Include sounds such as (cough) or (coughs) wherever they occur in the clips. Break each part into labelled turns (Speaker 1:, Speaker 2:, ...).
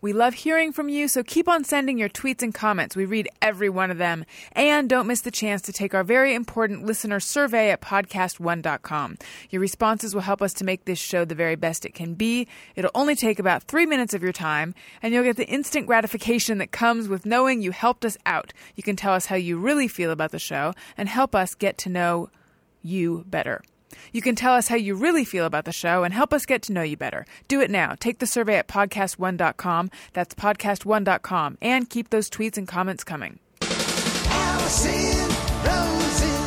Speaker 1: We love hearing from you, so keep on sending your tweets and comments. We read every one of them. And don't miss the chance to take our very important listener survey at podcast1.com. Your responses will help us to make this show the very best it can be. It'll only take about three minutes of your time, and you'll get the instant gratification that comes with knowing you helped us out. You can tell us how you really feel about the show and help us get to know you better. You can tell us how you really feel about the show and help us get to know you better. Do it now. Take the survey at podcast1.com. That's podcast1.com. And keep those tweets and comments coming.
Speaker 2: Allison Rosen,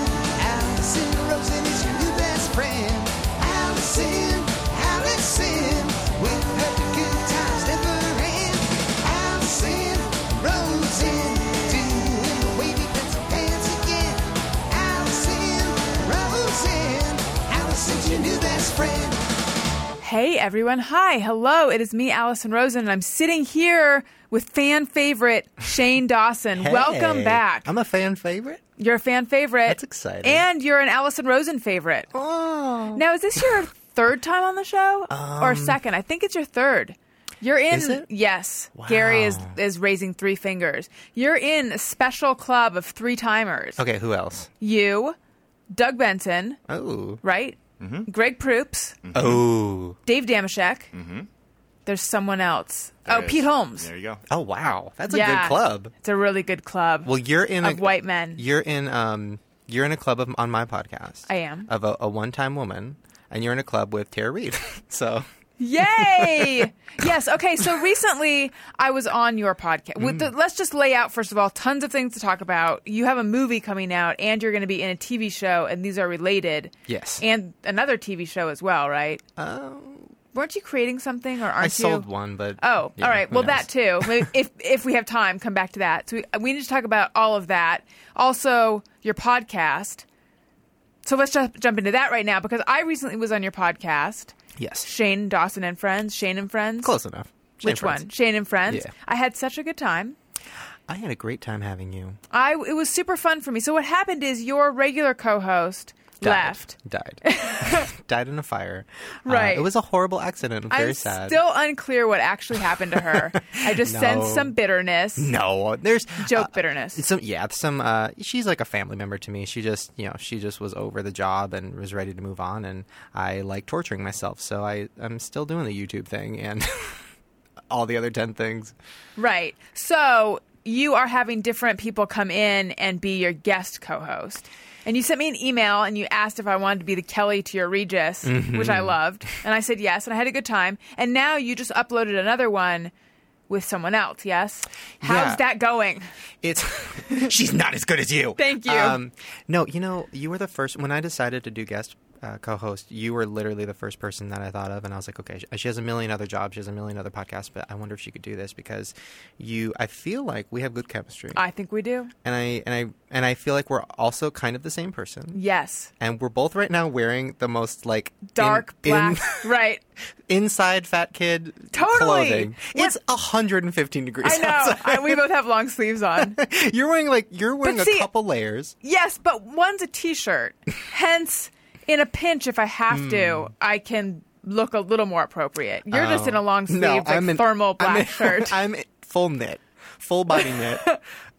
Speaker 2: Allison Rosen is your new best friend. Allison, Allison, with her good times never end. Allison Rosen, doing the wavy pencil dance again. Allison Rosen, Allison's your new best friend.
Speaker 1: Hey everyone. Hi. Hello. It is me, Allison Rosen, and I'm sitting here with fan favorite Shane Dawson. Welcome
Speaker 3: Hey,
Speaker 1: back.
Speaker 3: I'm a fan favorite.
Speaker 1: you're a fan favorite.
Speaker 3: That's exciting.
Speaker 1: And you're an Allison Rosen favorite.
Speaker 3: Oh, Um,
Speaker 1: Now, is this your third time on the show or second? I think it's your third. You're in.
Speaker 3: Is it?
Speaker 1: Yes. Gary is
Speaker 3: Wow.
Speaker 1: is raising three fingers. You're in a special club of three timers.
Speaker 3: Okay, who else?
Speaker 1: You, Doug Benson,
Speaker 3: Oh,
Speaker 1: right? Greg Proops,
Speaker 3: oh,
Speaker 1: Dave Damashek. Mm-hmm. There's someone else. oh,
Speaker 4: There it
Speaker 1: Pete
Speaker 4: is.
Speaker 1: Holmes.
Speaker 4: There you go.
Speaker 3: oh, wow. That's a
Speaker 1: Yeah.
Speaker 3: good club.
Speaker 1: It's a really good club.
Speaker 3: Well, (laughs) you're in
Speaker 1: Of
Speaker 3: a,
Speaker 1: white men.
Speaker 3: You're in um, you're in a club of, on my podcast.
Speaker 1: I am.
Speaker 3: of a, a one-time woman, and you're in a club with Tara Reid. (laughs) so
Speaker 1: Yay! yes. Okay. So recently, I was on your podcast.
Speaker 3: Mm.
Speaker 1: With the, let's just lay out first of all, tons of things to talk about. You have a movie coming out, and you're going to be in a TV show, and these are related.
Speaker 3: Yes. Uh,
Speaker 1: And another TV show as well, right? Um, weren't you creating something, or aren't
Speaker 3: I
Speaker 1: you?
Speaker 3: sold one, but
Speaker 1: Oh,
Speaker 3: yeah,
Speaker 1: all right.
Speaker 3: who
Speaker 1: Well,
Speaker 3: knows?
Speaker 1: that too.
Speaker 3: (laughs)
Speaker 1: Maybe if if we have time, come back to that. So we, we need to talk about all of that. Also, your podcast. So let's just jump into that right now because I recently was on your podcast.
Speaker 3: Yes,
Speaker 1: Shane Dawson and Friends, Shane and Friends.
Speaker 3: close enough. Shane
Speaker 1: Which
Speaker 3: Friends.
Speaker 1: one? Shane and Friends.
Speaker 3: Yeah.
Speaker 1: I had such a good time.
Speaker 3: I had a great time having you.
Speaker 1: I it was super fun for me. So what happened is your regular co-host
Speaker 3: Died.
Speaker 1: left.
Speaker 3: Died.
Speaker 1: (laughs)
Speaker 3: Died in a fire. Uh,
Speaker 1: Right.
Speaker 3: it was a horrible accident. Very
Speaker 1: I'm
Speaker 3: sad.
Speaker 1: still unclear what actually happened to her. I
Speaker 3: (laughs)
Speaker 1: just
Speaker 3: No.
Speaker 1: sense some bitterness,
Speaker 3: No, there's uh,
Speaker 1: joke bitterness.
Speaker 3: Some yeah, some uh she's like a family member to me. She just you know, she just was over the job and was ready to move on and I like torturing myself, so I, I'm still doing the YouTube thing and (laughs) all the other ten things.
Speaker 1: Right. So you are having different people come in and be your guest co-host. And you sent me an email and you asked if I wanted to be the Kelly to your Regis,
Speaker 3: Mm-hmm.
Speaker 1: which I loved. And I said yes, and I had a good time. And now you just uploaded another one with someone else, yes? How's
Speaker 3: Yeah.
Speaker 1: that going?
Speaker 3: It's (laughs) she's not as good as you. Um,
Speaker 1: Thank you.
Speaker 3: no, you know, you were the first when I decided to do guest uh, co-host. You were literally the first person that I thought of, and I was like, okay, she, she has a million other jobs, she has a million other podcasts, but I wonder if she could do this because you. I feel like we have good chemistry,
Speaker 1: I think we do.
Speaker 3: and I and I and I feel like we're also kind of the same person.
Speaker 1: Yes.
Speaker 3: and we're both right now wearing the most like in-
Speaker 1: Dark,
Speaker 3: in-
Speaker 1: black,
Speaker 3: (laughs)
Speaker 1: right.
Speaker 3: inside fat kid
Speaker 1: Totally.
Speaker 3: clothing.
Speaker 1: We're-
Speaker 3: It's 115 degrees.
Speaker 1: I know. I, we both have long sleeves
Speaker 3: (laughs)
Speaker 1: on.
Speaker 3: know. (laughs) You're wearing like you're wearing
Speaker 1: But
Speaker 3: a
Speaker 1: see-
Speaker 3: couple layers.
Speaker 1: Yes, but one's a
Speaker 3: (laughs)
Speaker 1: t-shirt. Hence, in a pinch, if I have
Speaker 3: Hmm.
Speaker 1: to, I can look a little more appropriate. You're just in a long sleeve, like
Speaker 3: in-
Speaker 1: thermal
Speaker 3: Oh. I'm
Speaker 1: black
Speaker 3: in-
Speaker 1: shirt.
Speaker 3: (laughs) I'm in full knit, full
Speaker 1: (laughs)
Speaker 3: body knit.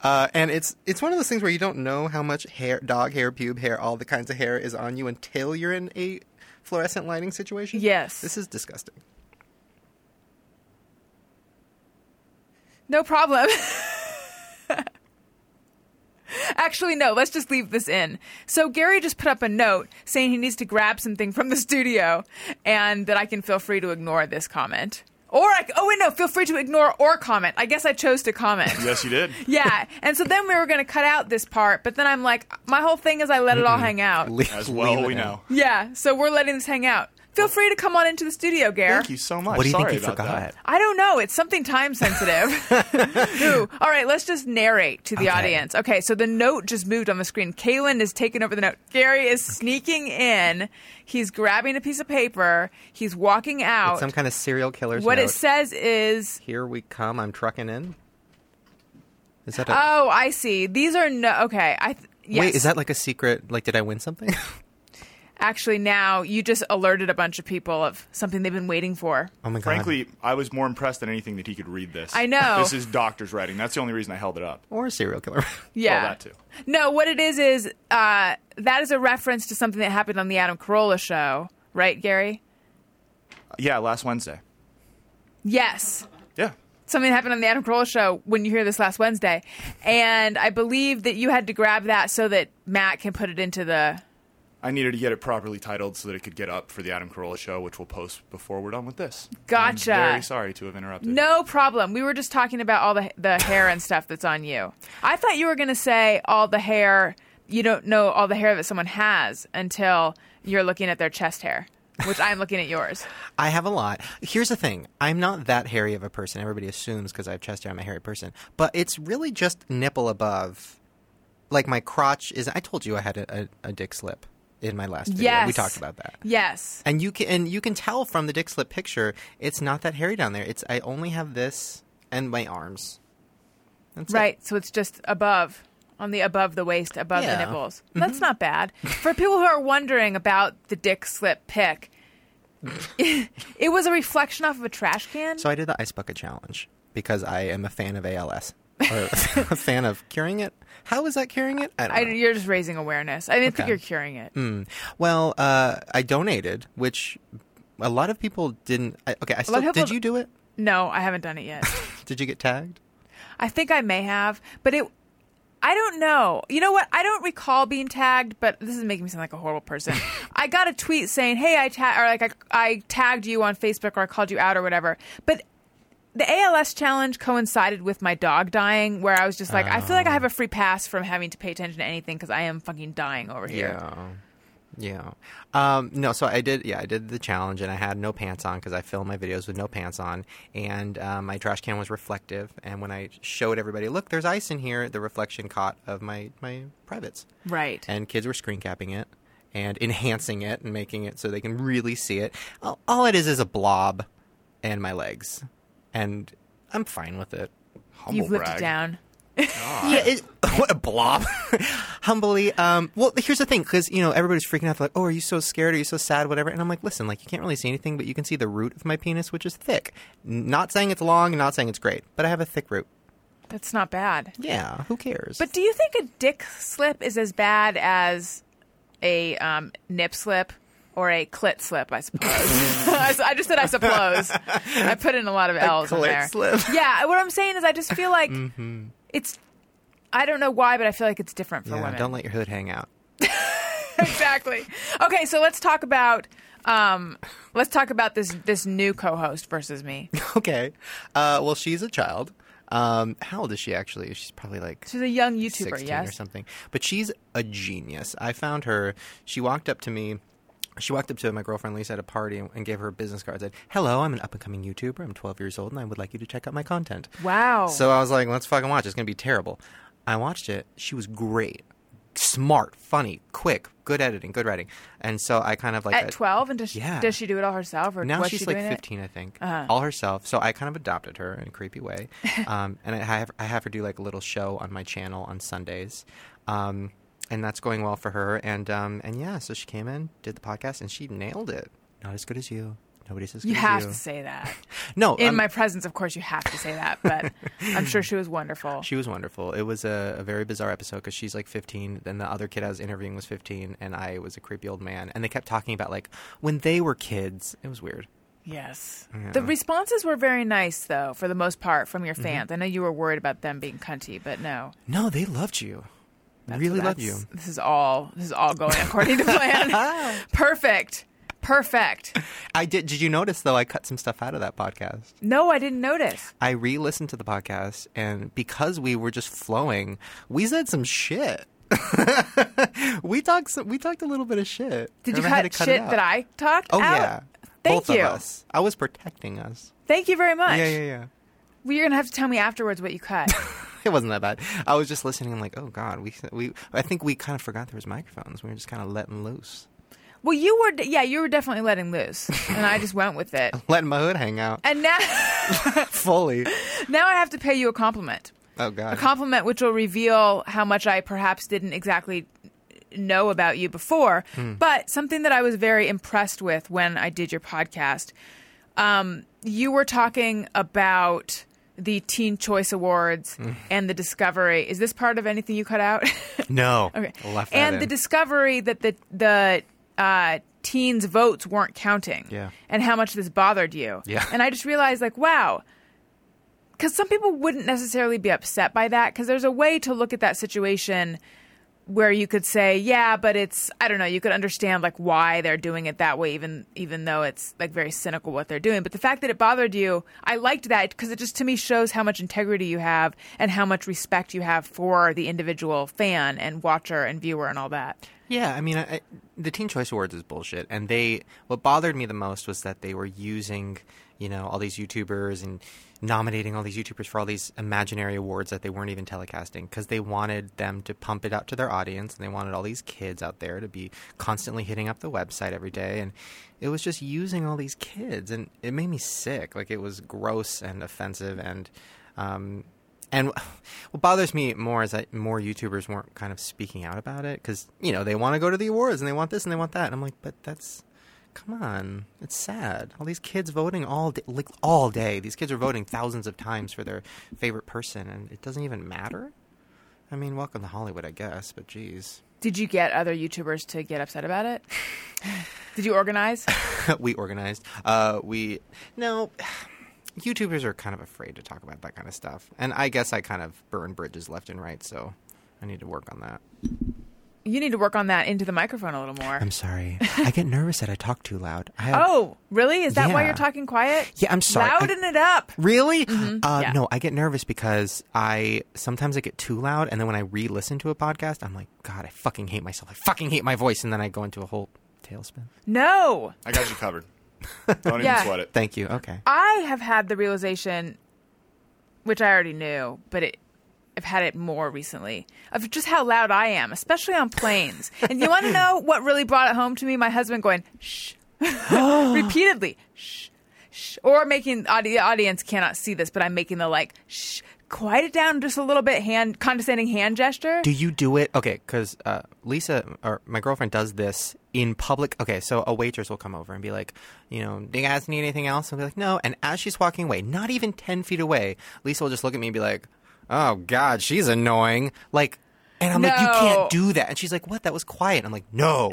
Speaker 3: Uh, and it's it's one of those things where you don't know how much hair, dog hair, pube hair, all the kinds of hair is on you until you're in a fluorescent lighting situation.
Speaker 1: Yes.
Speaker 3: this is disgusting.
Speaker 1: no problem. (laughs) Actually, no, let's just leave this in. So, Gary just put up a note saying he needs to grab something from the studio and that I can feel free to ignore this comment. Or, I, c- oh, wait, no, feel free to ignore or comment. I guess I chose to comment.
Speaker 4: Yes, you did.
Speaker 1: Yeah. And so then we were going to cut out this part, but then I'm like, my whole thing is I let it all hang out.
Speaker 3: Le- (laughs)
Speaker 4: As
Speaker 3: leave
Speaker 4: well,
Speaker 3: it
Speaker 4: we
Speaker 3: in.
Speaker 4: know.
Speaker 1: Yeah. So we're letting this hang out. Feel free to come on into the studio, Gare.
Speaker 4: Thank you so much.
Speaker 3: What do you
Speaker 4: Sorry
Speaker 3: think you
Speaker 4: about
Speaker 3: forgot?
Speaker 4: that.
Speaker 1: I don't know. It's something time
Speaker 3: (laughs)
Speaker 1: sensitive. (laughs) Ooh. All right, let's just narrate to the
Speaker 3: Okay.
Speaker 1: audience. Okay, so the note just moved on the screen. Kaylin is taking over the note. Gary is sneaking in. He's grabbing a piece of paper. He's walking out.
Speaker 3: It's some kind of serial killer's
Speaker 1: what
Speaker 3: note.
Speaker 1: it says is
Speaker 3: Here we come. I'm trucking in. Is that a
Speaker 1: Oh, I see. These are no. Okay, I. Th- yes.
Speaker 3: wait? Is that like a secret? Like, did I win something? (laughs)
Speaker 1: actually now you just alerted a bunch of people of something they've been waiting for?
Speaker 3: oh my god.
Speaker 4: Frankly, I was more impressed than anything that he could read this.
Speaker 1: I know.
Speaker 4: This is doctor's writing. That's the only reason I held it up.
Speaker 3: or a serial killer. (laughs)
Speaker 1: Yeah.
Speaker 4: Well, that too.
Speaker 1: No, what it is is uh, that is a reference to something that happened on the Adam Carolla show, right, Gary?
Speaker 4: Yeah, last Wednesday.
Speaker 1: Yes.
Speaker 4: Yeah.
Speaker 1: Something happened on the Adam Carolla show when you hear this last Wednesday. And I believe that you had to grab that so that Matt can put it into the.
Speaker 4: I needed to get it properly titled so that it could get up for the Adam Carolla show, which we'll post before we're done with this.
Speaker 1: Gotcha.
Speaker 4: I'm very sorry to have interrupted.
Speaker 1: No problem. We were just talking about all the the hair and stuff that's on you. I thought you were going to say all the hair. You don't know all the hair that someone has until you're looking at their chest hair, which I'm looking at
Speaker 3: (laughs)
Speaker 1: yours.
Speaker 3: I have a lot. Here's the thing: I'm not that hairy of a person. Everybody assumes because I have chest hair, I'm a hairy person. But it's really just nipple above. Like my crotch is. I told you I had a, a, a dick slip in my last video.
Speaker 1: Yes.
Speaker 3: We talked about that.
Speaker 1: Yes.
Speaker 3: And you can and you can tell from the dick slip picture, it's not that hairy down there. It's I only have this and my arms. That's it.
Speaker 1: Right. So it's just above, on the above the waist, above
Speaker 3: Yeah. Mm-hmm.
Speaker 1: the nipples. That's not bad. For people who are wondering about the dick slip pic, (laughs) it was a reflection off of a trash can.
Speaker 3: So I did the ice bucket challenge because I am a fan of ALS. or (laughs) a fan of curing it. How is that curing it? I don't
Speaker 1: I, e-
Speaker 3: know.
Speaker 1: you're just raising awareness. I didn't think
Speaker 3: Okay. Mm.
Speaker 1: you're curing it.
Speaker 3: Well, uh, I donated, which a lot of people didn't. I, okay, I still
Speaker 1: of people-
Speaker 3: did. You do it?
Speaker 1: No, I haven't done it yet.
Speaker 3: Did you get tagged?
Speaker 1: I think I may have, but it. I don't know. You know what? I don't recall being tagged, but this is making me sound like a horrible
Speaker 4: (laughs)
Speaker 1: person. I got a tweet saying, "Hey, I ta- or like I, I tagged you on Facebook or I called you out or whatever." But the ALS challenge coincided with my dog dying, where I was just like, "I feel like
Speaker 4: Oh.
Speaker 1: I have a free pass from having to pay attention to anything because I am fucking dying over here."
Speaker 3: Yeah. Um, no, so I did. Yeah, I did the challenge, and I had no pants on because I film my videos with no pants on, and uh, my trash can was reflective. And when I showed everybody, look, there's ice in here, the reflection caught of my my privates,
Speaker 1: Right.
Speaker 3: and kids were screen capping it and enhancing it and making it so they can really see it. All, all it is is a blob and my legs, and I'm fine with it.
Speaker 4: Humble
Speaker 1: You've lived
Speaker 4: brag.
Speaker 1: it down.
Speaker 3: Yeah, it, (laughs) what a blob. (laughs) Humbly, um, well, here's the thing, because you know everybody's freaking out, they're like, "Oh, are you so scared? Are you so sad? Whatever." And I'm like, "Listen, like you can't really see anything, but you can see the root of my penis, which is thick. N- Not saying it's long, not saying it's great, but I have a thick root.
Speaker 1: That's not bad.
Speaker 3: Yeah, who cares?
Speaker 1: But do you think a dick slip is as bad as a um, nip slip or a clit slip? I suppose. (laughs) I s- I just said I suppose. I put in a lot of L's in
Speaker 3: clit
Speaker 1: there.
Speaker 3: slip. (laughs) Mm-hmm.
Speaker 1: Yeah. What I'm saying is, I just feel like it's. I don't know why, but I feel like it's different for
Speaker 3: yeah,
Speaker 1: women. (laughs)
Speaker 3: don't let your hood hang out. (laughs)
Speaker 1: exactly. Okay, so let's talk about. Um, let's talk about this this new co-host versus me.
Speaker 3: Okay. Uh, well, she's a child. Um, how old is she actually? She's probably like
Speaker 1: She's a
Speaker 3: (laughs)
Speaker 1: young YouTuber,
Speaker 3: 16
Speaker 1: yes.
Speaker 3: or something. But she's a genius. I found her. She walked up to me. She walked up to my girlfriend Lisa at a party and, and gave her a business card. Said, "Hello, I'm an up and coming YouTuber. I'm 12 years old, and I would like you to check out my content."
Speaker 1: Wow.
Speaker 3: So I was like, "Let's fucking watch. It's gonna be terrible." I watched it. She was great, smart, funny, quick, good editing, good writing. And so I kind of like I-
Speaker 1: At 12, and does she,
Speaker 3: Yeah.
Speaker 1: does she do it all herself, or
Speaker 3: now
Speaker 1: was
Speaker 3: she's
Speaker 1: she
Speaker 3: like
Speaker 1: doing it? Uh-huh.
Speaker 3: 15, I think, all herself. So I kind of adopted her in a creepy way,
Speaker 1: (laughs)
Speaker 3: um, and I have I have her do like a little show on my channel on Sundays, um, and that's going well for her. And um, and yeah, so she came in, did the podcast, and she nailed it. Not as good as you. Nobody's as good
Speaker 1: You
Speaker 3: as
Speaker 1: have
Speaker 3: you.
Speaker 1: to say
Speaker 3: (laughs)
Speaker 1: that.
Speaker 3: no,
Speaker 1: in
Speaker 3: I'm-
Speaker 1: my presence, of course, you have to say that, but I'm sure she was wonderful.
Speaker 3: (laughs) She was wonderful. It was a, a very bizarre episode because she's like 15, then the other kid I was interviewing was 15, and I was a creepy old man. And they kept talking about like when they were kids. It was weird.
Speaker 1: yes. The responses were very nice, though, for the most part, from your
Speaker 3: Mm-hmm.
Speaker 1: fans. I know you were worried about them being cunty, but no,
Speaker 3: No, they loved you. really loved you.
Speaker 1: That's- This is all. This is all going according to
Speaker 3: (laughs)
Speaker 1: plan. (laughs) Perfect. Perfect.
Speaker 3: I did. Did you notice though? I cut some stuff out of that podcast.
Speaker 1: No, I didn't notice.
Speaker 3: I re-listened to the podcast, and because we were just flowing, we said some shit. (laughs) we talked. some- We talked a little bit of shit.
Speaker 1: Did you
Speaker 3: and I had
Speaker 1: cut,
Speaker 3: to cut it
Speaker 1: shit
Speaker 3: out.
Speaker 1: that I talked
Speaker 3: Oh
Speaker 1: out?
Speaker 3: yeah.
Speaker 1: Thank
Speaker 3: Both
Speaker 1: you.
Speaker 3: Of us. I was protecting us.
Speaker 1: Thank you very much.
Speaker 3: Yeah, yeah, yeah.
Speaker 1: Well, you're gonna have to tell me afterwards what you
Speaker 3: (laughs)
Speaker 1: cut.
Speaker 3: It wasn't that bad. I was just listening. and like, oh god, we we. I think we kind of forgot there was microphones. We were just kind of letting loose,
Speaker 1: well, you were, yeah, you were definitely letting loose, and I just went with it.
Speaker 3: letting my hood hang out
Speaker 1: And now, (laughs)
Speaker 3: fully.
Speaker 1: now I have to pay you a compliment.
Speaker 3: Oh
Speaker 1: A
Speaker 3: god.
Speaker 1: compliment which will reveal how much I perhaps didn't exactly know about you before,
Speaker 3: Hmm.
Speaker 1: but something that I was very impressed with when I did your podcast. Um, you were talking about the Teen Choice Awards
Speaker 3: Hmm.
Speaker 1: and the discovery. Is this part of anything you cut out?
Speaker 3: no.
Speaker 1: okay.
Speaker 3: (laughs) Left that
Speaker 1: and the
Speaker 3: in.
Speaker 1: discovery that the the uh, teens' votes weren't counting.
Speaker 3: Yeah.
Speaker 1: And how much this bothered you.
Speaker 3: Yeah.
Speaker 1: And I just realized, like, wow. Because some people wouldn't necessarily be upset by that, because there's a way to look at that situation where you could say, yeah, but it's I don't know, you could understand like why they're doing it that way even even though it's like very cynical what they're doing. But the fact that it bothered you, I liked that because it just to me shows how much integrity you have and how much respect you have for the individual fan and watcher and viewer and all that.
Speaker 3: Yeah, I mean, I, I, the Teen Choice Awards is bullshit, and they what bothered me the most was that they were using, you know, all these YouTubers and nominating all these YouTubers for all these imaginary awards that they weren't even telecasting because they wanted them to pump it out to their audience, and they wanted all these kids out there to be constantly hitting up the website every day, and it was just using all these kids, and it made me sick. Like it was gross and offensive, and um, and what bothers me more is that more YouTubers weren't kind of speaking out about it because you know they want to go to the awards and they want this and they want that. And I'm like, but that's come on, it's sad. All these kids voting all day, like all day. These kids are voting thousands of times for their favorite person, and it doesn't even matter. I mean, welcome to Hollywood, I guess. But geez, (laughs)
Speaker 1: Did you get other YouTubers to get upset about it? Did you organize?
Speaker 3: we organized. Uh, we no. (sighs) YouTubers are kind of afraid to talk about that kind of stuff, and I guess I kind of burn bridges left and right, so I need to work on that.
Speaker 1: You need to work on that into the microphone a little more.
Speaker 3: I'm sorry. I get nervous that I talk too loud. I have,
Speaker 1: Oh, really? Is that why
Speaker 3: Yeah.
Speaker 1: you're talking quiet?
Speaker 3: Yeah, I'm sorry. I-
Speaker 1: Louden it up.
Speaker 3: Really? Uh,
Speaker 1: Mm-hmm. yeah.
Speaker 3: No, I get nervous because I sometimes I get too loud, and then when I re-listen to a podcast, I'm like, God, I fucking hate myself. I fucking hate my voice, and then I go into a whole tailspin.
Speaker 1: No.
Speaker 4: I got you covered. Don't
Speaker 1: Yeah.
Speaker 4: even sweat it.
Speaker 3: Thank you. Okay.
Speaker 1: I have had the realization, which I already knew, but it, I've had it more recently, of just how loud I am, especially on planes. and you want to know what really brought it home to me? My husband going,
Speaker 3: (gasps)
Speaker 1: shh, (laughs) repeatedly, shh, shh, or making audi- the audience cannot see this, but I'm making the like, shh, quiet it down just a little bit, hand condescending hand gesture.
Speaker 3: Do you do it? Okay, because uh, Lisa or my girlfriend does this in public. Okay, so a waitress will come over and be like, you know, do you guys need anything else? I'll be like, no. And as she's walking away, not even 10 feet away, Lisa will just look at me and be like, oh, God, she's annoying. Like, and I'm like, you
Speaker 1: No.
Speaker 3: can't do that. And she's like, what? That was quiet. I'm like,
Speaker 1: (laughs)
Speaker 3: no,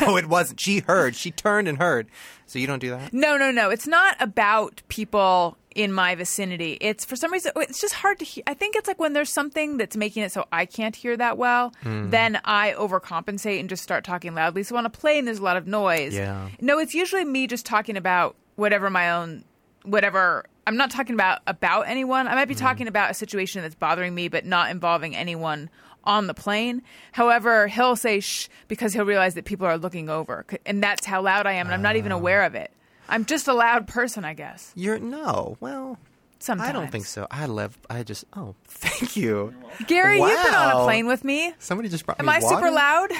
Speaker 3: no, it wasn't. She heard. She turned and heard. So you don't do that?
Speaker 1: No, no, no. It's not about people in my vicinity. It's for some reason oh, it's just hard to hear. I think it's like when there's something that's making it so I can't hear that well, then I overcompensate and just start talking loudly. So on a plane there's a lot of noise.
Speaker 3: Yeah.
Speaker 1: No, it's usually me just talking about whatever my own whatever I'm not talking about about anyone. I might
Speaker 3: Mm-hmm.
Speaker 1: be talking about a situation that's bothering me but not involving anyone on the plane. However, he'll say shh because he'll realize that people are looking over C- and that's how loud I am and I'm not
Speaker 3: Ah.
Speaker 1: even aware of it. I'm just a loud person, I guess.
Speaker 3: You're, no. Well,
Speaker 1: Sometimes.
Speaker 3: I don't think so. I love, I just, oh, thank you.
Speaker 1: Gary, you've been on a
Speaker 3: Wow.
Speaker 1: plane with me.
Speaker 3: Somebody just brought
Speaker 1: Am
Speaker 3: me
Speaker 1: I super
Speaker 3: water?
Speaker 1: loud?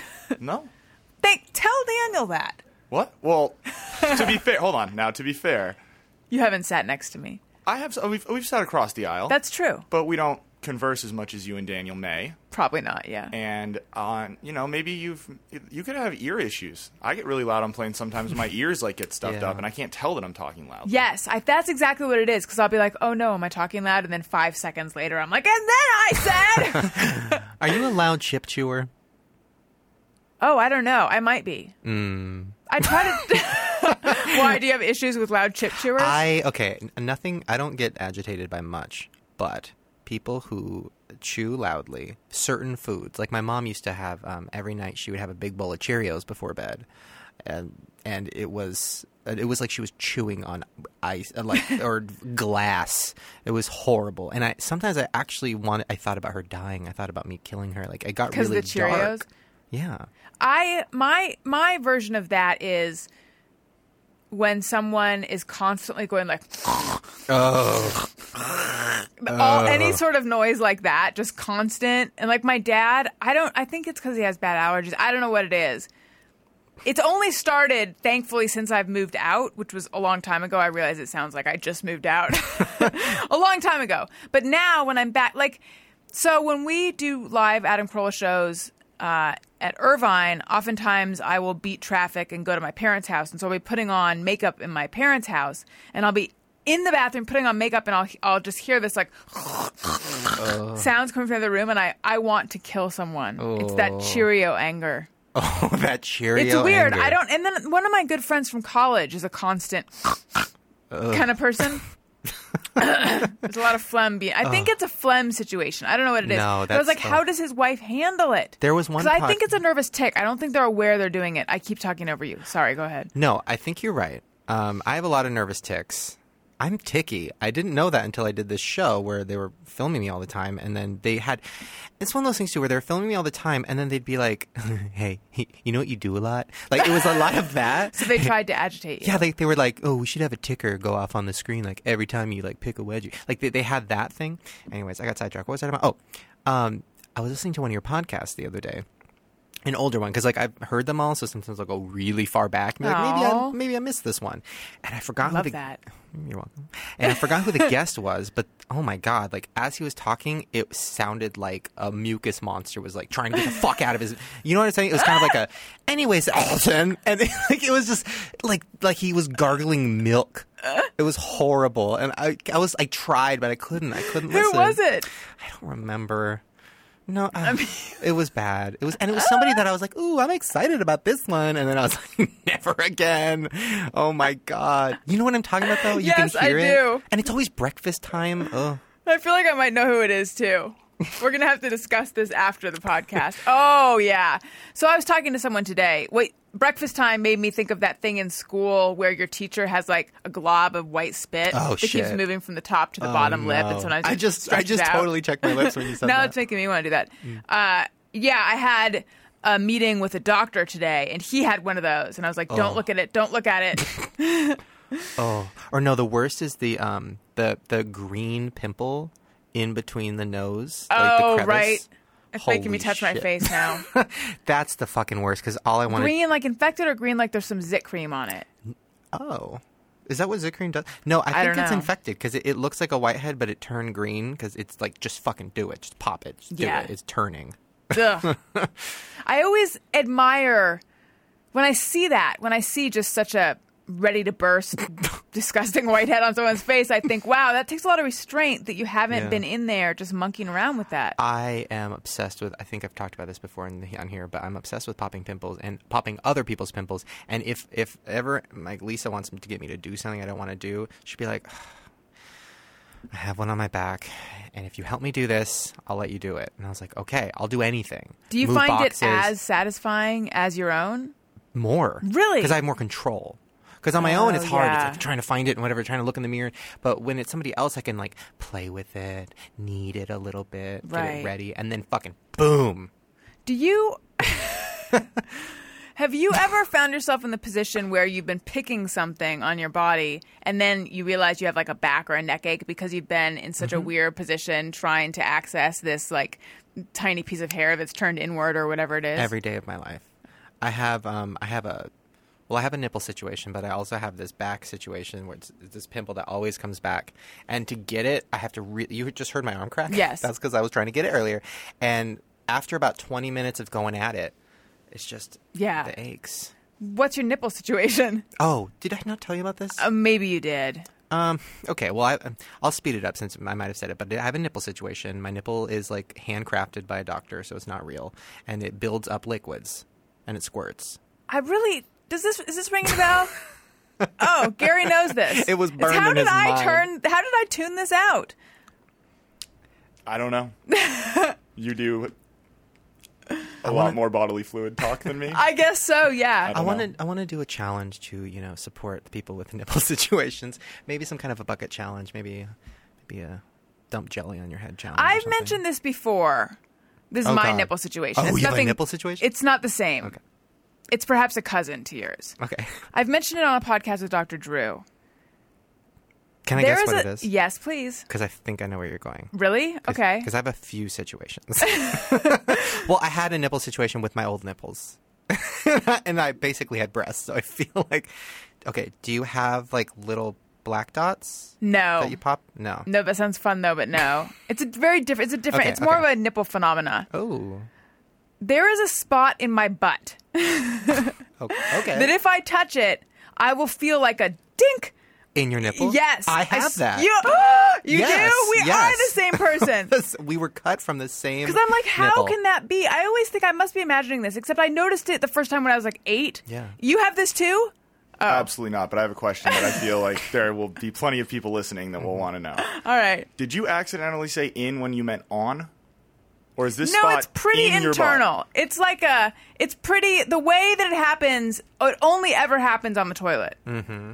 Speaker 4: No.
Speaker 1: Thank tell Daniel that.
Speaker 4: What? Well, to be fair, hold on. Now, to be fair,
Speaker 1: You haven't sat next to me.
Speaker 4: I have s- we've we've sat across the aisle.
Speaker 1: That's true.
Speaker 4: but we don't converse as much as you and Daniel may.
Speaker 1: Probably not, yeah.
Speaker 4: And on, you know, maybe you've you could have ear issues. I get really loud on planes sometimes.
Speaker 1: (laughs)
Speaker 4: My ears like get stuffed
Speaker 3: Yeah.
Speaker 4: up, and I can't tell that I'm talking loud.
Speaker 1: Yes, I, that's exactly what it is. Because I'll be like, "Oh no, am I talking loud?" And then five seconds later, I'm like, "And then I said,
Speaker 3: Are you a loud chip chewer?
Speaker 1: oh, I don't know, I might be." Mm. I try to. (laughs) Why do you have issues with loud chip chewers?
Speaker 3: I okay, n- nothing. I don't get agitated by much, but people who chew loudly certain foods. Like my mom used to have um, every night. She would have a big bowl of Cheerios before bed, and and it was uh, it was like she was chewing on ice
Speaker 1: (laughs)
Speaker 3: uh, like or glass. It was horrible. And I sometimes I actually wanted. I thought about her dying. I thought about me killing her. Like I got
Speaker 1: 'Cause of
Speaker 3: really
Speaker 1: the Cheerios?
Speaker 3: dark. Yeah. (laughs)
Speaker 1: I my my version of that is when someone is constantly going like all any sort of noise like that, just constant. And like my dad, I don't I think it's cuz he has bad allergies. I don't know what it is. It's only started thankfully since I've moved out, which was a long time ago. I realize it sounds like I just moved out. (laughs) a long time ago. But now when I'm back, like, so when we do live Adam Carolla shows uh, at Irvine, oftentimes I will beat traffic and go to my parents' house. And so I'll be putting on makeup in my parents' house and I'll be in the bathroom putting on makeup and I'll, I'll just hear this like sounds coming from the other room and I, I want to kill someone. It's that Cheerio anger.
Speaker 3: Oh, that Cheerio.
Speaker 1: It's weird.
Speaker 3: anger.
Speaker 1: I don't. And then one of my good friends from college is a constant kind of person.
Speaker 3: (laughs)
Speaker 1: There's a lot of phlegm. Being, I think it's a phlegm situation. I don't know what it is.
Speaker 3: No,
Speaker 1: But I was
Speaker 3: that's-
Speaker 1: like, how
Speaker 3: oh.
Speaker 1: does his wife handle it?
Speaker 3: There was one
Speaker 1: Because I
Speaker 3: pod-
Speaker 1: think it's a nervous tick. I don't think they're aware they're doing it. I keep talking over you. Sorry. Go ahead.
Speaker 3: No, I think you're right. Um, I have a lot of nervous ticks. I'm ticky. I didn't know that until I did this show where they were filming me all the time, and then they had. It's one of those things too where they're filming me all the time, and then they'd be like, (laughs) "Hey, you know what you do a lot?" Like it was a lot of that.
Speaker 1: So they tried to agitate you.
Speaker 3: Yeah, like they were like, "Oh, we should have a ticker go off on the screen like every time you like pick a wedgie." Like they, they had that thing. Anyways, I got sidetracked. What was that about? Oh, um, I was listening to one of your podcasts the other day, an older one because like I've heard them all, so sometimes I'll go really far back. And be like, maybe
Speaker 1: Aw.
Speaker 3: I maybe I missed this one, and I forgot. who
Speaker 1: Love
Speaker 3: the,
Speaker 1: that.
Speaker 3: You're welcome. And I forgot
Speaker 1: (laughs)
Speaker 3: who the guest was, but oh my god, like as he was talking, it sounded like a mucus monster was like trying to get the fuck out of his. You know what I'm saying? It was kind of
Speaker 1: (laughs)
Speaker 3: like a. Anyways, Alton, and (laughs) like it was just like like he was gargling milk. It was horrible, and I I was I tried, but I couldn't. I couldn't.
Speaker 1: Who
Speaker 3: listen.
Speaker 1: was it?
Speaker 3: I don't remember. No, uh, it was bad. It was, and it was somebody that I was like, "Ooh, I'm excited about this one," and then I was (laughs) like, "Never again!" Oh my god! You know what I'm talking about, though. You
Speaker 1: Yes, I
Speaker 3: can hear it,
Speaker 1: do.
Speaker 3: and it's always breakfast time. Oh,
Speaker 1: I feel like I might know who it is too. We're gonna have to discuss this after the podcast. (laughs) Oh yeah. So I was talking to someone today. Wait, breakfast time made me think of that thing in school where your teacher has like a glob of white spit
Speaker 3: Oh,
Speaker 1: that keeps
Speaker 3: shit. Oh,
Speaker 1: moving from the top to the bottom lip, and
Speaker 3: no.
Speaker 1: sometimes
Speaker 3: I
Speaker 1: it
Speaker 3: just, I
Speaker 1: stretches
Speaker 3: just
Speaker 1: out.
Speaker 3: totally checked my lips
Speaker 1: (laughs)
Speaker 3: when you said
Speaker 1: now
Speaker 3: that. Mm.
Speaker 1: it's making me want to do that. Uh, yeah, I had a meeting with a doctor today, and he had one of those, and I was like, "Don't look at it! Don't look at
Speaker 3: (laughs)
Speaker 1: it!"
Speaker 3: oh, or no, the worst is the um the the green pimple in between the nose. like the
Speaker 1: oh,
Speaker 3: crevice.
Speaker 1: right. It's making me
Speaker 3: Holy
Speaker 1: touch my
Speaker 3: shit.
Speaker 1: face
Speaker 3: (laughs)
Speaker 1: now.
Speaker 3: That's the fucking worst because all I want to
Speaker 1: green like infected or green like there's some zit cream on it.
Speaker 3: Oh. Is that what Zikrine does? No, I think
Speaker 1: I don't
Speaker 3: it's
Speaker 1: know.
Speaker 3: infected because it, it looks like a whitehead, but it turned green because it's like just fucking do it, just pop it, just
Speaker 1: Yeah.
Speaker 3: do it. It's turning.
Speaker 1: Ugh. I always admire when I see that, when I see just such a ready to
Speaker 3: (laughs)
Speaker 1: burst, disgusting whitehead on someone's face, I think, wow, that takes a lot of restraint that you haven't
Speaker 3: Yeah. Uh,
Speaker 1: been in there just monkeying around with that.
Speaker 3: I am obsessed with. I think I've talked about this before in the, on here, but I'm obsessed with popping pimples and popping other people's pimples. And if if ever like Lisa wants to get me to do something I don't want to do, she'd be like, "I have one on my back, and if you help me do this, I'll let you do it." And I was like, "Okay, I'll do anything."
Speaker 1: Do you
Speaker 3: Move
Speaker 1: find
Speaker 3: boxes.
Speaker 1: it as satisfying as your own?
Speaker 3: more.
Speaker 1: Really?
Speaker 3: Because I have more control. Because on my own, it's
Speaker 1: Oh,
Speaker 3: hard.
Speaker 1: yeah.
Speaker 3: It's like trying to find it and whatever, trying to look in the mirror. But when it's somebody else, I can like play with it, knead it a little bit, get
Speaker 1: Right.
Speaker 3: it ready, and then fucking boom.
Speaker 1: Do you. (laughs) Have you ever found yourself in the position where you've been picking something on your body and then you realize you have like a back or a neck ache because you've been in such a weird position trying to access this like tiny piece of hair that's turned inward or whatever it is?
Speaker 3: Every day of my life, I have um, I have a, well, I have a nipple situation, but I also have this back situation where it's, it's this pimple that always comes back. And to get it, I have to. Re- you just heard my arm crack.
Speaker 1: Yes.
Speaker 3: (laughs) that's because I was trying to get it earlier. And after about twenty minutes of going at it, it's just
Speaker 1: Yeah.
Speaker 3: the aches.
Speaker 1: What's your nipple situation?
Speaker 3: Oh, did I not tell you about this?
Speaker 1: Uh, maybe you did.
Speaker 3: Um. Okay. Well, I, um, I'll speed it up since I might have said it, but I have a nipple situation. My nipple is like handcrafted by a doctor, so it's not real, and it builds up liquids, and it squirts.
Speaker 1: I really does this is this ringing a bell? oh, Gary knows this.
Speaker 3: It was
Speaker 1: It's
Speaker 3: burned
Speaker 1: How
Speaker 3: in
Speaker 1: did
Speaker 3: his
Speaker 1: I
Speaker 3: mind.
Speaker 1: turn? How did I tune this out?
Speaker 4: I
Speaker 1: (laughs)
Speaker 4: don't know. you do a lot more bodily fluid talk than me.
Speaker 1: (laughs) I guess so, yeah.
Speaker 4: I
Speaker 3: I
Speaker 4: don't
Speaker 3: want
Speaker 4: know.
Speaker 3: to I want to do a challenge to you know support the people with (laughs) nipple situations. Maybe some kind of a bucket challenge. Maybe maybe a dump jelly on your head challenge. or
Speaker 1: I've
Speaker 3: something.
Speaker 1: mentioned this before. This is
Speaker 3: Oh,
Speaker 1: my
Speaker 3: God.
Speaker 1: nipple situation.
Speaker 3: Oh,
Speaker 1: it's
Speaker 3: you have a
Speaker 1: nothing,
Speaker 3: nipple situation?
Speaker 1: It's not the same.
Speaker 3: Okay.
Speaker 1: It's perhaps a cousin to yours.
Speaker 3: Okay. (laughs)
Speaker 1: I've mentioned it on a podcast with Dr. Drew.
Speaker 3: Can I
Speaker 1: There
Speaker 3: guess
Speaker 1: is
Speaker 3: what
Speaker 1: a
Speaker 3: it is?
Speaker 1: yes, please.
Speaker 3: Because I think I know where you're going.
Speaker 1: Really? Okay.
Speaker 3: Because I have a few situations. (laughs) well, I had a nipple situation with my old nipples, (laughs) and I basically had breasts. So I feel (laughs) like, okay, do you have like little black dots
Speaker 1: No.
Speaker 3: that you pop? No.
Speaker 1: No, that sounds fun though, but no. It's a very different. It's a different.
Speaker 3: Okay,
Speaker 1: it's more
Speaker 3: okay.
Speaker 1: of a nipple phenomena.
Speaker 3: Oh.
Speaker 1: There is a spot in my butt
Speaker 3: O- Okay.
Speaker 1: that if I touch it, I will feel like a dink.
Speaker 3: In your nipple?
Speaker 1: Yes,
Speaker 3: I have
Speaker 1: s-
Speaker 3: that.
Speaker 1: (gasps)
Speaker 3: (laughs)
Speaker 1: You, you
Speaker 3: Yes,
Speaker 1: do. We
Speaker 3: yes.
Speaker 1: are the same
Speaker 3: (laughs)
Speaker 1: person.
Speaker 3: we were cut from the same.
Speaker 1: Because I'm like, how
Speaker 3: nipple.
Speaker 1: can that be? I always think I must be imagining this, except I noticed it the first time when I was like eight.
Speaker 3: Yeah.
Speaker 1: You have this too?
Speaker 4: Absolutely not. But I have a question that I feel like there will be plenty of people listening
Speaker 1: Mm-hmm.
Speaker 4: that will want to know.
Speaker 1: All right.
Speaker 4: Did you accidentally say in when you meant on? Or is this
Speaker 1: No,
Speaker 4: spot
Speaker 1: it's pretty
Speaker 4: in your butt?
Speaker 1: internal. It's like a, it's pretty, the way that it happens, it only ever happens on the toilet.
Speaker 4: All right.
Speaker 3: Mm-hmm.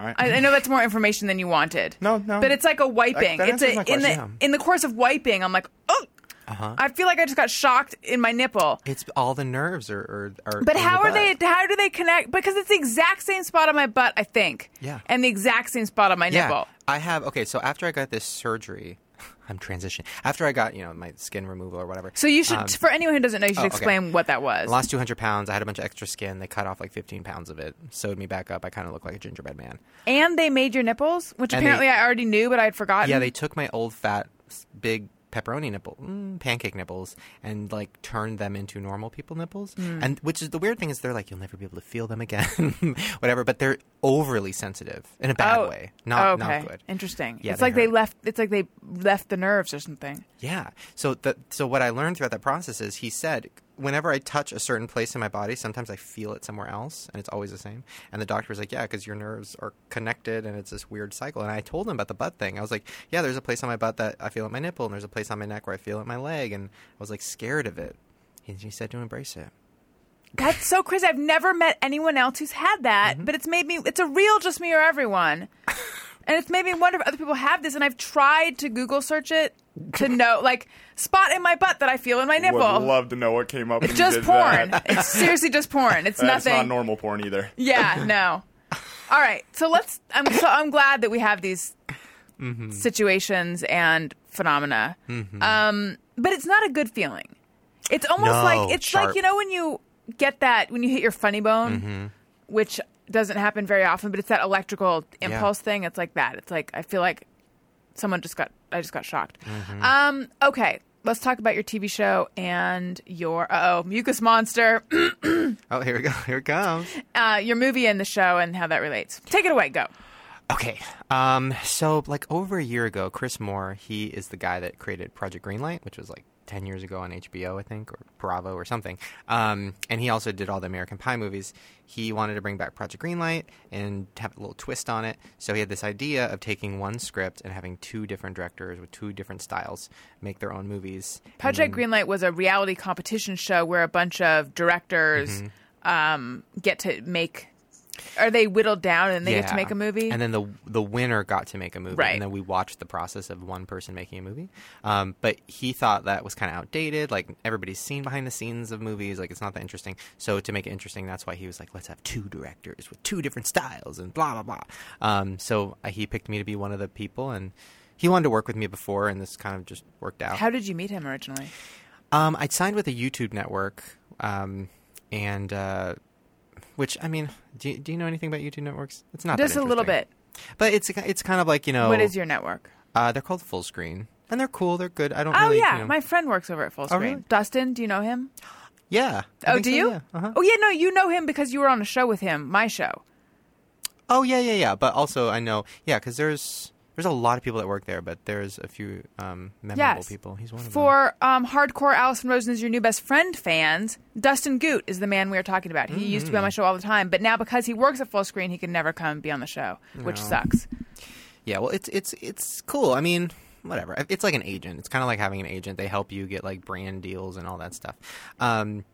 Speaker 1: I, I know that's more information than you wanted.
Speaker 4: No, no.
Speaker 1: But it's like a wiping.
Speaker 4: That- that
Speaker 1: it's
Speaker 4: answers
Speaker 1: a,
Speaker 4: my
Speaker 1: in the
Speaker 3: question, yeah.
Speaker 1: in the course of wiping, I'm like, oh,
Speaker 3: Uh-huh.
Speaker 1: I feel like I just got shocked in my nipple.
Speaker 3: It's all the nerves are. are, are
Speaker 1: But
Speaker 3: in
Speaker 1: how
Speaker 3: your
Speaker 1: are they?
Speaker 3: butt.
Speaker 1: How do they connect? Because it's the exact same spot on my butt, I think.
Speaker 3: Yeah.
Speaker 1: And the exact same spot on my
Speaker 3: Yeah,
Speaker 1: nipple.
Speaker 3: I have. Okay, so after I got this surgery, (sighs) I'm transitioning. After I got you know my skin removal or whatever.
Speaker 1: So you should,
Speaker 3: um,
Speaker 1: for anyone who doesn't know, you should
Speaker 3: oh, okay.
Speaker 1: explain what that was.
Speaker 3: lost 200 pounds. I had a bunch of extra skin. They cut off like 15 pounds of it, sewed me back up. I kind of look like a gingerbread man.
Speaker 1: and they made your nipples, which
Speaker 3: And
Speaker 1: apparently
Speaker 3: they-
Speaker 1: I already knew, but I had forgotten.
Speaker 3: Yeah, they took my old fat s- big pepperoni nipple, mm, pancake nipples, and like turned them into normal people nipples.
Speaker 1: Hmm.
Speaker 3: And which is the weird thing is they're like you'll never be able to feel them again, (laughs) whatever. But they're overly sensitive in a bad
Speaker 1: Oh.
Speaker 3: way, not
Speaker 1: Oh, okay.
Speaker 3: not good.
Speaker 1: Interesting.
Speaker 3: Yeah,
Speaker 1: it's
Speaker 3: they
Speaker 1: like they
Speaker 3: hurt.
Speaker 1: left. It's like they left the nerves or something.
Speaker 3: Yeah. So the so what I learned throughout that process is he said whenever I touch a certain place in my body, sometimes I feel it somewhere else, and it's always the same. And the doctor was like, "Yeah, because your nerves are connected, and it's this weird cycle." And I told him about the butt thing. I was like, "Yeah, there's a place on my butt that I feel at my nipple, and there's a place on my neck where I feel at my leg," and I was like scared of it. He, he said to embrace it.
Speaker 1: That's so crazy. I've never met anyone else who's had that,
Speaker 3: Mm-hmm.
Speaker 1: but it's made me, it's a real just me or
Speaker 3: (laughs)
Speaker 1: everyone. and it's made me wonder if other people have this. And I've tried to Google search it
Speaker 3: (laughs)
Speaker 1: to know, like, spot in my butt that I feel in my
Speaker 4: (laughs) Would
Speaker 1: nipple.
Speaker 4: love to know what came up. when you
Speaker 1: just
Speaker 4: did
Speaker 1: porn.
Speaker 4: That.
Speaker 1: It's seriously just porn. It's
Speaker 4: (laughs) That's
Speaker 1: nothing.
Speaker 4: not normal porn either.
Speaker 1: Yeah, no. All right. So let's, I'm, so I'm glad that we have these
Speaker 3: Mm-hmm.
Speaker 1: situations and phenomena. Um, but it's not a good feeling. It's almost
Speaker 3: No,
Speaker 1: like it's like
Speaker 3: sharp. Mm-hmm.
Speaker 1: you know when you get that when you hit your funny bone, which doesn't happen very often, but it's that electrical impulse thing. It's like that. It's like I feel like someone just got I just got shocked.
Speaker 3: Mm-hmm.
Speaker 1: Um, okay, let's talk about your TV show and your uh oh mucus monster,
Speaker 3: Oh, here we go. (laughs) Here it comes.
Speaker 1: uh, your movie and the show and how that relates. Take it away. Go.
Speaker 3: Okay. Um, so like over a year ago, Chris Moore, he is the guy that created Project Greenlight, which was like 10 years ago on HBO, I think, or Bravo or something. Um, and he also did all the American Pie movies. He wanted to bring back Project Greenlight and have a little twist on it. So he had this idea of taking one script and having two different directors with two different styles make their own movies. And
Speaker 1: Project Greenlight was a reality competition show where a bunch of directors
Speaker 3: Mm-hmm.
Speaker 1: um, get to make. Are they whittled down and they get to
Speaker 3: Yeah.
Speaker 1: make a movie?
Speaker 3: And then the the winner got to make a movie,
Speaker 1: Right.
Speaker 3: and then we watched the process of one person making a movie. Um, but he thought that was kind of outdated. Like everybody's seen behind the scenes of movies, like it's not that interesting. So to make it interesting, that's why he was like, let's have two directors with two different styles and blah blah blah. Um, so uh, he picked me to be one of the people, and he wanted to work with me before, and this kind of just worked out.
Speaker 1: How did you meet him originally?
Speaker 3: Um, I'd signed with a YouTube network, um, and uh, which I mean, do, do you know anything about YouTube networks? It's not that
Speaker 1: Just a little
Speaker 3: interesting. Oh.
Speaker 1: bit.
Speaker 3: but it's it's kind of like you know
Speaker 1: What is your network?
Speaker 3: Uh, they're called full screen, and they're cool. They're good. I don't.
Speaker 1: Oh
Speaker 3: really,
Speaker 1: yeah,
Speaker 3: you know-
Speaker 1: my friend works over at Full Screen.
Speaker 3: really?
Speaker 1: Dustin, do you know him?
Speaker 3: yeah. I
Speaker 1: oh,
Speaker 3: think
Speaker 1: do
Speaker 3: so,
Speaker 1: you?
Speaker 3: Yeah. Uh-huh.
Speaker 1: Oh yeah, no, you know him because you were on a show with him, my show.
Speaker 3: Oh yeah, yeah, yeah. But also, I know, yeah, because there's there's a lot of people that work there, but there's a few um, memorable
Speaker 1: Yes.
Speaker 3: people. He's one of them.
Speaker 1: For um, hardcore Allison Rosen is your new best friend fans, Dustin Goot is the man we are talking about. He used to be on
Speaker 3: Mm-hmm.
Speaker 1: my show all the time, but now because he works at Full Screen, he can never come be on the show, which
Speaker 3: No.
Speaker 1: sucks.
Speaker 3: Yeah. Well, it's it's it's cool. I mean, whatever. It's like an agent. It's kind of like having an agent. They help you get like brand deals and all that stuff. Um,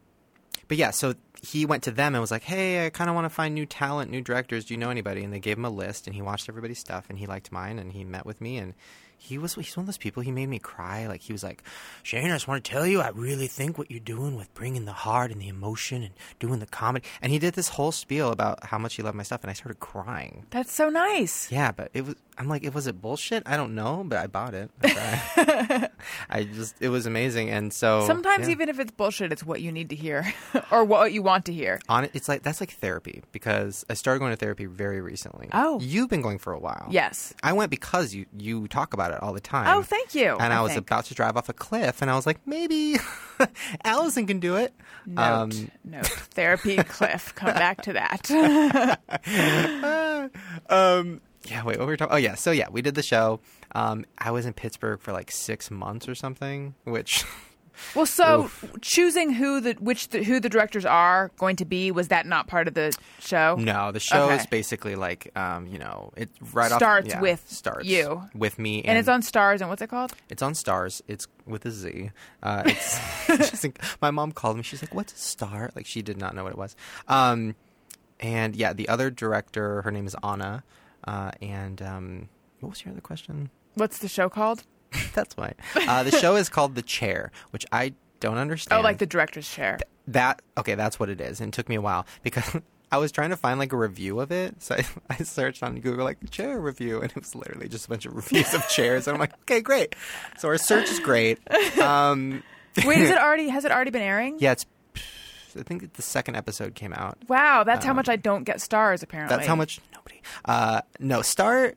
Speaker 3: but yeah, so he went to them and was like, "Hey, I kind of want to find new talent, new directors. Do you know anybody?" And they gave him a list, and he watched everybody's stuff, and he liked mine, and he met with me, and he was he's one of those people. He made me cry. Like he was like, "Shane, I just want to tell you, I really think what you're doing with bringing the heart and the emotion and doing the comedy." And he did this whole spiel about how much he loved my stuff, and I started crying.
Speaker 1: That's so nice.
Speaker 3: Yeah, but it was. I'm like, it was it bullshit? I don't know, but I bought it. I,
Speaker 1: (laughs)
Speaker 3: tried. I just, it was amazing, and so
Speaker 1: Sometimes
Speaker 3: oh, yeah.
Speaker 1: even if it's bullshit, it's what you need to hear (laughs) or what you want to hear.
Speaker 3: on it's like that's like therapy because I started going to therapy very recently.
Speaker 1: Oh.
Speaker 3: you've been going for a while.
Speaker 1: Yes.
Speaker 3: I went because you you talk about it all the time.
Speaker 1: Oh, thank you,
Speaker 3: And I,
Speaker 1: I
Speaker 3: was
Speaker 1: think.
Speaker 3: about to drive off a cliff, and I was like, maybe (laughs) Allison can do it. Um,
Speaker 1: Note, note.
Speaker 3: (laughs)
Speaker 1: Therapy, Cliff. Come back to that.
Speaker 3: Um, yeah, wait, what were we talking? Oh, yeah. So yeah, we did the show. Um, I was in Pittsburgh for like six months or something, which (laughs)
Speaker 1: well, so choosing who the which the, who the directors are going to be was that not part of the show?
Speaker 3: No, the show
Speaker 1: Okay.
Speaker 3: is basically like, um, you know, it right off
Speaker 1: Starts
Speaker 3: yeah,
Speaker 1: with
Speaker 3: starts
Speaker 1: you.
Speaker 3: with me, and,
Speaker 1: and it's on Stars and what's it called?
Speaker 3: it's on Stars. It's with a Z.
Speaker 1: (laughs)
Speaker 3: Uh, it's, (laughs) she's like- my mom called me. She's like, "What's a star?" Like she did not know what it was. Um, and yeah, the other director, her name is Anna, uh, and um, what was your other question?
Speaker 1: What's the show called?
Speaker 3: That's why
Speaker 1: (laughs)
Speaker 3: uh, the show is called The Chair, which I don't understand.
Speaker 1: Oh, like the director's chair.
Speaker 3: That okay, that's what it is. And it took me a while because (laughs) I was trying to find like a review of it. So (laughs) I, I searched on Google like chair review and it was literally just a bunch of reviews of chairs and I'm like, "Okay, great." So our search is great. Um
Speaker 1: Wait,
Speaker 3: (laughs)
Speaker 1: is it already has it already been airing?
Speaker 3: yeah, it's I think the second episode came out.
Speaker 1: Wow, that's how much I don't get stars. Apparently,
Speaker 3: Uh, That's how much nobody. Uh, no, Star.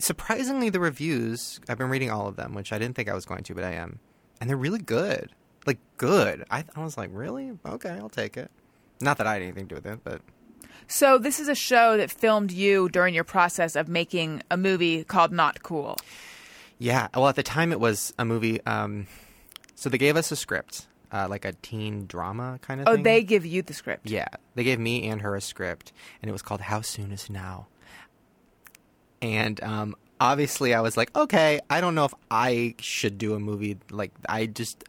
Speaker 3: Surprisingly, the reviews. I've been reading all of them, which I didn't think I was going to, but I am, and they're really good. Like good. I, I was like, really? Okay, I'll take it. Not that I had anything to do with it, but
Speaker 1: So this is a show that filmed you during your process of making a movie called Not Cool.
Speaker 3: yeah. Well, at the time, it was a movie. Um, so they gave us a script, uh, like a teen drama kind of.
Speaker 1: Oh,
Speaker 3: thing.
Speaker 1: they give you the script.
Speaker 3: Yeah, they gave me and her a script, and it was called "How Soon Is Now." And um, obviously, I was like, "Okay, I don't know if I should do a movie like I just."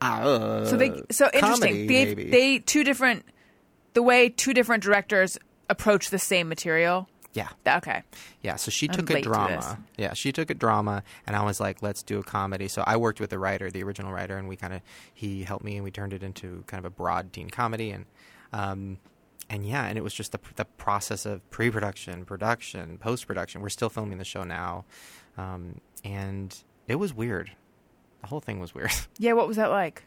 Speaker 3: Uh,
Speaker 1: So they so
Speaker 3: comedy,
Speaker 1: interesting. They
Speaker 3: maybe.
Speaker 1: they two different the way two different directors approach the same material.
Speaker 3: yeah
Speaker 1: Okay.
Speaker 3: yeah. So she
Speaker 1: I'm
Speaker 3: took
Speaker 1: late to
Speaker 3: a
Speaker 1: this.
Speaker 3: drama. Yeah, she took a drama, and I was like, "Let's do a comedy." So I worked with the writer, the original writer, and we kind of he helped me, and we turned it into kind of a broad teen comedy, and um, and yeah, and it was just the the process of pre production, production, post production. We're still filming the show now, um, and it was weird. The whole thing was weird. (laughs)
Speaker 1: Yeah, what was that like?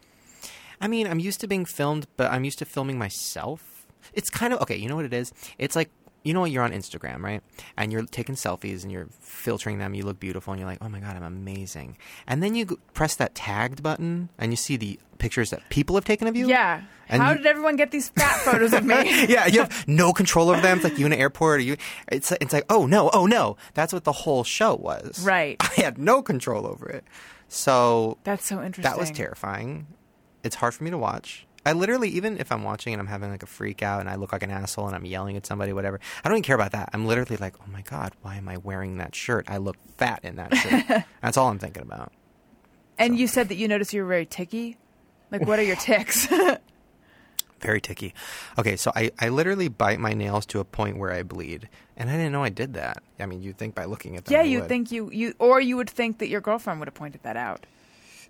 Speaker 3: I mean, I'm used to being filmed, but I'm used to filming myself. It's kind of okay. You know what it is? It's like you know you're on Instagram, right? And you're taking selfies and you're filtering them. You look beautiful, and you're like, "Oh my god, I'm amazing." And then you g- press that tagged button, and you see the pictures that people have taken of you.
Speaker 1: Yeah.
Speaker 3: And
Speaker 1: how
Speaker 3: you-
Speaker 1: did everyone get these fat photos of me?
Speaker 3: (laughs) yeah, you have no control over them. It's like you in an airport, or you. It's it's like oh no, oh no. That's what the whole show was.
Speaker 1: Right.
Speaker 3: (laughs) I had no control over it. So
Speaker 1: That's so interesting.
Speaker 3: that was terrifying. It's hard for me to watch. I literally, even if I'm watching and I'm having like a freak out and I look like an asshole and I'm yelling at somebody, whatever, I don't even care about that. I'm literally like, oh my God, why am I wearing that shirt? I look fat in that
Speaker 1: (laughs)
Speaker 3: shirt. That's all I'm thinking about.
Speaker 1: And you said that you noticed you were very ticky. Like, what are
Speaker 3: (laughs)
Speaker 1: your ticks?
Speaker 3: Very ticky. Okay, so I, I literally bite my nails to a point where I bleed. And I didn't know I did that. I mean, you'd think by looking at them.
Speaker 1: yeah,
Speaker 3: I
Speaker 1: you
Speaker 3: would.
Speaker 1: think you you or you would think that your girlfriend would have pointed that out.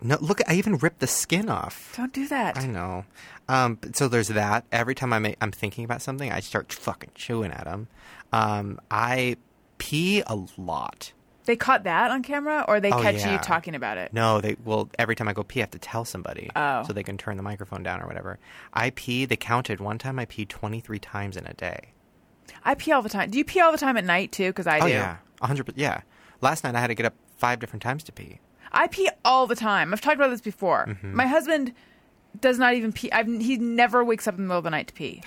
Speaker 3: No, look, I even ripped the skin off.
Speaker 1: Don't do that.
Speaker 3: I know. Um, but so there's that. Every time I make, I'm thinking about something, I start fucking chewing at them. Um, I pee a lot.
Speaker 1: They caught that on camera, or they
Speaker 3: Oh,
Speaker 1: catch
Speaker 3: yeah.
Speaker 1: you talking about it.
Speaker 3: No, they well every time I go pee, I have to tell somebody
Speaker 1: Oh.
Speaker 3: so they can turn the microphone down or whatever. I pee. They counted one time. I pee 23 times in a day.
Speaker 1: I pee all the time. Do you pee all the time at night too? Because I
Speaker 3: oh
Speaker 1: do.
Speaker 3: yeah, 100. Yeah. Last night I had to get up five different times to pee.
Speaker 1: I pee all the time. I've talked about this before.
Speaker 3: Mm-hmm.
Speaker 1: My husband does not even pee. I've, he never wakes up in the middle of the night to pee.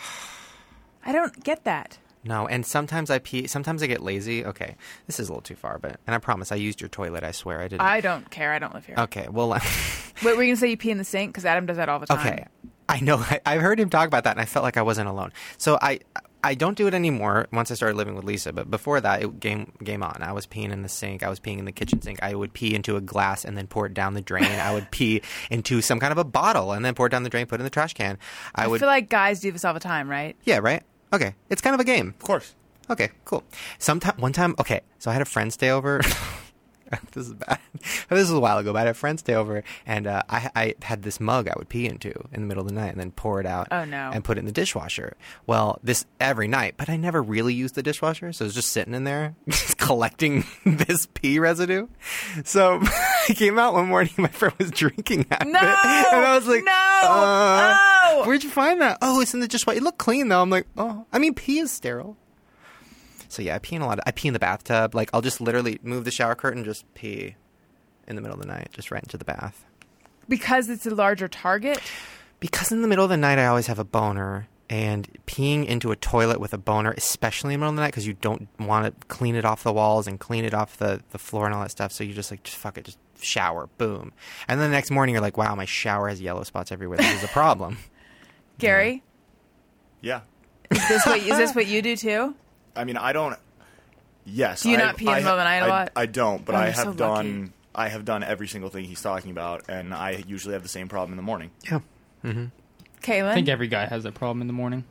Speaker 1: (sighs) I don't get that.
Speaker 3: No, and sometimes I pee. Sometimes I get lazy. Okay, this is a little too far, but and I promise I used your toilet. I swear I didn't.
Speaker 1: I don't care. I don't live here.
Speaker 3: okay, well. (laughs)
Speaker 1: Wait, were you gonna say you pee in the sink? Because Adam does that all the time.
Speaker 3: (laughs) Okay. I know. I, I've heard him talk about that, and I felt like I wasn't alone. So I, I don't do it anymore once I started living with Lisa, but before that, it game game on. I was peeing in the sink. I was peeing in the kitchen sink. I would pee into a glass and then pour it down the drain.
Speaker 1: (laughs)
Speaker 3: I would pee into some kind of a bottle and then pour it down the drain, put it in the trash can. I
Speaker 1: I
Speaker 3: would
Speaker 1: feel like guys do this all the time, right?
Speaker 3: Yeah, right? Okay. It's kind of a game.
Speaker 4: Of course.
Speaker 3: Okay, cool. Sometime one time, okay, so I had a friend stay over. (laughs) this is bad. (laughs) This is a while ago, but I had a friend stay over, and uh, I, I had this mug I would pee into in the middle of the night, and then pour it out.
Speaker 1: Oh, no.
Speaker 3: And put it in the dishwasher. Well, this every night, but I never really used the dishwasher, so it was just sitting in there, (laughs) just collecting (laughs) this pee residue. So (laughs) I came out one morning, (laughs) my friend was drinking out
Speaker 1: No!
Speaker 3: of it, and I was like,
Speaker 1: No!
Speaker 3: uh,
Speaker 1: Oh!
Speaker 3: Where'd you find that? Oh, it's in the dishwasher. It looked clean though. I'm like, oh, I mean, pee is sterile. So yeah, I pee in a lot. Of, I pee in the bathtub. Like I'll just literally move the shower curtain, just pee in the middle of the night, just right into the bath.
Speaker 1: Because it's a larger target.
Speaker 3: Because in the middle of the night, I always have a boner, and peeing into a toilet with a boner, especially in the middle of the night, because you don't want to clean it off the walls and clean it off the the floor and all that stuff. So you just like, just fuck it, just shower, boom. And then the next morning, you're like, wow, my shower has yellow spots everywhere. This is a problem.
Speaker 1: Gary,
Speaker 4: Yeah.
Speaker 1: is this what
Speaker 3: (laughs)
Speaker 1: is this what you do too?
Speaker 4: I mean, I don't. Yes.
Speaker 1: Do you
Speaker 4: I-
Speaker 1: not pee in the
Speaker 4: I-
Speaker 1: middle of the night a
Speaker 4: I-
Speaker 1: lot?
Speaker 4: I don't, but
Speaker 1: Oh,
Speaker 4: I
Speaker 1: you're
Speaker 4: have
Speaker 1: so
Speaker 4: done.
Speaker 1: lucky.
Speaker 4: I have done every single thing he's talking about, and I usually have the same problem in the morning.
Speaker 3: Yeah.
Speaker 1: Caitlin,
Speaker 5: I think every guy has that problem in the morning.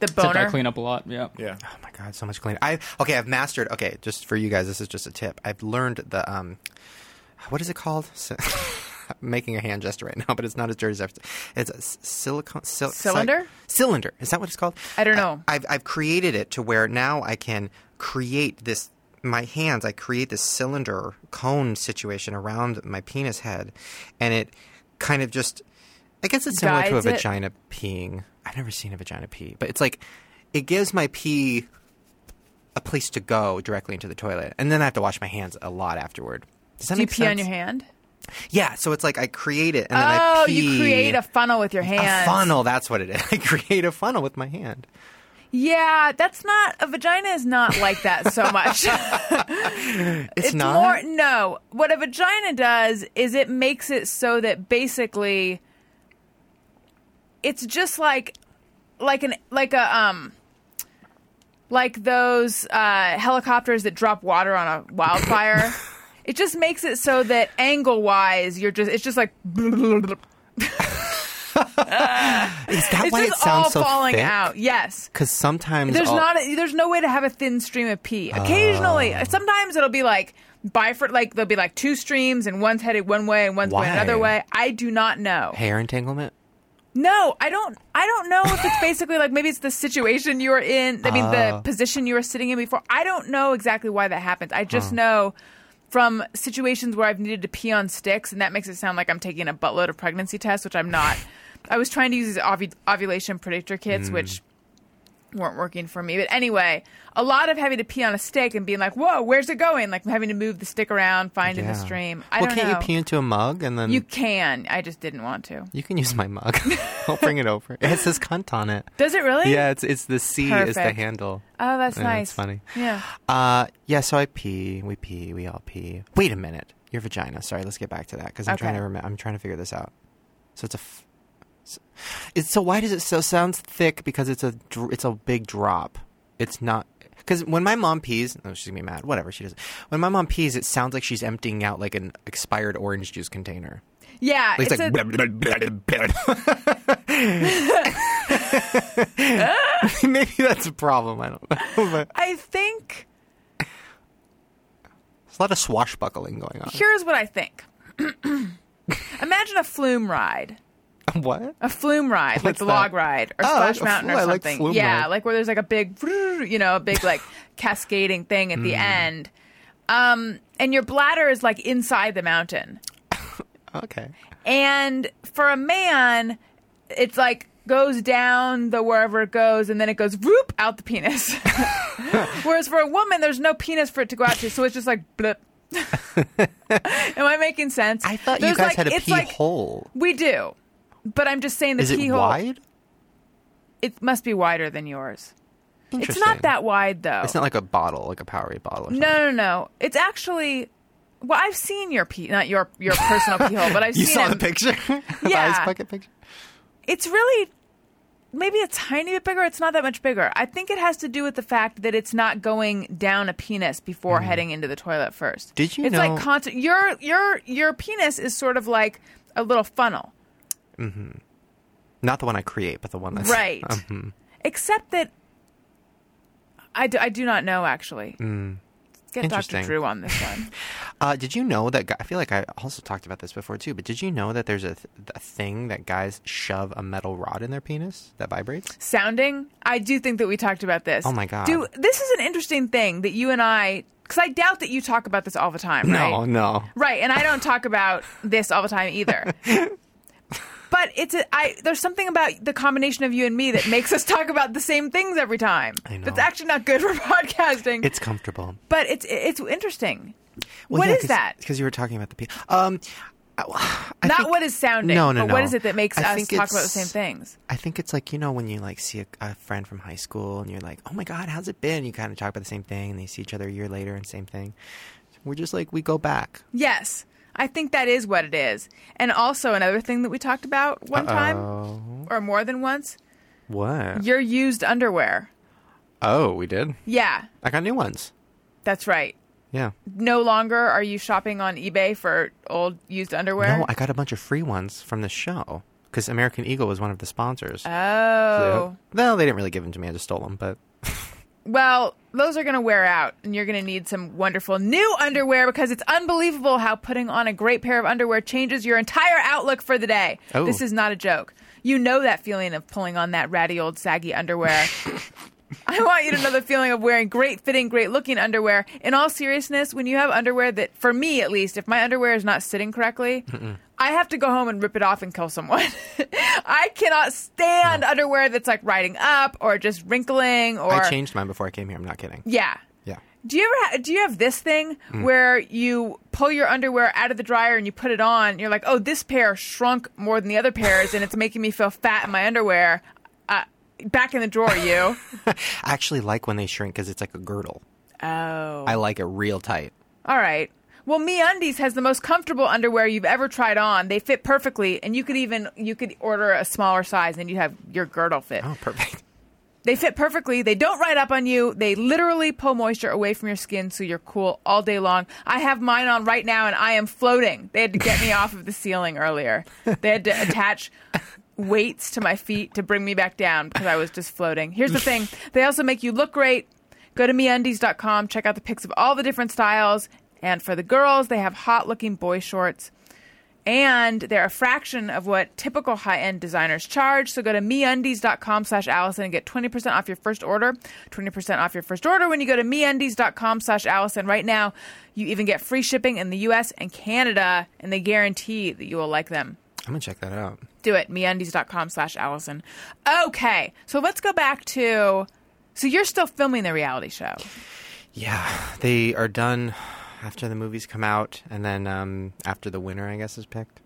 Speaker 1: the
Speaker 5: Except I
Speaker 1: boner.
Speaker 5: clean up a lot. Yeah.
Speaker 4: Yeah.
Speaker 3: Oh my god, so much cleaning. I okay, I've mastered. Okay, just for you guys, this is just a tip. I've learned the um, what is it called? (laughs) Si- I'm making a hand gesture right now, but it's not as dirty as I've- it's a s- silicone sil-
Speaker 1: Cylinder?
Speaker 3: si- cylinder. Is that what it's called?
Speaker 1: I don't know.
Speaker 3: I, have I've created it to where now I can create this. My hands, I create this cylinder cone situation around my penis head, and it kind of just. I guess it's similar to a
Speaker 1: Guides it?
Speaker 3: vagina peeing. I've never seen a vagina pee, but it's like it gives my pee a place to go directly into the toilet, and then I have to wash my hands a lot afterward. Does that
Speaker 1: do you
Speaker 3: make
Speaker 1: pee on
Speaker 3: sense?
Speaker 1: your hand?
Speaker 3: Yeah, so it's like I create it, and then I
Speaker 1: oh,
Speaker 3: pee.
Speaker 1: you create a funnel with your hands.
Speaker 3: a funnel. That's what it is. (laughs) I create a funnel with my hand.
Speaker 1: Yeah, that's not a vagina is not like that
Speaker 3: (laughs)
Speaker 1: so much.
Speaker 3: It's,
Speaker 1: it's
Speaker 3: not.
Speaker 1: more no. What a vagina does is it makes it so that basically it's just like like an like a um like those uh, helicopters that drop water on a
Speaker 3: (laughs)
Speaker 1: wildfire. it just makes it so that angle wise you're just it's just like
Speaker 3: is that
Speaker 1: it's
Speaker 3: why
Speaker 1: just
Speaker 3: it
Speaker 1: all
Speaker 3: sounds so
Speaker 1: falling
Speaker 3: thick?
Speaker 1: out. Yes.
Speaker 3: Because sometimes
Speaker 1: There's
Speaker 3: all- Oh.
Speaker 1: not. A, there's no way to have a thin stream of pee. Occasionally, sometimes it'll be like bifur. Like there'll be like two streams, and one's headed one way, and one's
Speaker 3: Why?
Speaker 1: going another way. I do not know.
Speaker 3: hair entanglement.
Speaker 1: No, I don't. I don't know if
Speaker 3: (laughs)
Speaker 1: it's basically like maybe it's the situation you were in. I mean,
Speaker 3: Uh.
Speaker 1: the position you were sitting in before. I don't know exactly why that happens. I just know from situations where I've needed to pee on sticks, and that makes it sound like I'm taking a buttload of pregnancy tests, which I'm
Speaker 3: (laughs)
Speaker 1: not. I was trying to use these ovu- ovulation predictor kits, which
Speaker 3: Hmm.
Speaker 1: weren't working for me. But anyway, a lot of having to pee on a stick and being like, "Whoa, where's it going?" Like having to move the stick around, finding
Speaker 3: Yeah.
Speaker 1: the stream. I
Speaker 3: well,
Speaker 1: don't
Speaker 3: can't
Speaker 1: know.
Speaker 3: you pee into a mug and then
Speaker 1: you can. I just didn't want to.
Speaker 3: You can use my mug. (laughs) I'll bring it over. It says cunt on it.
Speaker 1: Does it really?
Speaker 3: Yeah, it's it's the C is the
Speaker 1: Perfect.
Speaker 3: handle.
Speaker 1: Oh, that's
Speaker 3: Yeah,
Speaker 1: nice.
Speaker 3: It's funny.
Speaker 1: Yeah.
Speaker 3: Uh, yeah. So I pee. We pee. We all pee. Wait a minute. Your vagina. Sorry. Let's get back to that because I'm trying
Speaker 1: Okay.
Speaker 3: to remember. I'm trying to figure this out. So it's a. F- s- it's, so why does it so sounds thick? Because it's a dr- it's a big drop. It's not because when my mom pees, oh, she's gonna be mad. Whatever she does. When my mom pees, it sounds like she's emptying out like an expired orange juice container.
Speaker 1: Yeah.
Speaker 3: It's,
Speaker 1: it's
Speaker 3: like
Speaker 1: a- (laughs)
Speaker 3: maybe that's a problem. I don't know. But
Speaker 1: I think
Speaker 3: there's a lot of swashbuckling going on.
Speaker 1: here's what I
Speaker 3: (laughs)
Speaker 1: think. Imagine a flume ride.
Speaker 3: What?
Speaker 1: A flume ride, like
Speaker 3: What's
Speaker 1: the
Speaker 3: that?
Speaker 1: log ride or
Speaker 3: Oh, like
Speaker 1: Splash
Speaker 3: a
Speaker 1: Mountain
Speaker 3: flu- I
Speaker 1: or
Speaker 3: like
Speaker 1: something.
Speaker 3: flume
Speaker 1: yeah,
Speaker 3: ride.
Speaker 1: like where there's like a big, you know, a big
Speaker 3: (laughs)
Speaker 1: like cascading thing at the
Speaker 3: Mm.
Speaker 1: end. Um, and your bladder is like inside the mountain.
Speaker 3: Okay.
Speaker 1: And for a man, it's like goes down the wherever it goes, and then it goes whoop out the penis. Whereas for a woman, there's no penis for it to go out to, so it's just like blip. Am I making sense?
Speaker 3: I thought you
Speaker 1: There's,
Speaker 3: guys
Speaker 1: like-
Speaker 3: had a
Speaker 1: it's
Speaker 3: pee
Speaker 1: like-
Speaker 3: hole.
Speaker 1: We do, but I'm just saying the
Speaker 3: Is
Speaker 1: pee
Speaker 3: it
Speaker 1: hole.
Speaker 3: wide?
Speaker 1: It must be wider than yours. It's
Speaker 3: Interesting.
Speaker 1: not that wide though.
Speaker 3: It's not like a bottle, like a Powerade bottle. Or
Speaker 1: no, no, no. It's actually. Well, I've seen your pee, not your your
Speaker 3: (laughs)
Speaker 1: personal pee hole, but I've
Speaker 3: You
Speaker 1: seen
Speaker 3: saw
Speaker 1: him.
Speaker 3: (laughs) the picture? the
Speaker 1: Yeah.
Speaker 3: ice bucket picture?
Speaker 1: it's really maybe a tiny bit bigger. It's not that much bigger. I think it has to do with the fact that it's not going down a penis before heading into the toilet first.
Speaker 3: Mm-hmm. Did you
Speaker 1: It's
Speaker 3: know-
Speaker 1: like constant. Your your your penis is sort of like a little funnel,
Speaker 3: Not the one I create, but the one that's uh-huh.
Speaker 1: right? Except that I do, I do not know actually. Get Dr.
Speaker 3: Mm. Interesting.
Speaker 1: Drew on this
Speaker 3: (laughs)
Speaker 1: one.
Speaker 3: Uh, did you know that? gu- I feel like I also talked about this before too. But did you know that there's a, th- a thing that guys shove a metal rod in their penis that vibrates?
Speaker 1: sounding. I do think that we talked about this.
Speaker 3: Oh, my God.
Speaker 1: Do this is an interesting thing that you and I, because I doubt that you talk about this all the time.
Speaker 3: No,
Speaker 1: right?
Speaker 3: no.
Speaker 1: right. And I don't talk about this all the time
Speaker 3: (laughs)
Speaker 1: either. But it's a, I, there's something about the combination of you and me that makes us talk about the same things every time.
Speaker 3: I know.
Speaker 1: That's actually not good for (laughs) podcasting.
Speaker 3: It's comfortable.
Speaker 1: but it's it's interesting. What is that?
Speaker 3: Because you were talking about the penis. Um, I, I
Speaker 1: Not
Speaker 3: think-
Speaker 1: what is sounding.
Speaker 3: No, no,
Speaker 1: but
Speaker 3: no.
Speaker 1: What is it that makes
Speaker 3: I
Speaker 1: us
Speaker 3: think
Speaker 1: talk about the
Speaker 3: it's-
Speaker 1: same things?
Speaker 3: I think it's like you know when you like see a, a friend from high school and you're like, oh my god, how's it been? You kind of talk about the same thing, and they see each other a year later and same thing. We're just like we go back.
Speaker 1: Yes. I think that is what it is. And also another thing that we talked about one time or more than once,
Speaker 3: Oh, What?
Speaker 1: your used underwear.
Speaker 3: Oh, we did.
Speaker 1: Yeah,
Speaker 3: I got new ones.
Speaker 1: that's right.
Speaker 3: Yeah.
Speaker 1: No longer are you shopping on eBay for old used underwear.
Speaker 3: No, I got a bunch of free ones from the show because American Eagle was one of the sponsors.
Speaker 1: oh.
Speaker 3: No, they didn't really give them to me. I just stole them. But
Speaker 1: Well, those are going to wear out and you're going to need some wonderful new underwear because it's unbelievable how putting on a great pair of underwear changes your entire outlook for the day.
Speaker 3: Oh.
Speaker 1: This is not a joke. You know that feeling of pulling on that ratty old saggy
Speaker 3: (laughs)
Speaker 1: underwear. I want you to know the feeling of wearing great fitting, great looking underwear. In all seriousness, when you have underwear that, for me at least, if my underwear is not sitting correctly, I have to go home and rip it off and kill someone. (laughs) I cannot stand underwear that's like riding up or just wrinkling or
Speaker 3: I changed mine before I came here. I'm not kidding.
Speaker 1: yeah.
Speaker 3: Yeah.
Speaker 1: Do you ever ha- do you have this thing where you pull your underwear out of the dryer and you put it on? And you're like, oh, this pair shrunk more than the other pairs, and it's making me feel fat in my underwear. Uh, back in the drawer, you.
Speaker 3: I actually like when they shrink because it's like a girdle.
Speaker 1: oh.
Speaker 3: I like it real tight.
Speaker 1: All right. Well, Me Undies has the most comfortable underwear you've ever tried on. They fit perfectly, and you could even you could order a smaller size, and you'd have your girdle fit.
Speaker 3: Oh, perfect.
Speaker 1: They fit perfectly. They don't ride up on you. They literally pull moisture away from your skin so you're cool all day long. I have mine on right now and I am floating. They had to get me off of the ceiling earlier. They had to attach weights to my feet to bring me back down because I was just floating. Here's the thing they also make you look great. Go to meundies.com, check out the pics of all the different styles. And for the girls, they have hot looking boy shorts and they're a fraction of what typical high-end designers charge. So go to meundies.com slash Allison and get 20% off your first order. 20% off your first order when you go to meundies.com slash Allison. Right now, you even get free shipping in the U.S. and Canada, and they guarantee that you will like them.
Speaker 3: (laughs) I'm gonna check that out.
Speaker 1: Do it. Meundies.com slash Allison. Okay, so let's go back to... So you're still filming the reality show.
Speaker 3: Yeah, they are done after the movies come out, and then um, after the winner, I guess, is picked.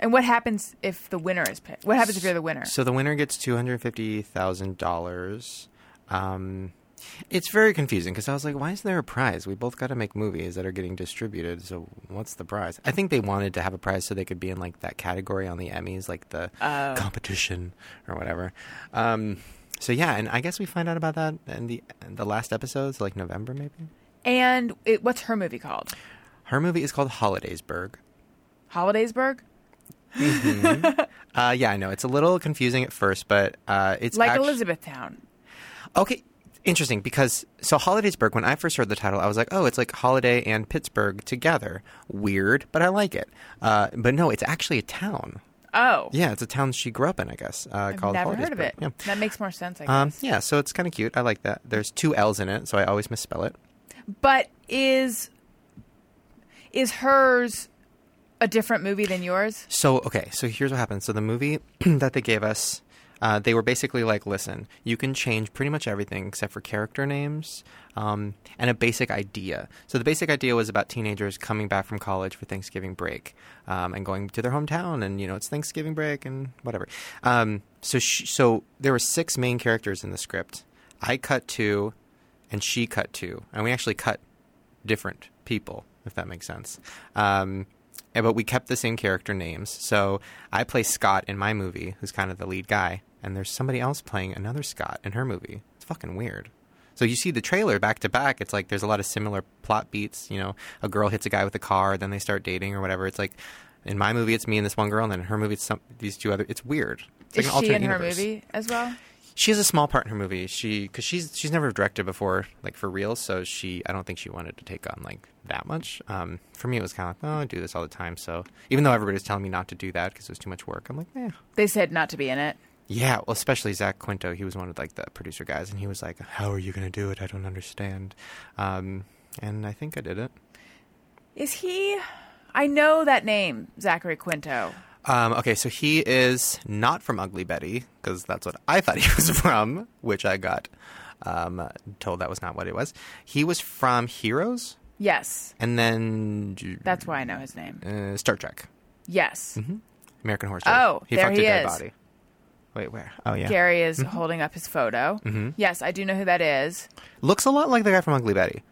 Speaker 1: And what happens if the winner is picked? What happens if you're the winner?
Speaker 3: So the winner gets two hundred fifty thousand dollars. Um, it's very confusing because I was like, "Why is there a prize? We both got to make movies that are getting distributed. So what's the prize?" I think they wanted to have a prize so they could be in like that category on the Emmys, like the
Speaker 1: Oh.
Speaker 3: competition or whatever. Um, so yeah, and I guess we find out about that in the in the last episodes, like November maybe.
Speaker 1: And it, what's her movie called?
Speaker 3: Her movie is called Holidaysburg.
Speaker 1: Holidaysburg?
Speaker 3: Uh, yeah, I know it's a little confusing at first, but uh, it's
Speaker 1: Like
Speaker 3: actu-
Speaker 1: Elizabethtown.
Speaker 3: Okay, interesting because so Holidaysburg. When I first heard the title, I was like, "Oh, it's like Holiday and Pittsburgh together." Weird, but I like it. Uh, but no, it's actually a town.
Speaker 1: Oh.
Speaker 3: Yeah, it's a town she grew up in, I guess. Uh,
Speaker 1: I've
Speaker 3: called
Speaker 1: never heard of
Speaker 3: Holidaysburg.
Speaker 1: it.
Speaker 3: Yeah.
Speaker 1: That makes more sense, I guess.
Speaker 3: Um, yeah, so it's kind of cute. I like that. There's two L's in it, so I always misspell it.
Speaker 1: but is is hers a different movie than yours?
Speaker 3: So okay, so here's what happened. So the movie (clears throat) that they gave us, uh, they were basically like, listen, you can change pretty much everything except for character names um, and a basic idea. So the basic idea was about teenagers coming back from college for Thanksgiving break um, and going to their hometown, and you know it's Thanksgiving break and whatever. Um, so sh so there were six main characters in the script. I cut two, and she cut two, and we actually cut different people, if that makes sense. Um, and- but we kept the same character names. So I play Scott in my movie, who's kind of the lead guy, and there's somebody else playing another Scott in her movie. It's fucking weird. So you see the trailer back to back. It's like there's a lot of similar plot beats. You know, a girl hits a guy with a car, then they start dating or whatever. It's like in my movie, it's me and this one girl, and then in her movie, it's some, these two other. It's weird. It's
Speaker 1: Is
Speaker 3: like an
Speaker 1: she
Speaker 3: alternate
Speaker 1: in her
Speaker 3: universe.
Speaker 1: movie as well?
Speaker 3: She has a small part in her movie. She because she's she's never directed before, like for real. So she, I don't think she wanted to take on like that much. Um, for me, it was kind of like, oh, I do this all the time. So even though everybody was telling me not to do that because it was too much work, I'm like, eh.
Speaker 1: They said not to be in it.
Speaker 3: Yeah, well, especially Zach Quinto. He was one of like the producer guys, and he was like, "How are you going to do it? I don't understand." Um, and I think I did it.
Speaker 1: Is he? I know that name, Zachary Quinto.
Speaker 3: Um, okay, so he is not from Ugly Betty because that's what I thought (laughs) he was from, which I got um, told that was not what it was. He was from Heroes,
Speaker 1: Yes,
Speaker 3: and then
Speaker 1: that's why I know his name.
Speaker 3: uh, Star Trek,
Speaker 1: Yes,
Speaker 3: Mm-hmm. American Horror Story.
Speaker 1: Oh,
Speaker 3: he
Speaker 1: there
Speaker 3: fucked
Speaker 1: he
Speaker 3: a dead
Speaker 1: is.
Speaker 3: body. Wait, where? Oh yeah,
Speaker 1: Gary is holding up his photo.
Speaker 3: Mm-hmm.
Speaker 1: Yes, I do know who that is.
Speaker 3: looks a lot like the guy from Ugly Betty.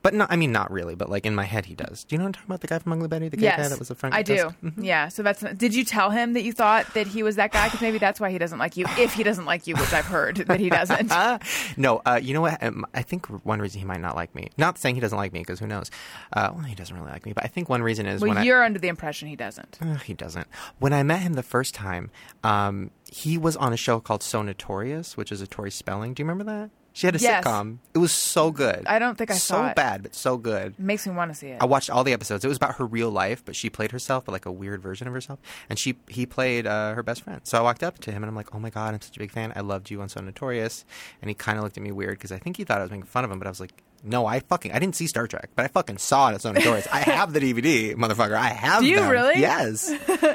Speaker 3: But not, I mean, not really. But like in my head, he does. Do you know what I'm talking about? The guy from Ugly Betty, the gay guy
Speaker 1: yes,
Speaker 3: that was a Mm-hmm. friend.
Speaker 1: I do. Yeah. So that's. Did you tell him that you thought that he was that guy? Because maybe that's why he doesn't like you. If he doesn't like you, which I've heard that he
Speaker 3: (laughs)
Speaker 1: doesn't.
Speaker 3: (laughs) No, uh, you know what? Um, I think one reason he might not like me. Not saying he doesn't like me, because who knows? Uh, well, he doesn't really like me. But I think one reason is
Speaker 1: well,
Speaker 3: when
Speaker 1: you're under the impression he doesn't.
Speaker 3: I, Ugh, Ah, he doesn't. When I met him the first time, um, he was on a show called So Notorious, which is a Tori Spelling. Do you remember that? She had a
Speaker 1: Yes.
Speaker 3: sitcom. It was so good.
Speaker 1: I don't think I
Speaker 3: so
Speaker 1: saw it.
Speaker 3: bad, but so good.
Speaker 1: Makes me want to see it.
Speaker 3: I watched all the episodes. It was about her real life, but she played herself, but like a weird version of herself. And she he played uh, her best friend. So I walked up to him and I'm like, "Oh my god, I'm such a big fan. I loved you on So Notorious." And he kind of looked at me weird because I think he thought I was making fun of him, but I was like, "No, I fucking I didn't see Star Trek, but I fucking saw it at So Notorious.
Speaker 1: (laughs)
Speaker 3: I have the DVD, motherfucker. I have.
Speaker 1: Do you
Speaker 3: them."
Speaker 1: really? (laughs)
Speaker 3: Yes.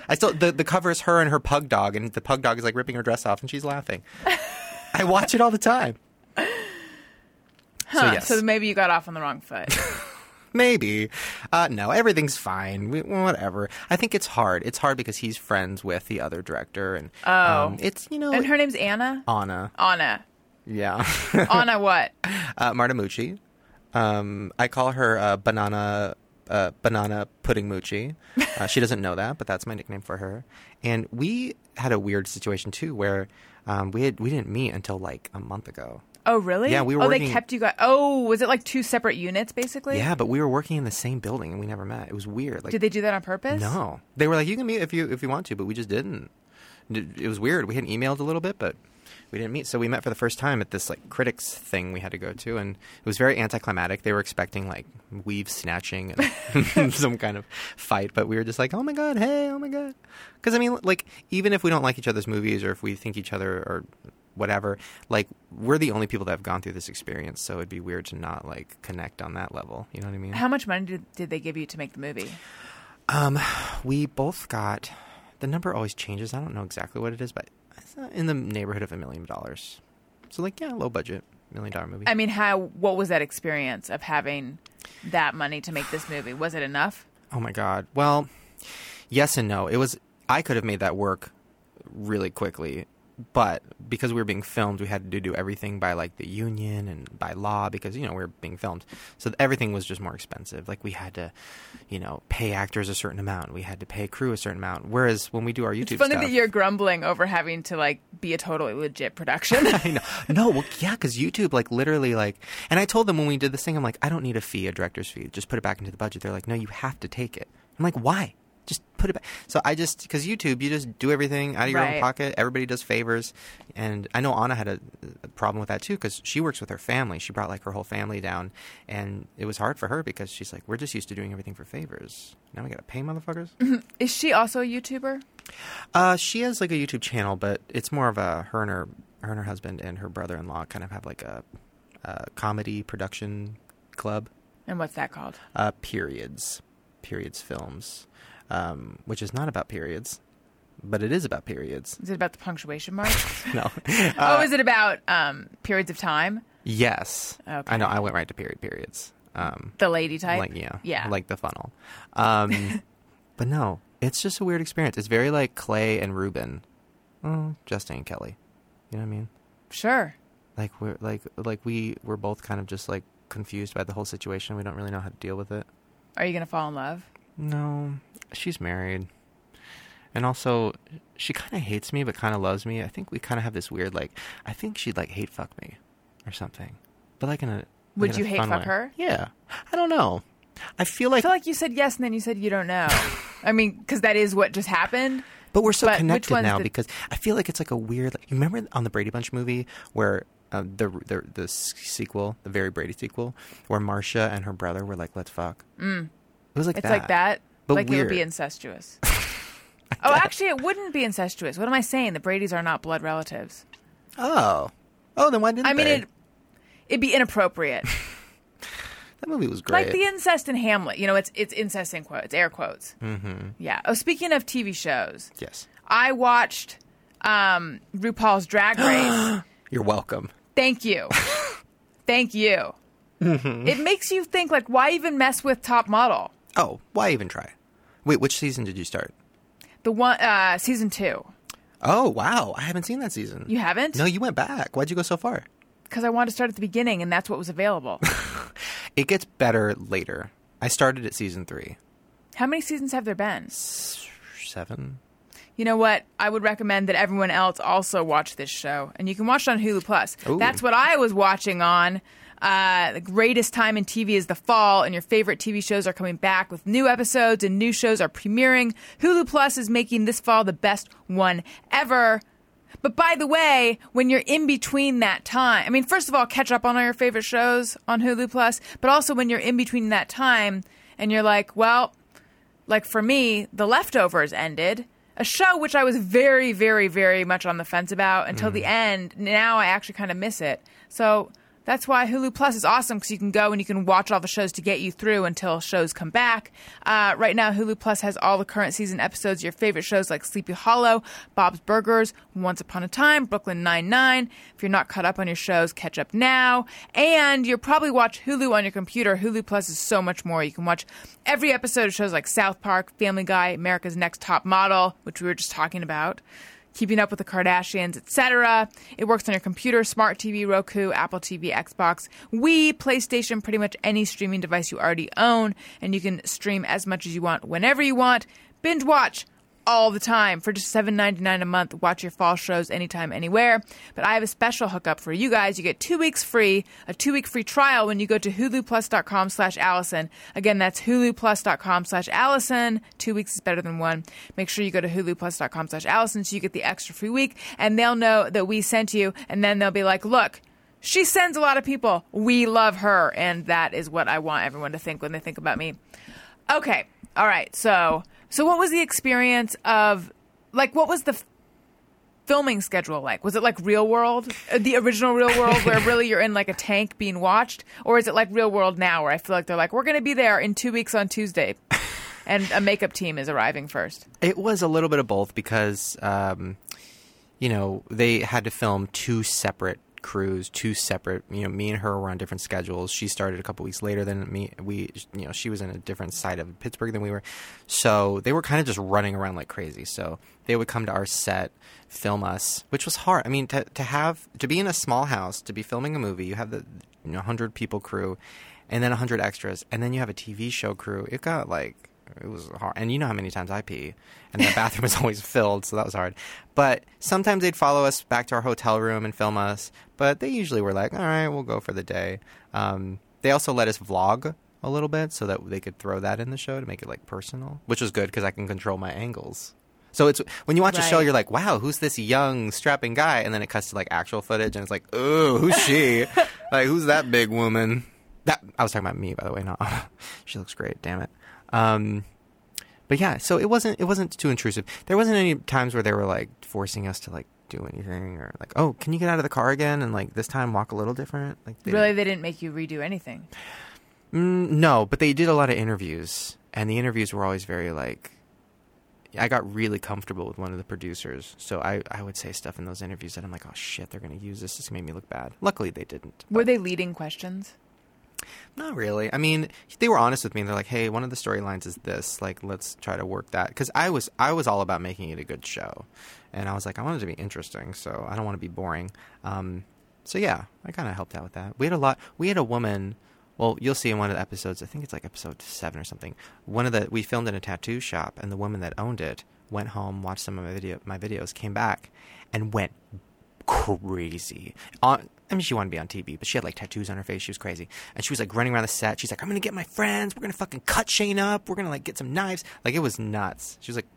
Speaker 3: I still the the cover is her and her pug dog, and the pug dog is like ripping her dress off, and she's laughing. I watch it all the time.
Speaker 1: Huh,
Speaker 3: So yes.
Speaker 1: maybe you got off on the wrong
Speaker 3: (laughs)
Speaker 1: foot.
Speaker 3: Maybe. Uh, no, everything's fine. We, whatever. I think it's hard. It's hard because he's friends with the other director, and um, it's you know
Speaker 1: Oh. and her name's Anna.
Speaker 3: Anna. (laughs)
Speaker 1: Anna.
Speaker 3: Yeah,
Speaker 1: Anna what?
Speaker 3: uh, Marta Mucci. Um, I call her uh, banana. Uh, banana
Speaker 1: (laughs)
Speaker 3: pudding moochie. Uh, she doesn't know that, but that's my nickname for her. And we had a weird situation too, where um, we had we didn't meet until like a month ago.
Speaker 1: Oh, really?
Speaker 3: Yeah, we were
Speaker 1: Oh, they
Speaker 3: working-
Speaker 1: kept you guys. Oh, was it like two separate units basically?
Speaker 3: Yeah, but we were working in the same building and we never met. It was weird. Like,
Speaker 1: Did they do that on purpose?
Speaker 3: No, they were like, you can meet if you if you want to, but we just didn't. N- It was weird. We hadn't emailed a little bit, but we didn't meet. So we met for the first time at this like critics thing we had to go to, and it was very anticlimactic. They were expecting like weave snatching and (laughs) some kind of fight, but we were just like, oh my god, hey, oh my god, because I mean, like, even if we don't like each other's movies or if we think each other are whatever like we're the only people that have gone through this experience so it'd be weird to not like connect on that level you know what i mean
Speaker 1: How much money did, did they give you to make the movie?
Speaker 3: we both got the number always changes. I don't know exactly what it is, but it's uh, in the neighborhood of a million dollars. So like yeah, low budget million dollar movie.
Speaker 1: I mean, how what was that experience of having that money to make this movie? Was it enough?
Speaker 3: oh my god. Well, yes and no. It was I could have made that work really quickly, but because we were being filmed, we had to do everything by like the union and by law because you know we were being filmed. So everything was just more expensive. Like we had to, you know, pay actors a certain amount. We had to pay crew a certain amount. Whereas when we do our YouTube,
Speaker 1: It's funny
Speaker 3: stuff,
Speaker 1: that you're grumbling over having to like be a totally legit
Speaker 3: (laughs)
Speaker 1: production.
Speaker 3: I know. No, well, yeah, because YouTube, like, literally, like, and I told them when we did this thing, I'm like, I don't need a fee, a director's fee. Just put it back into the budget. They're like, no, you have to take it. I'm like, why? Just put it back. So I just, because YouTube, you just do everything out of your
Speaker 1: Right.
Speaker 3: own pocket. Everybody does favors. And I know Anna had a, a problem with that too, because she works with her family. She brought, like, her whole family down. And it was hard for her because she's like, we're just used to doing everything for favors. Now we got to pay motherfuckers?
Speaker 1: Is she also a YouTuber?
Speaker 3: Uh, she has like a YouTube channel, but it's more of a her and her her and her husband and her brother in law kind of have like a, uh comedy production club.
Speaker 1: And what's that called?
Speaker 3: Uh, periods, periods films, um, which is not about periods, but it is about periods. (laughs)
Speaker 1: Is it about the punctuation mark? (laughs)
Speaker 3: No. Uh,
Speaker 1: oh, is it about um, periods of time?
Speaker 3: yes.
Speaker 1: Okay.
Speaker 3: I know. I went right to period periods. Um,
Speaker 1: The lady type.
Speaker 3: Like yeah,
Speaker 1: yeah.
Speaker 3: like the funnel. Um,
Speaker 1: (laughs)
Speaker 3: but no, it's just a weird experience. It's very like Clay and Ruben, oh, Justin and Kelly. You know what I mean?
Speaker 1: sure.
Speaker 3: like we're like like we we're both kind of just like confused by the whole situation. We don't really know how to deal with it.
Speaker 1: Are you gonna fall in love?
Speaker 3: No, she's married. And also, she kind of hates me, but kind of loves me. I think we kind of have this weird like. I think she'd like hate fuck me, or something. But like in a like
Speaker 1: Would
Speaker 3: in a
Speaker 1: you hate
Speaker 3: fun
Speaker 1: fuck
Speaker 3: way.
Speaker 1: her?
Speaker 3: Yeah, I don't know. I feel
Speaker 1: I
Speaker 3: like,
Speaker 1: feel like you said yes and then you said you don't
Speaker 3: (laughs)
Speaker 1: know. I mean, because that is what just happened.
Speaker 3: but we're so
Speaker 1: but which
Speaker 3: connected
Speaker 1: one's
Speaker 3: now
Speaker 1: the-
Speaker 3: because I feel like it's like a weird. Like, you remember on the Brady Bunch movie where. Uh, the, the the s- sequel, the very Brady sequel, where Marcia and her brother were like, "Let's fuck." Mm. It was like
Speaker 1: It's
Speaker 3: that.
Speaker 1: like that.
Speaker 3: But
Speaker 1: like it would be
Speaker 3: weird. (laughs)
Speaker 1: incestuous. oh, actually, it wouldn't be incestuous. What am I saying? The Bradys are not blood relatives.
Speaker 3: Oh, oh, then why didn't
Speaker 1: I mean,
Speaker 3: they?
Speaker 1: it, it'd be inappropriate.
Speaker 3: that movie was great.
Speaker 1: like the incest in Hamlet. You know, it's it's incest in quotes, air quotes. Mm-hmm. Yeah. Oh, speaking of TV shows,
Speaker 3: yes,
Speaker 1: I watched um, RuPaul's Drag Race.
Speaker 3: you're welcome.
Speaker 1: Thank you. Thank you. It makes you think, like, why even mess with Top Model?
Speaker 3: Oh, why even try? Wait, which season did you start?
Speaker 1: The one uh, season two.
Speaker 3: Oh, wow. I haven't seen that season.
Speaker 1: You haven't?
Speaker 3: No, you went back. Why'd you go so far?
Speaker 1: Because I wanted to start at the beginning, and that's what was available.
Speaker 3: It gets better later. I started at season three.
Speaker 1: How many seasons have there been?
Speaker 3: Seven?
Speaker 1: You know what? I would recommend that everyone else also watch this show, and you can watch it on Hulu Plus.
Speaker 3: Ooh.
Speaker 1: That's what I was watching on. Uh, the greatest time in TV is the fall, and your favorite TV shows are coming back with new episodes, and new shows are premiering. Hulu Plus is making this fall the best one ever. But by the way, when you're in between that time, I mean, first of all, catch up on all your favorite shows on Hulu Plus, but also when you're in between that time and you're like, well, like for me, The Leftovers ended, a show which I was very, very, very much on the fence about until the end. Now I actually kind of miss it. So that's why Hulu Plus is awesome because you can go and you can watch all the shows to get you through until shows come back. Uh, right now, Hulu Plus has all the current season episodes, of your favorite shows like Sleepy Hollow, Bob's Burgers, Once Upon a Time, Brooklyn Nine-Nine. If you're not caught up on your shows, catch up now. And you'll probably watch Hulu on your computer. Hulu Plus is so much more. You can watch every episode of shows like South Park, Family Guy, America's Next Top Model, which we were just talking about, Keeping Up with the Kardashians, etc. It works on your computer, smart TV, Roku, Apple TV, Xbox, Wii, PlayStation, pretty much any streaming device you already own, and you can stream as much as you want whenever you want. Binge watch all the time for just $7.99 a month. Watch your fall shows anytime, anywhere. But I have a special hookup for you guys. You get two weeks free, a two-week free trial when you go to huluplus.com slash Allison. Again, that's huluplus.com slash Allison. Two weeks is better than one. Make sure you go to huluplus.com slash Allison so you get the extra free week. And they'll know that we sent you. And then they'll be like, look, she sends a lot of people. We love her. And that is what I want everyone to think when they think about me. Okay. All right. So, so what was the experience of like what was the f- filming schedule like? Was it like Real World, Uh, the original Real World
Speaker 3: (laughs)
Speaker 1: where really you're in like a tank being watched or is it like Real World now where I feel like they're like we're going to be there in 2 weeks on
Speaker 3: (laughs)
Speaker 1: Tuesday and a makeup team is arriving first?
Speaker 3: It was a little bit of both because, um, you know, they had to film two separate crews, two separate. You know, me and her were on different schedules. She started a couple weeks later than me. We, you know, she was in a different side of Pittsburgh than we were, so they were kind of just running around like crazy. So they would come to our set, film us, which was hard. I mean, to to have to be in a small house to be filming a movie, you have the you know, hundred people crew, and then hundred extras, and then you have a TV show crew. It got like it was hard. And you know how many times I pee, and the bathroom was (laughs) always filled, so that was hard. But sometimes they'd follow us back to our hotel room and film us. But they usually were like, "All right, we'll go for the day." Um, they also let us vlog a little bit so that they could throw that in the show to make it like personal, which was good because I can control my angles. So it's when you watch a show,
Speaker 1: Right.
Speaker 3: you're like, "Wow, who's this young strapping guy?" And then it cuts to like actual footage, and it's like, "Ooh, who's she? like, who's that big woman?" That I was talking about me, by the way. Not (laughs) she looks great. Damn it. Um, but yeah, so it wasn't it wasn't too intrusive. There wasn't any times where they were like forcing us to like do anything or like, oh, can you get out of the car again and like this time walk a little different? Like they
Speaker 1: Really they didn't make you redo anything.
Speaker 3: Mm, no, but they did a lot of interviews, and the interviews were always very like. I got really comfortable with one of the producers, so I, I would say stuff in those interviews that I'm like, oh shit, they're gonna use this. This made me look bad. Luckily, they didn't.
Speaker 1: Were they leading questions?
Speaker 3: Not really. I mean, they were honest with me. They're like, "Hey, one of the storylines is this. Like, let's try to work that." Because I was, I was all about making it a good show, and I was like, I wanted it to be interesting, so I don't want to be boring. Um, so yeah, I kind of helped out with that. We had a lot. We had a woman. Well, you'll see in one of the episodes. I think it's like episode seven or something. One of the we filmed in a tattoo shop, and the woman that owned it went home, watched some of my video my videos, came back, and went crazy. On, I mean, she wanted to be on TV, but she had like tattoos on her face. She was crazy, and she was like running around the set. She's like, "I'm gonna get my friends. We're gonna fucking cut Shane up. We're gonna like get some knives." Like it was nuts. She was like,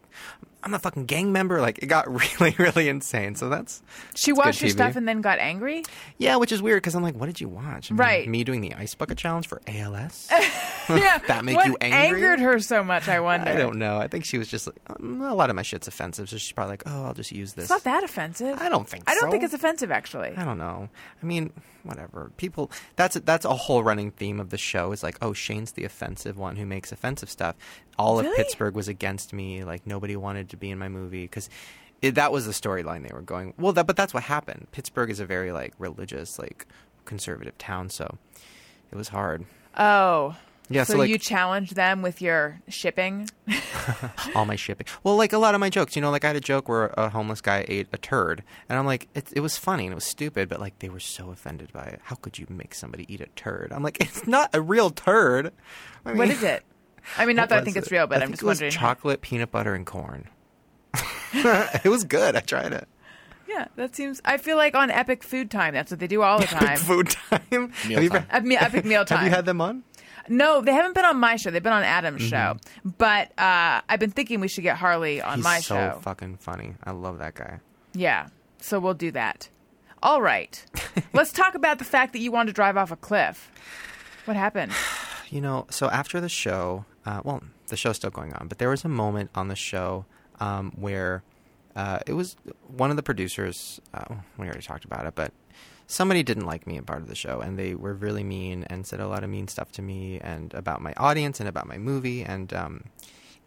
Speaker 3: "I'm a fucking gang member." Like it got (laughs) really, really insane. So that's
Speaker 1: She
Speaker 3: that's good
Speaker 1: watched your
Speaker 3: TV.
Speaker 1: stuff and then got angry.
Speaker 3: yeah, which is weird because I'm like, "What did you watch?" I mean,
Speaker 1: Right.
Speaker 3: Me doing the ice bucket challenge for
Speaker 1: (laughs)
Speaker 3: ALS.
Speaker 1: Yeah,
Speaker 3: (laughs) That make
Speaker 1: what
Speaker 3: you angry?
Speaker 1: Angered her so much. I wonder.
Speaker 3: I don't know. I think she was just like, um, a lot of my shit's offensive, so she's probably like, "Oh, I'll just use this."
Speaker 1: It's not that offensive.
Speaker 3: I don't think
Speaker 1: I don't
Speaker 3: so.
Speaker 1: think it's offensive actually.
Speaker 3: I don't know. I mean, whatever. People. That's that's a whole running theme of the show. Is like, oh, Shane's the offensive one who makes offensive stuff. All of
Speaker 1: Really?
Speaker 3: Pittsburgh was against me. Like nobody wanted to be in my movie because that was the storyline they were going. Well, that but that's what happened. Pittsburgh is a very like religious, like conservative town, so it was hard.
Speaker 1: Oh.
Speaker 3: Yeah,
Speaker 1: So,
Speaker 3: so, like-
Speaker 1: you challenge them with your shipping.
Speaker 3: all my shipping. Well, like a lot of my jokes, you know, like I had a joke where a homeless guy ate a turd, and I'm like, it, it was funny and it was stupid, but like they were so offended by it. How could you make somebody eat a turd? I'm like, (laughs) it's not a real turd. I
Speaker 1: (laughs) What
Speaker 3: mean,
Speaker 1: is it? I mean, not
Speaker 3: (laughs) what
Speaker 1: that I
Speaker 3: was
Speaker 1: think it's
Speaker 3: it?
Speaker 1: real, but
Speaker 3: I
Speaker 1: I'm
Speaker 3: think
Speaker 1: just
Speaker 3: it was
Speaker 1: wondering.
Speaker 3: Chocolate, peanut butter, and corn. (laughs) it was good. I tried it.
Speaker 1: yeah, that seems. I feel like on Epic Food Time, that's what they do
Speaker 3: (laughs)
Speaker 1: all the time.
Speaker 3: Food time. Have you, ever-
Speaker 4: time.
Speaker 1: Ep- me- Epic Meal Time.
Speaker 3: (laughs) have you had them on?
Speaker 1: No, they haven't been on my show. They've been on Adam's show. But uh, I've been thinking we should get Harley on
Speaker 3: Mm-hmm. He's
Speaker 1: my
Speaker 3: so
Speaker 1: show.
Speaker 3: fucking funny. I love that guy.
Speaker 1: yeah. So we'll do that. All
Speaker 3: (laughs)
Speaker 1: right. Let's talk about the fact that you wanted to drive off a cliff. What happened?
Speaker 3: You know, so after the show, uh, well, the show's still going on, but there was a moment on the show um, where uh, it was one of the producers. Uh, we already talked about it, but somebody didn't like me in part of the show, and they were really mean and said a lot of mean stuff to me and about my audience and about my movie, and um,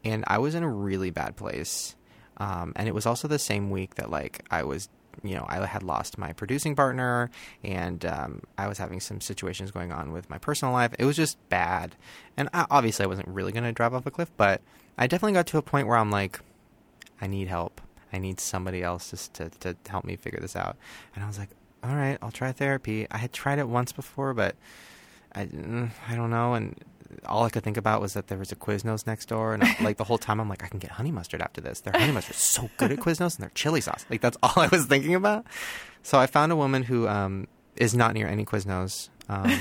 Speaker 3: and I was in a really bad place. Um, and it was also the same week that like I was, you know, I had lost my producing partner, and um, I was having some situations going on with my personal life. It was just bad, and I, obviously I wasn't really going to drive off a cliff, but I definitely got to a point where I'm like, I need help. I need somebody else just to, to help me figure this out. And I was like, all right, I'll try therapy. I had tried it once before, but I, mm, I don't know. And all I could think about was that there was a Quiznos next door. And I, like the whole time, I'm like, I can get honey mustard after this. Their honey mustard's so good at Quiznos and their chili sauce. Like that's all I was thinking about. So I found a woman who um, is not near any Quiznos. Um,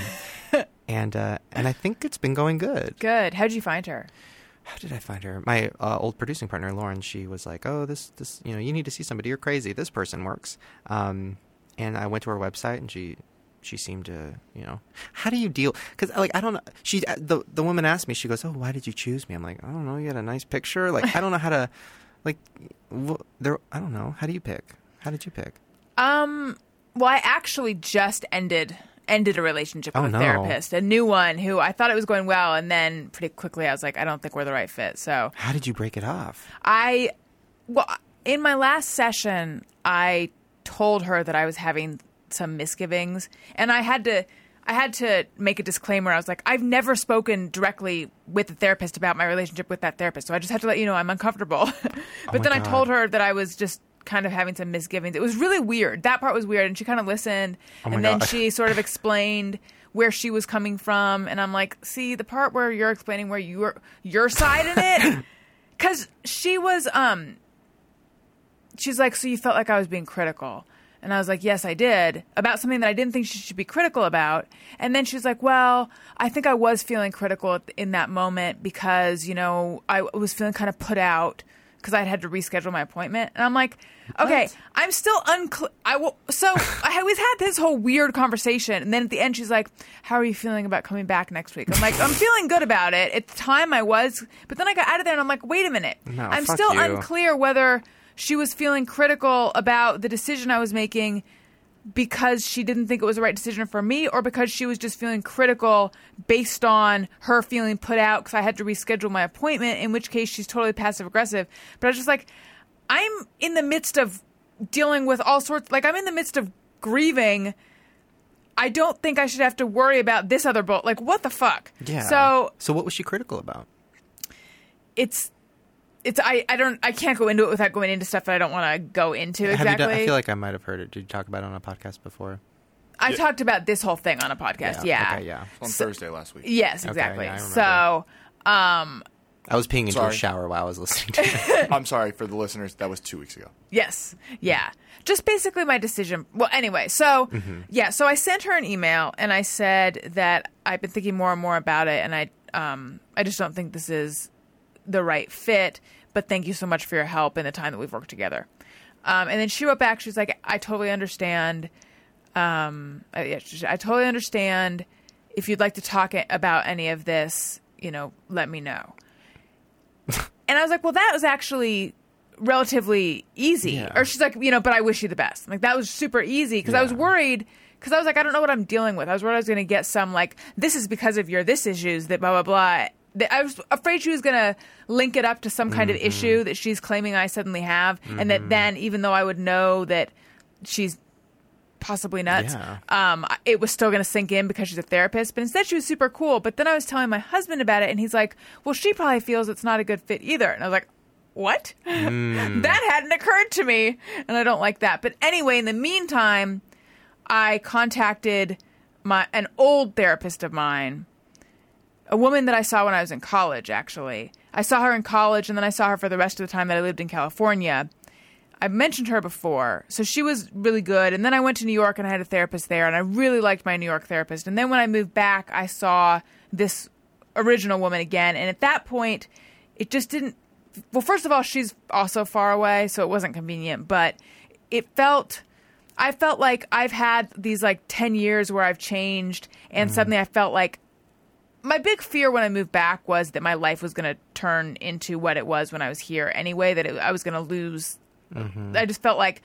Speaker 3: and, uh, and I think it's been going good
Speaker 1: Good. How'd you find her?
Speaker 3: how did I find her? My uh, old producing partner, Lauren, she was like, "Oh, this, this, you know, you need to see somebody. You're crazy. This person works." Um, and I went to her website, and she, she seemed to, you know, how do you deal? Because like I don't know. She uh, the the woman asked me. She goes, "Oh, why did you choose me?" I'm like, "I don't know. You had a nice picture. Like I don't know how to, like, wh- there. I don't know. How do you pick? How did you pick?"
Speaker 1: Um. Well, I actually just ended ended a relationship
Speaker 3: Oh,
Speaker 1: with
Speaker 3: no.
Speaker 1: a therapist, a new one who I thought it was going well, and then pretty quickly I was like, I don't think we're the right fit. So
Speaker 3: How did you break it off?
Speaker 1: I, well, in my last session, I told her that I was having some misgivings, and I had to. I had to make a disclaimer. I was like, I've never spoken directly with a therapist about my relationship with that therapist, so I just have to let you know I'm uncomfortable. (laughs) but
Speaker 3: Oh, my
Speaker 1: then I
Speaker 3: God.
Speaker 1: told her that I was just kind of having some misgivings. It was really weird. That part was weird, and she kind of listened,
Speaker 3: Oh my
Speaker 1: and then
Speaker 3: God. (laughs)
Speaker 1: she sort of explained where she was coming from, and I'm like, see, the part where you're explaining where your your side in
Speaker 3: (coughs)
Speaker 1: it, because she was um she's like so you felt like i was being critical and i was like yes i did about something that i didn't think she should be critical about and then she's like well i think i was feeling critical at- in that moment because you know i was feeling kind of put out because i had to reschedule my appointment and i'm like okay i'm still unclear i will so i was had this whole weird conversation and then at the end she's like how are you feeling about coming back next week i'm like i'm feeling good about it at the time i was but then i got out of there and i'm like wait a minute
Speaker 3: No,
Speaker 1: I'm
Speaker 3: fuck
Speaker 1: still
Speaker 3: you.
Speaker 1: unclear whether she was feeling critical about the decision I was making because she didn't think it was the right decision for me or because she was just feeling critical based on her feeling put out because I had to reschedule my appointment, in which case she's totally passive aggressive. But I was just like, I'm in the midst of dealing with all sorts, like, I'm in the midst of grieving. I don't think I should have to worry about this other boat. Like, what the fuck?
Speaker 3: Yeah.
Speaker 1: So
Speaker 3: so what was she critical about?
Speaker 1: it's it's I, I don't I can't go into it without going into stuff that I don't want to go into
Speaker 3: Have you
Speaker 1: exactly.
Speaker 3: done, I feel like I might have heard it. Did you talk about it on a podcast before?
Speaker 1: I talked about this whole thing on a podcast. Yeah.
Speaker 3: Okay, yeah.
Speaker 4: on Thursday last week.
Speaker 1: Yes, exactly.
Speaker 3: yeah, I remember.
Speaker 1: so
Speaker 3: I was peeing into
Speaker 4: Sorry.
Speaker 3: a shower while I was listening
Speaker 1: (laughs)
Speaker 3: to it.
Speaker 4: I'm sorry for the listeners. That was two weeks ago.
Speaker 1: Yes. Yeah. Just basically my decision. Well, anyway, so yeah, so I sent her an email and I said that I've been thinking more and more about it, and I um I just don't think this is the right fit. But thank you so much for your help and the time that we've worked together. Um, and then she wrote back. She's like, I totally understand. Um, I, yeah, she- I totally understand. If you'd like to talk a- about any of this, you know, let me know. And I was like, well, that was actually relatively easy.
Speaker 3: Yeah.
Speaker 1: Or she's like, you know, but I wish you the best. I'm like, that was super easy because I was
Speaker 3: Yeah.
Speaker 1: worried because I was like, I don't know what I'm dealing with. I was worried I was going to get some, like, this is because of your this issues that blah, blah, blah. That I was afraid she was going to link it up to some kind
Speaker 3: Mm-hmm.
Speaker 1: of issue that she's claiming I suddenly have. And that then, even though I would know that she's possibly nuts.
Speaker 3: Yeah.
Speaker 1: Um, I- it was still going to sink in because she's a therapist, but instead she was super cool. But then I was telling my husband about it, and he's like, "Well, she probably feels it's not a good fit either." And I was like, "What? that hadn't occurred to me, and I don't like that." But anyway, in the meantime, I contacted my an old therapist of mine, a woman that I saw when I was in college. Actually, I saw her in college, and then I saw her for the rest of the time that I lived in California. I've mentioned her before, so she was really good. And then I went to New York and I had a therapist there, and I really liked my New York therapist. And then when I moved back, I saw this original woman again, and at that point, it just didn't. Well, first of all, she's also far away, so it wasn't convenient, but it felt. I felt like I've had these like 10 years where I've changed, and suddenly I felt like my big fear when I moved back was that my life was going to turn into what it was when I was here anyway, that it, I was going to lose I just felt like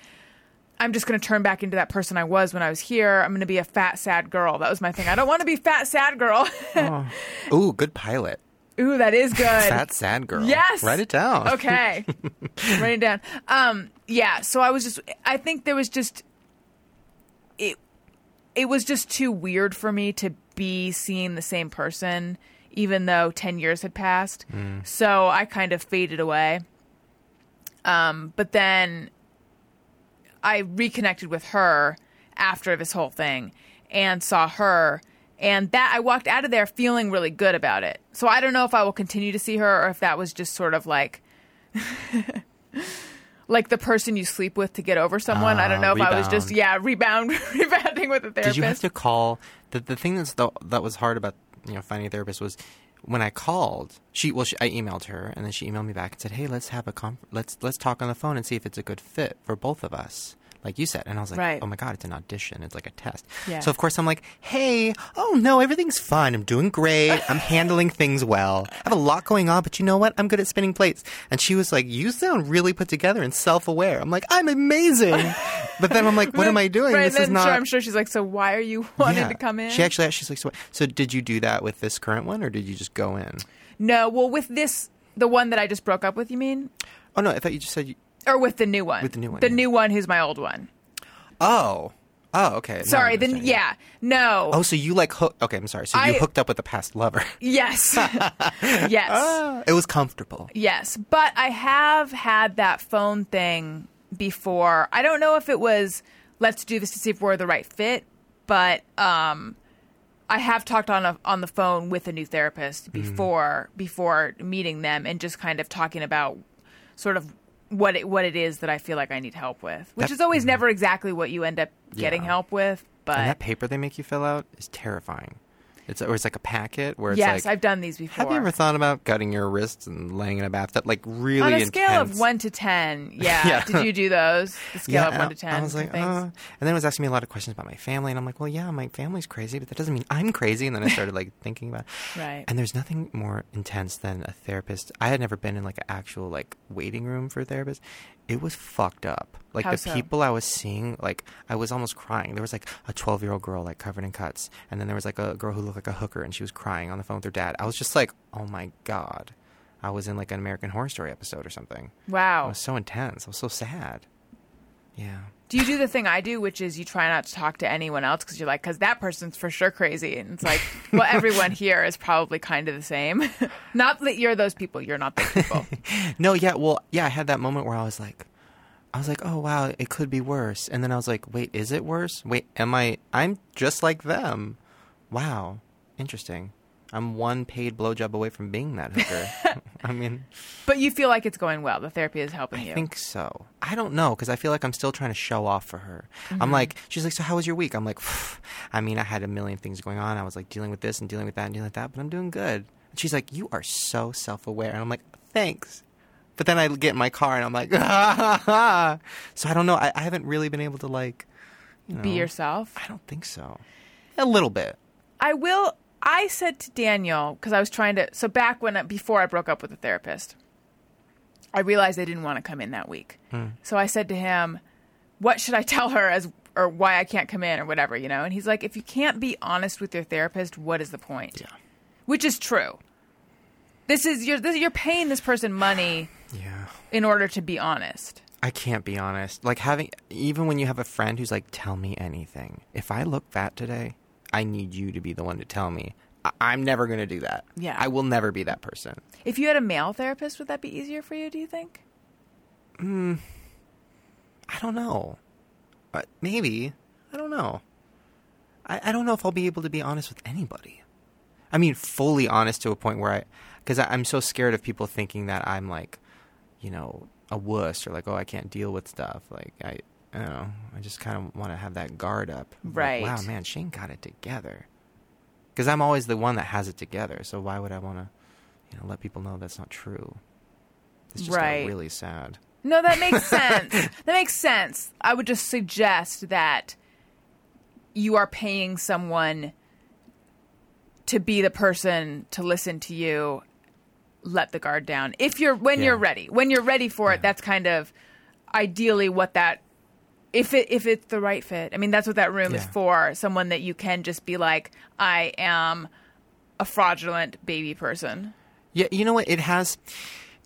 Speaker 1: I'm just going to turn back into that person I was when I was here. I'm going to be a fat, sad girl. That was my thing. I don't want to be fat, sad girl. (laughs)
Speaker 3: Ooh, good pilot.
Speaker 1: Ooh, that is good.
Speaker 3: Fat sad girl.
Speaker 1: Yes.
Speaker 3: Write it down. (laughs)
Speaker 1: Okay. Write it down. Um, yeah. So I was just, I think there was just, it, it was just too weird for me to be seeing the same person, even though 10 years had passed.
Speaker 3: Mm.
Speaker 1: So I kind of faded away. Um, but then I reconnected with her after this whole thing and saw her. And that I walked out of there feeling really good about it. So I don't know if I will continue to see her or if that was just sort of like (laughs) like the person you sleep with to get over someone. I don't know
Speaker 3: Ah,
Speaker 1: if I was just
Speaker 3: rebound.
Speaker 1: yeah, rebound (laughs) rebounding with a therapist.
Speaker 3: Did you have to call? The, the thing that's the, that was hard about you know finding a therapist was when I called. She well, she, I emailed her, and then she emailed me back and said, "Hey, let's have a con let's let's talk on the phone and see if it's a good fit for both of us." Like you said, and I was like,
Speaker 1: Right.
Speaker 3: "Oh my god, it's an audition. It's like a test."
Speaker 1: Yeah.
Speaker 3: So of course I'm like, "Hey, oh no, everything's fine. I'm doing great.
Speaker 1: (laughs)
Speaker 3: I'm handling things well. I have a lot going on, but you know what? I'm good at spinning plates." And she was like, "You sound really put together and self-aware." I'm like,
Speaker 1: (laughs)
Speaker 3: "I'm amazing," but then I'm like, "What am I doing?
Speaker 1: Right,
Speaker 3: this
Speaker 1: and
Speaker 3: is
Speaker 1: then
Speaker 3: not."
Speaker 1: sure, I'm sure she's like, so why are you (laughs) wanting to come in?
Speaker 3: She actually, she's like, so, so did you do that with this current one, or did you just go in?
Speaker 1: no, well, with this, the one that I just broke up with, you mean,
Speaker 3: Oh no, I thought you just said. You,
Speaker 1: or with the new one?
Speaker 3: With the new one,
Speaker 1: the
Speaker 3: yeah.
Speaker 1: new one who's my old one.
Speaker 3: oh, oh, okay. Now I
Speaker 1: Sorry, the
Speaker 3: understand.
Speaker 1: yeah, no,
Speaker 3: Oh, so you like hook? Okay, I'm sorry. So
Speaker 1: I-
Speaker 3: you hooked up with a past lover. (laughs)
Speaker 1: yes, yes.
Speaker 3: it was comfortable.
Speaker 1: Yes, but I have had that phone thing before. I don't know if it was let's do this to see if we're the right fit, but um, I have talked on a, on the phone with a new therapist
Speaker 3: Mm-hmm.
Speaker 1: before before meeting them and just kind of talking about sort of what it, what it is that I feel like I need help with, which
Speaker 3: That- mm-hmm.
Speaker 1: is always never exactly what you end up getting
Speaker 3: Yeah.
Speaker 1: help with.
Speaker 3: and
Speaker 1: But
Speaker 3: that paper they make you fill out is terrifying. It's or it's like a packet where it's
Speaker 1: yes,
Speaker 3: like.
Speaker 1: I've done these before.
Speaker 3: have you ever thought about cutting your wrists and laying in a bathtub? Like really
Speaker 1: on a
Speaker 3: intense.
Speaker 1: scale of one to
Speaker 3: (laughs)
Speaker 1: ten, yeah.
Speaker 3: Yeah.
Speaker 1: Did you do those? The scale of
Speaker 3: and
Speaker 1: one to
Speaker 3: I-
Speaker 1: ten.
Speaker 3: I was like,
Speaker 1: things?
Speaker 3: uh, and then it was asking me a lot of questions about my family, and I'm like, well, yeah, my family's crazy, but that doesn't mean I'm crazy. And then I
Speaker 1: (laughs)
Speaker 3: started like thinking about, it.
Speaker 1: Right.
Speaker 3: And there's nothing more intense than a therapist. I had never been in like an actual like waiting room for a therapist. It was fucked up. Like
Speaker 1: How
Speaker 3: the
Speaker 1: so?
Speaker 3: people I was seeing, like I was almost crying. There was like a 12 year old girl like covered in cuts, and then there was like a girl who looked like a hooker, and she was crying on the phone with her dad. I was just like, oh my god. I was in like an American Horror Story episode or something. It
Speaker 1: Wow.
Speaker 3: was so intense. I was so sad. Yeah.
Speaker 1: Do you do the thing I do, which is you try not to talk to anyone else because you're like, because that person's for sure crazy, and it's
Speaker 3: (laughs)
Speaker 1: like, well, everyone here is probably kind of the same. (laughs) not that you're those people. You're not those
Speaker 3: (laughs)
Speaker 1: people.
Speaker 3: No, yeah, well, yeah, I had that moment where I was like, I was like, oh wow, it could be worse, and then I was like, wait, is it worse? Wait, am I? I'm just like them. Wow, interesting. I'm one paid blowjob away from being that hooker. I mean,
Speaker 1: But you feel like it's going well. The therapy is helping
Speaker 3: I
Speaker 1: you.
Speaker 3: think so. I don't know because I feel like I'm still trying to show off for her. I'm like, she's like, so how was your week? I'm like, I mean, I had a million things going on. I was like dealing with this and dealing with that and dealing with that, but I'm doing good. And she's like, you are so self aware, and I'm like, thanks. But then I get in my car and I'm like, (laughs) so I don't know. I, I haven't really been able to like you
Speaker 1: Be
Speaker 3: know,
Speaker 1: yourself.
Speaker 3: I don't think so. A little bit.
Speaker 1: I will. I said to Daniel because I was trying to. So back when uh, before I broke up with the therapist, I realized they didn't want to come in that week. So I said to him, "What should I (laughs) tell her as or why I can't come in or whatever?" You know, and he's like, "If you can't be honest with your therapist, what is the point?" Yeah. Which is true. This is you're this, you're paying this person money
Speaker 3: Yeah.
Speaker 1: in order to be honest.
Speaker 3: I can't be honest. Like having even when you have a friend who's like, "Tell me anything." If I look fat today, I need you to be the one to tell me. I- I'm never going to do that.
Speaker 1: Yeah.
Speaker 3: I will never be that person.
Speaker 1: If you had a male therapist, would that be easier for you? Do you think?
Speaker 3: I don't know. But maybe I don't know. I, I don't know if I'll be able to be honest with anybody. I mean, fully honest to a point where I, because I'm so scared of people thinking that I'm like, you know, a wuss or like, oh, I can't deal with stuff. Like I, I don't know. I just kind of want to have that guard up. Like,
Speaker 1: Right.
Speaker 3: wow, man, Shane got it together. Because I'm always the one that has it together. So why would I want to, you know, let people know that's not true? It's just got
Speaker 1: Right.
Speaker 3: really sad.
Speaker 1: No, that
Speaker 3: (laughs)
Speaker 1: makes sense. that makes sense. I would just suggest that you are paying someone to be the person to listen to you. Let the guard down if you're when you're
Speaker 3: Yeah.
Speaker 1: ready. When you're ready for it, that's kind of ideally what that. If it if it's the right fit, I mean that's what that room is
Speaker 3: Yeah.
Speaker 1: for. Someone that you can just be like, I am a fraudulent baby person.
Speaker 3: Yeah, you know what? It has.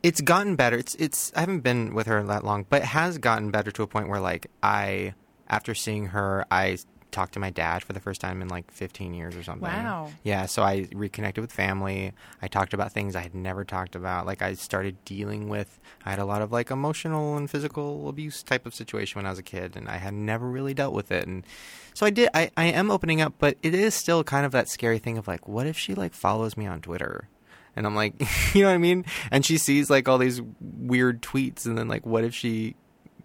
Speaker 3: It's gotten better. It's it's. I haven't been with her that long, but it has gotten better to a point where like I, after seeing her, I talked to my dad for the first time in like 15 years or something.
Speaker 1: Wow.
Speaker 3: Yeah. So I reconnected with family. I talked about things I had never talked about. Like I started dealing with. I had a lot of like emotional and physical abuse type of situation when I was a kid, and I had never really dealt with it. And so I did. I I am opening up, but it is still kind of that scary thing of like, what if she like follows me on Twitter? And I'm like, (laughs) you know what I mean? And she sees like all these weird tweets, and then like, what if she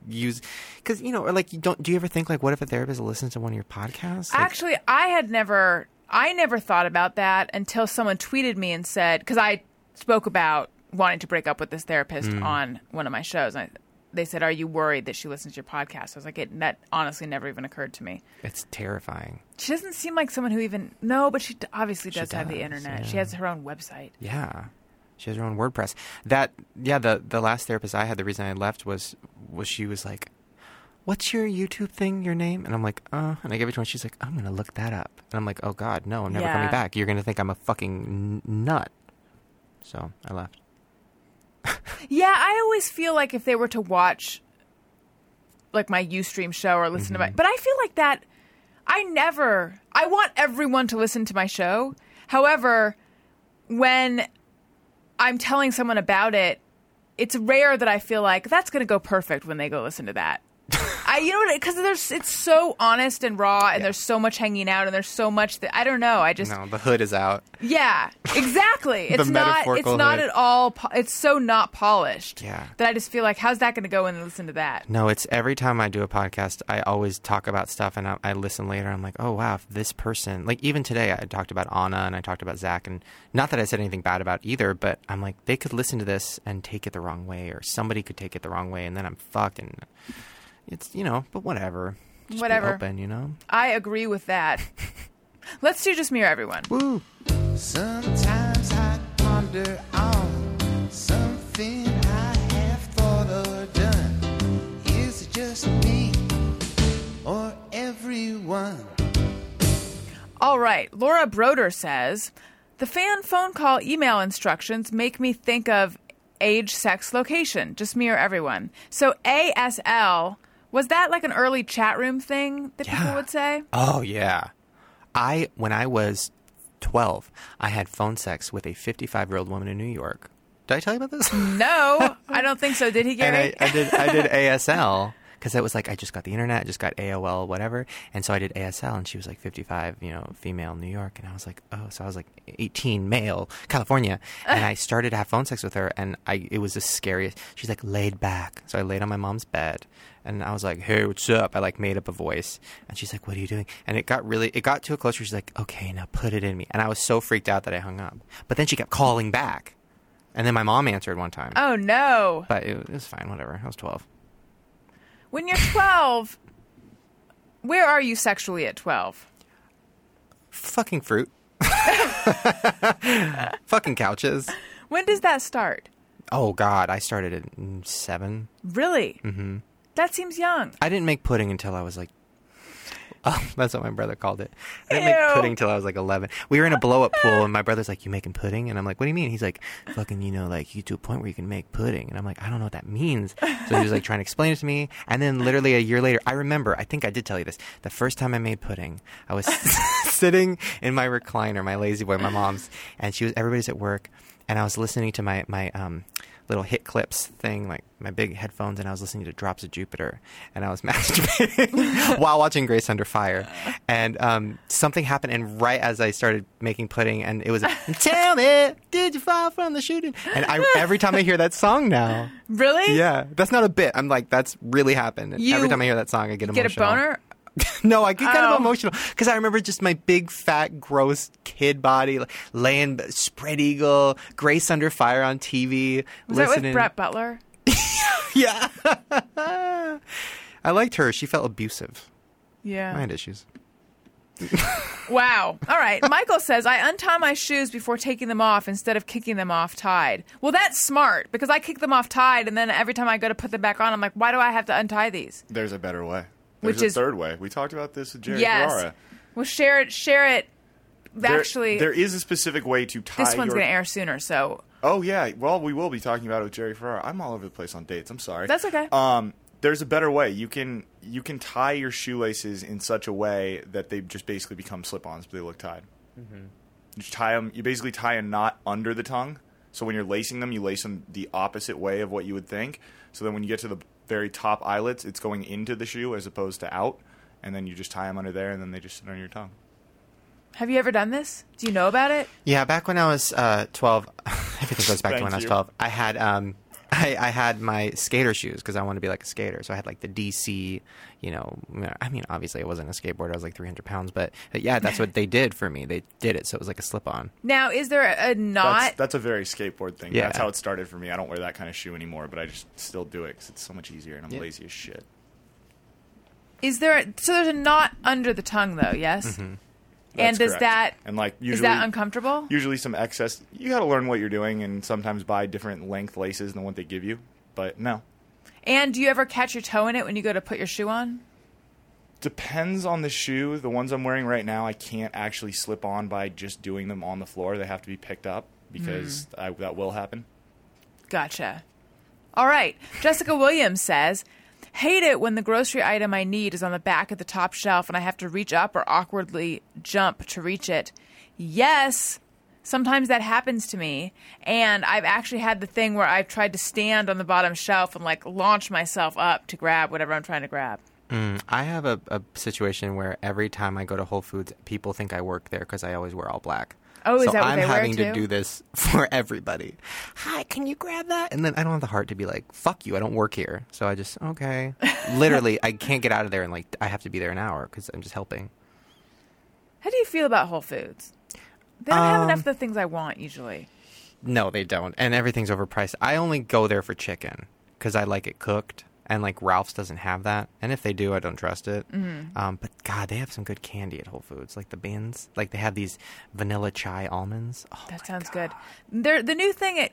Speaker 3: use? Because you know, or like, you don't do you ever think like, what if a therapist listens to one of your podcasts? Like,
Speaker 1: Actually, I had never I never thought about that until someone tweeted me and said cuz I spoke about wanting to break up with this therapist
Speaker 3: Hmm.
Speaker 1: on one of my shows and I, they said, "Are you worried that she listens to your podcast?" I was like, "It that honestly never even occurred to me."
Speaker 3: it's terrifying.
Speaker 1: She doesn't seem like someone who even no, but she d- obviously does, have the
Speaker 3: does,
Speaker 1: internet. She
Speaker 3: yeah.
Speaker 1: has her own website.
Speaker 3: Yeah. She has her own WordPress. That yeah, the the last therapist I had, the reason I left was was she was like, What's your YouTube thing, your name? And I'm like, uh and I gave it to her and she's like, I'm gonna look that up. And I'm like, Oh god, no, I'm never
Speaker 1: Yeah.
Speaker 3: coming back. You're gonna think I'm a fucking n- nut. So I left.
Speaker 1: Yeah, I always feel like if they were to watch like my Ustream show or listen to my but I feel like that I never I want everyone to listen to my show. However, when I'm telling someone about it, it's rare that I feel like that's going to go perfect when they go listen to that. I you know because there's it's so honest and raw and there's so much hanging out and there's so much that I don't know. I just
Speaker 3: No, the hood is out.
Speaker 1: yeah,
Speaker 3: (laughs)
Speaker 1: exactly. It's not. It's
Speaker 3: metaphorical
Speaker 1: not
Speaker 3: hood.
Speaker 1: at all. Po- it's so not polished.
Speaker 3: Yeah.
Speaker 1: That I just feel like, how's that going to go in and listen to that?
Speaker 3: No, it's every time I do a podcast, I always talk about stuff and I, I listen later. I'm like, oh, wow, if this person, like even today, I talked about Anna and I talked about Zach. And not that I said anything bad about either, but I'm like, they could listen to this and take it the wrong way, or somebody could take it the wrong way, and then I'm fucked. And it's, you know, but whatever. Just be
Speaker 1: Whatever.
Speaker 3: open, you know?
Speaker 1: I agree with
Speaker 3: (laughs)
Speaker 1: that. Let's do just mirror everyone.
Speaker 2: Sometimes I ponder on something I have thought or done. Is it just me or everyone?
Speaker 1: All right. Laura Broder says the fan phone call email instructions make me think of age, sex, location. Just mirror everyone. So ASL was that like an early chat room thing that people
Speaker 3: Yeah.
Speaker 1: would say?
Speaker 3: Oh, yeah. I, when I was 12, I had phone sex with a 55 year old woman in New York. Did I tell you about this? (laughs)
Speaker 1: No, I don't think so. Did he, Gary?
Speaker 3: and I, I did I did ASL because that was like I just got the internet, I just got AOL, whatever, and so I did ASL, and she was like 55, you know, female, New York, and I was like, oh, so I was like 18, male, California, and I started to have phone sex with her, and I it was the scariest. She's like laid back, so I laid on my mom's bed, and I was like, hey, what's up? I like made up a voice, and she's like, what are you doing? And it got really, it got to a close where she's like, okay, now put it in me, and I was so freaked out that I hung up, but then she kept calling back. And then my mom answered one time.
Speaker 1: Oh no.
Speaker 3: But it, it was fine, whatever. I was 12.
Speaker 1: When you're 12, where are you sexually at 12?
Speaker 3: Fucking (laughs) fruit. Fucking couches.
Speaker 1: When does that start?
Speaker 3: Oh, God. I started at mm, seven.
Speaker 1: Really? Mm-hmm. That seems young.
Speaker 3: I didn't make pudding until I was like. (laughs) Oh, that's what my brother called it. I didn't
Speaker 1: Ew.
Speaker 3: make pudding till I was like 11. We were in a blow up pool, and my brother's like, You making pudding? And I'm like, What do you mean? He's like, Fucking, you know, like, you get to a point where you can make pudding. And I'm like, I don't know what that means. So he was like trying to explain it to me. And then literally a year later, I remember, I think I did tell you this. The first time I made pudding, I was (laughs) sitting in my recliner, my lazy boy, my mom's, and she was, everybody's at work. And I was listening to my, my, um, little hit clips thing, like my big headphones, and I was listening to Drops of Jupiter, and I
Speaker 1: (laughs)
Speaker 3: was (laughs) masturbating while watching Grace Under Fire, and um, something happened, and right as I started making pudding, and it was
Speaker 1: (laughs)
Speaker 3: "Tell me, did you fall from the shooting?" And I every time I hear that song now,
Speaker 1: Really?
Speaker 3: yeah, that's not a bit. I'm like, that's really happened.
Speaker 1: You
Speaker 3: every time I hear that song, I get
Speaker 1: Get
Speaker 3: emotional.
Speaker 1: a boner?
Speaker 3: (laughs) No, I get kind
Speaker 1: Oh.
Speaker 3: of emotional because I remember just my big, fat, gross kid body like, laying spread eagle, Grace under fire on TV.
Speaker 1: Was that with
Speaker 3: listening.
Speaker 1: Brett Butler?
Speaker 3: Yeah. (laughs) I liked her. She felt abusive.
Speaker 1: Yeah.
Speaker 3: I had issues.
Speaker 1: Wow. All right. Michael says, I untie my shoes before taking them off instead of kicking them off tied. Well, that's smart because I kick them off tied, and then every time I go to put them back on, I'm like, why do I have to untie these?
Speaker 4: There's a better way. There's
Speaker 1: Which
Speaker 4: a
Speaker 1: is-
Speaker 4: third way. We talked about this with Jerry
Speaker 1: yes.
Speaker 4: Ferrara.
Speaker 1: Well, share it. Share it.
Speaker 4: There-
Speaker 1: Actually,
Speaker 4: there is a specific way to tie.
Speaker 1: this one's
Speaker 4: your-
Speaker 1: going to air sooner, so
Speaker 4: Oh yeah. Well, we will be talking about it with Jerry Ferrara. I'm all over the place on dates. I'm sorry.
Speaker 1: That's okay.
Speaker 4: Um, there's a better way. You can you can tie your shoelaces in such a way that they just basically become slip-ons, but they look tied. You just tie them. You basically tie a knot under the tongue. So when you're lacing them, you lace them the opposite way of what you would think. So then when you get to the very top eyelets, it's going into the shoe as opposed to out. And then you just tie them under there, and then they just sit on your tongue.
Speaker 1: have you ever done this? Do you know about it?
Speaker 3: Yeah, back when I was uh, 12, (laughs) everything goes back to
Speaker 4: Thank
Speaker 3: when I was
Speaker 4: you.
Speaker 3: 12. I had um, I, I had my skater shoes because I wanted to be like a skater. So I had like the DC, you know, I mean, obviously I wasn't a skateboarder. I was like 300 pounds. But, but yeah, that's what they did for me. They did it. So it was like a slip on.
Speaker 1: Now, is there a, a
Speaker 4: That's,
Speaker 1: knot?
Speaker 4: that's a very skateboard thing.
Speaker 3: Yeah.
Speaker 4: That's how it started for me. I don't wear that kind of shoe anymore, but I just still do it because it's so much easier and I'm lazy as shit.
Speaker 1: Is there a, so? There's a knot under the tongue, though. Yes. and
Speaker 4: Mm-hmm. That's
Speaker 1: does
Speaker 4: correct.
Speaker 1: that
Speaker 4: and like usually
Speaker 1: is that uncomfortable?
Speaker 4: usually some excess. You got to learn what you're doing and sometimes buy different length laces than what they give you. But no,
Speaker 1: and do you ever catch your toe in it when you go to put your shoe on?
Speaker 4: depends on the shoe. The ones I'm wearing right now, I can't actually slip on by just doing them on the floor. They have to be picked up because
Speaker 1: Mm.
Speaker 4: I, that will happen.
Speaker 1: Gotcha. All right. Jessica Williams says, Hate it when the grocery item I need is on the back of the top shelf and I have to reach up or awkwardly jump to reach it. Yes, sometimes that happens to me. And I've actually had the thing where I've tried to stand on the bottom shelf and like launch myself up to grab whatever I'm trying to grab.
Speaker 3: I have a, a situation where every time I go to Whole Foods, people think I work there because I always wear all black.
Speaker 1: Oh, is
Speaker 3: so
Speaker 1: that what
Speaker 3: I'm
Speaker 1: they wear,
Speaker 3: having
Speaker 1: too?
Speaker 3: to do this (laughs) for everybody. Hi, can you grab that? And then I don't have the heart to be like, "Fuck you, I don't work here." So I just
Speaker 1: (laughs)
Speaker 3: okay. Literally, I can't get out of there, and like I have to be there an hour because I'm just helping.
Speaker 1: How do you feel about Whole Foods? They don't have
Speaker 3: Um,
Speaker 1: enough of the things I want usually.
Speaker 3: No, they don't, and everything's overpriced. I only go there for chicken because I like it cooked, and like Ralph's doesn't have that. And if they do, I don't trust it.
Speaker 1: Mm-hmm.
Speaker 3: Um, but God, they have some good candy at Whole Foods, like the bins. Like they have these vanilla chai almonds. Oh,
Speaker 1: That sounds good. There, the new thing at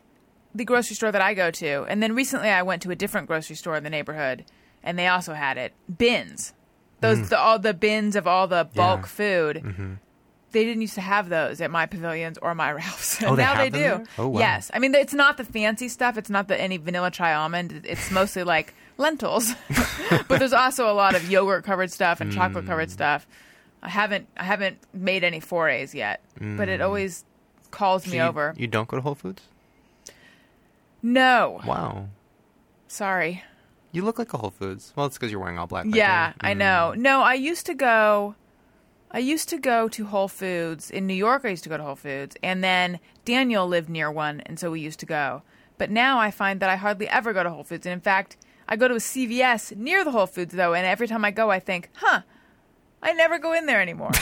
Speaker 1: the grocery store that I go to, and then recently I went to a different grocery store in the neighborhood, and they also had it bins. Those the, all the bins of all the bulk
Speaker 3: Mm. Yeah. Mm-hmm.
Speaker 1: food. They didn't used to have those at my pavilions or my (laughs) Ralphs.
Speaker 3: Oh, they
Speaker 1: now
Speaker 3: have
Speaker 1: they do.
Speaker 3: them there? Oh, wow.
Speaker 1: Yes, I mean it's not the fancy stuff. It's not the any vanilla chai almond. It's mostly like lentils, (laughs) but there's also a lot of yogurt covered stuff and chocolate
Speaker 3: Mm.
Speaker 1: covered stuff. I haven't I haven't made any forays yet, but it always calls me
Speaker 3: Mm. So you-
Speaker 1: over.
Speaker 3: You don't go to Whole Foods?
Speaker 1: No.
Speaker 3: Wow.
Speaker 1: Sorry.
Speaker 3: You look like a Whole Foods. Well, it's because you're wearing all black. right
Speaker 1: Yeah,
Speaker 3: there.
Speaker 1: I know. No, I used to go. I used to go to Whole Foods in New York. I used to go to Whole Foods, and then Daniel lived near one, and so we used to go. But now I find that I hardly ever go to Whole Foods, and in fact, I go to a CVS near the Whole Foods though, and every time I go, I think, "Huh, I never go in there
Speaker 3: (laughs)
Speaker 1: anymore."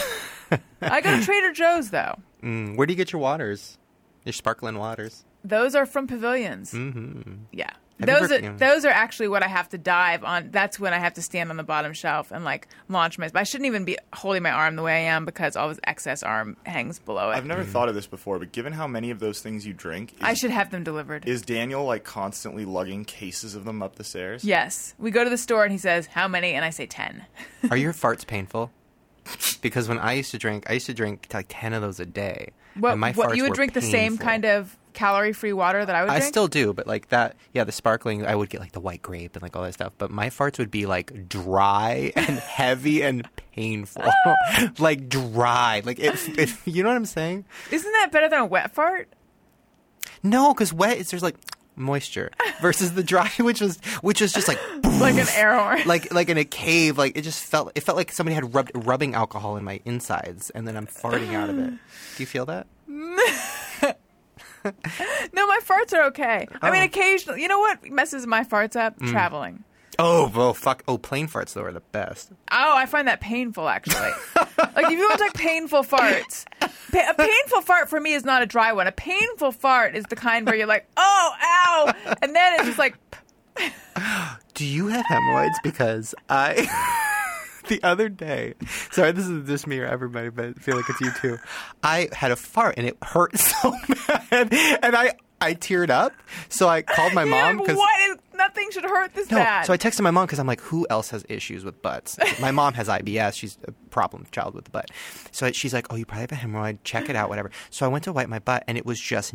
Speaker 1: I go to Trader Joe's though.
Speaker 3: Mm, Where do you get your waters? Your sparkling waters.
Speaker 1: Those are from pavilions. Mm-hmm. Yeah.
Speaker 3: Have you
Speaker 1: those
Speaker 3: ever-
Speaker 1: are those are actually what I have to dive on. That's when I have to stand on the bottom shelf and like launch my. I shouldn't even be holding my arm the way I am because all this excess arm hangs below it.
Speaker 4: I've never thought of this before, but given how many of those things you drink, is,
Speaker 1: I should have them delivered.
Speaker 4: is Daniel like constantly lugging cases of them up the stairs?
Speaker 1: yes, we go to the store and he says how many, and I say ten.
Speaker 3: Are your farts painful? (laughs) Because when I used to drink, I used to drink like ten of those a day.
Speaker 1: What,
Speaker 3: and my
Speaker 1: what
Speaker 3: farts
Speaker 1: you would
Speaker 3: were
Speaker 1: drink the same
Speaker 3: painful.
Speaker 1: kind of calorie free water that I would
Speaker 3: I
Speaker 1: drink?
Speaker 3: still do, but like that, yeah, the sparkling, I would get like the white grape and like all that stuff. But my farts would be like dry (laughs) and heavy and painful, (laughs) like dry. Like if, if you know what I'm saying?
Speaker 1: Isn't that better than a wet
Speaker 3: (laughs)
Speaker 1: fart?
Speaker 3: No, because wet is there's like moisture versus the dry, (laughs) which was which was just like (laughs)
Speaker 1: Like an air horn.
Speaker 3: like like in a cave. Like it just felt it felt like somebody had rubbed rubbing alcohol in my insides, and then I'm farting out of it. Do you feel that?
Speaker 1: (laughs) no, my farts are okay. I mean,
Speaker 3: Oh. Mm.
Speaker 1: occasionally, you know what messes my farts up? Traveling.
Speaker 3: Oh, well, fuck. Oh, plane farts though are the best.
Speaker 1: Oh, I find that painful actually. like if you want to talk painful farts, pa- a painful fart for me is not a dry one. A painful fart is the kind where you're like, oh, ow, and then it's just like,
Speaker 3: Do you have hemorrhoids? Because I. (laughs) The other day, sorry, this is just me or everybody, but I feel like it's you too. I had a fart and it hurt (laughs) so bad, and I I teared up. So I
Speaker 1: (laughs)
Speaker 3: called my
Speaker 1: you're
Speaker 3: mom
Speaker 1: like, what? Is- Nothing should hurt this
Speaker 3: no.
Speaker 1: bad.
Speaker 3: So I texted my mom because I'm like, who else has issues with butts?
Speaker 1: (laughs)
Speaker 3: My mom has IBS. She's a problem child with the butt. So I- she's like, oh, you probably have a hemorrhoid. Check it out, whatever. So I went to wipe my butt, and it was just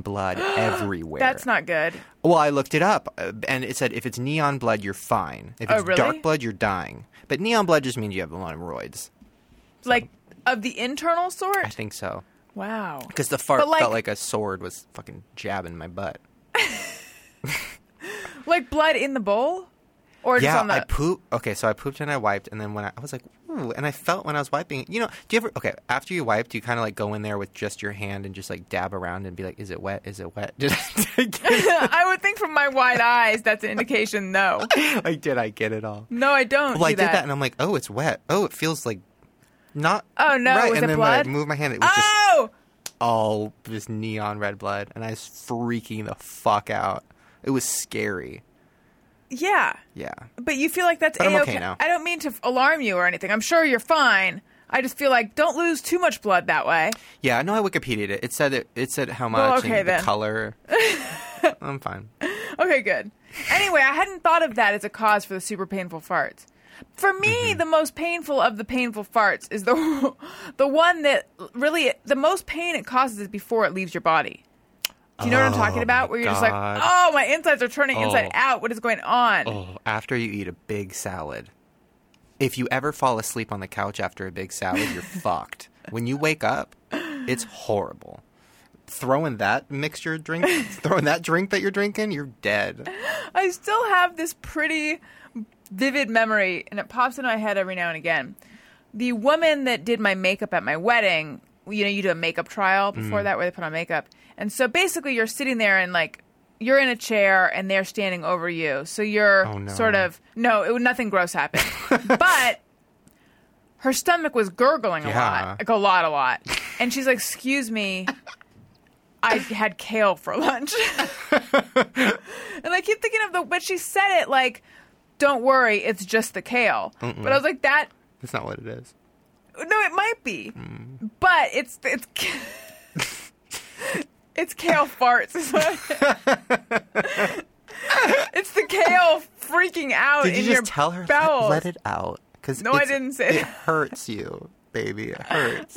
Speaker 1: (gasps)
Speaker 3: blood everywhere.
Speaker 1: That's not good.
Speaker 3: Well, I looked it up, uh, and it said if it's neon blood, you're fine. If
Speaker 1: Oh,
Speaker 3: it's
Speaker 1: really?
Speaker 3: dark blood, you're dying. But neon blood just means you have hemorrhoids.
Speaker 1: Like of the internal
Speaker 3: I
Speaker 1: sort.
Speaker 3: think so.
Speaker 1: Wow.
Speaker 3: Because the fart
Speaker 1: But, like-
Speaker 3: felt like a sword was fucking jabbing my butt.
Speaker 1: Like blood in the bowl, or just
Speaker 3: Yeah,
Speaker 1: on the.
Speaker 3: I poop. Okay, so I pooped and I wiped, and then when I, I was like, ooh, and I felt when I was wiping, you know, do you ever? Okay, after you wipe, do you kind of like go in there with just your hand and just like dab around and be like, is it wet? Is it wet? (laughs) Did I, did I
Speaker 1: (laughs)
Speaker 3: get,
Speaker 1: I would think from my wide eyes that's an indication. No,
Speaker 3: like, did I get it all?
Speaker 1: no, (laughs) I don't.
Speaker 3: Well, I
Speaker 1: do
Speaker 3: did that, and I'm like, oh, it's wet. Oh, it feels like not.
Speaker 1: Oh, no,
Speaker 3: Right,
Speaker 1: was
Speaker 3: and
Speaker 1: it
Speaker 3: then when I
Speaker 1: blood?
Speaker 3: moved my hand, it was just
Speaker 1: oh,
Speaker 3: all this neon red blood, and I was freaking the fuck out. It was scary.
Speaker 1: yeah.
Speaker 3: Yeah.
Speaker 1: But you feel like that's
Speaker 3: But I'm
Speaker 1: A-OK.
Speaker 3: okay now.
Speaker 1: I don't mean to f- alarm you or anything. I'm sure you're fine. I just feel like don't lose too much blood that way.
Speaker 3: Yeah, no, I Wikipedia'd it. It said it, it said how much
Speaker 1: Well, okay,
Speaker 3: and the
Speaker 1: then. (laughs)
Speaker 3: color. I'm fine.
Speaker 1: Okay, good. Anyway, I hadn't thought of that as a cause for the super painful farts. For me,
Speaker 3: Mm-hmm.
Speaker 1: the most painful of the painful farts is the (laughs) the one that really the most pain it causes is before it leaves your body. Do you know what I'm talking about? Where you're just like,
Speaker 3: Oh God.
Speaker 1: "Oh, my insides are turning inside
Speaker 3: Oh.
Speaker 1: out. What is going on?"
Speaker 3: Oh, after you eat a big salad. If you ever fall asleep on the couch after a big salad,
Speaker 1: (laughs)
Speaker 3: you're fucked. When you wake up, it's horrible. Throwing that
Speaker 1: (laughs)
Speaker 3: mixture drink, throwing that drink that you're drinking, you're dead.
Speaker 1: I still have this pretty vivid memory, and it pops into my head every now and again. The woman that did my makeup at my wedding, you know, you do a makeup trial
Speaker 3: Mm-hmm.
Speaker 1: before that where they put on makeup. And so basically, you're sitting there and like, you're in a chair and they're standing over you. So you're
Speaker 3: Oh, no.
Speaker 1: sort of, no, it, nothing gross happened.
Speaker 3: (laughs)
Speaker 1: but her stomach was gurgling a
Speaker 3: Yeah.
Speaker 1: lot, like a lot, a lot. And she's like, Excuse me, I had kale for lunch. (laughs) and I keep thinking of the, but she said it like, Don't worry, it's just the kale. But I was like, That,
Speaker 3: That's not what it is.
Speaker 1: no, it might be.
Speaker 3: Mm.
Speaker 1: But it's, it's, (laughs) it's kale farts. (laughs) is what- it's the kale freaking out
Speaker 3: Did
Speaker 1: in
Speaker 3: you
Speaker 1: your
Speaker 3: just tell her
Speaker 1: bowels.
Speaker 3: let, let it out? Because
Speaker 1: No, I didn't say
Speaker 3: it
Speaker 1: that.
Speaker 3: hurts you, baby. It hurts.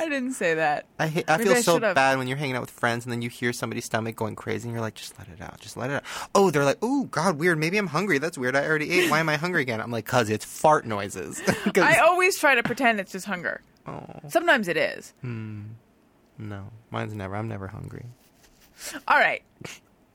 Speaker 1: (laughs) I didn't say that.
Speaker 3: I, hate, I
Speaker 1: Maybe
Speaker 3: feel
Speaker 1: I
Speaker 3: so
Speaker 1: should've.
Speaker 3: bad when you're hanging out with friends and then you hear somebody's stomach going crazy and you're like, just let it out, just let it out. Oh, they're like, oh God, weird. Maybe I'm hungry. That's weird. I already ate. Why am I hungry again? I'm like, cause it's fart noises. (laughs) 'Cause-
Speaker 1: I always try to pretend it's just hunger.
Speaker 3: Oh.
Speaker 1: Sometimes it is.
Speaker 3: no, mine's never. I'm never hungry.
Speaker 1: All right.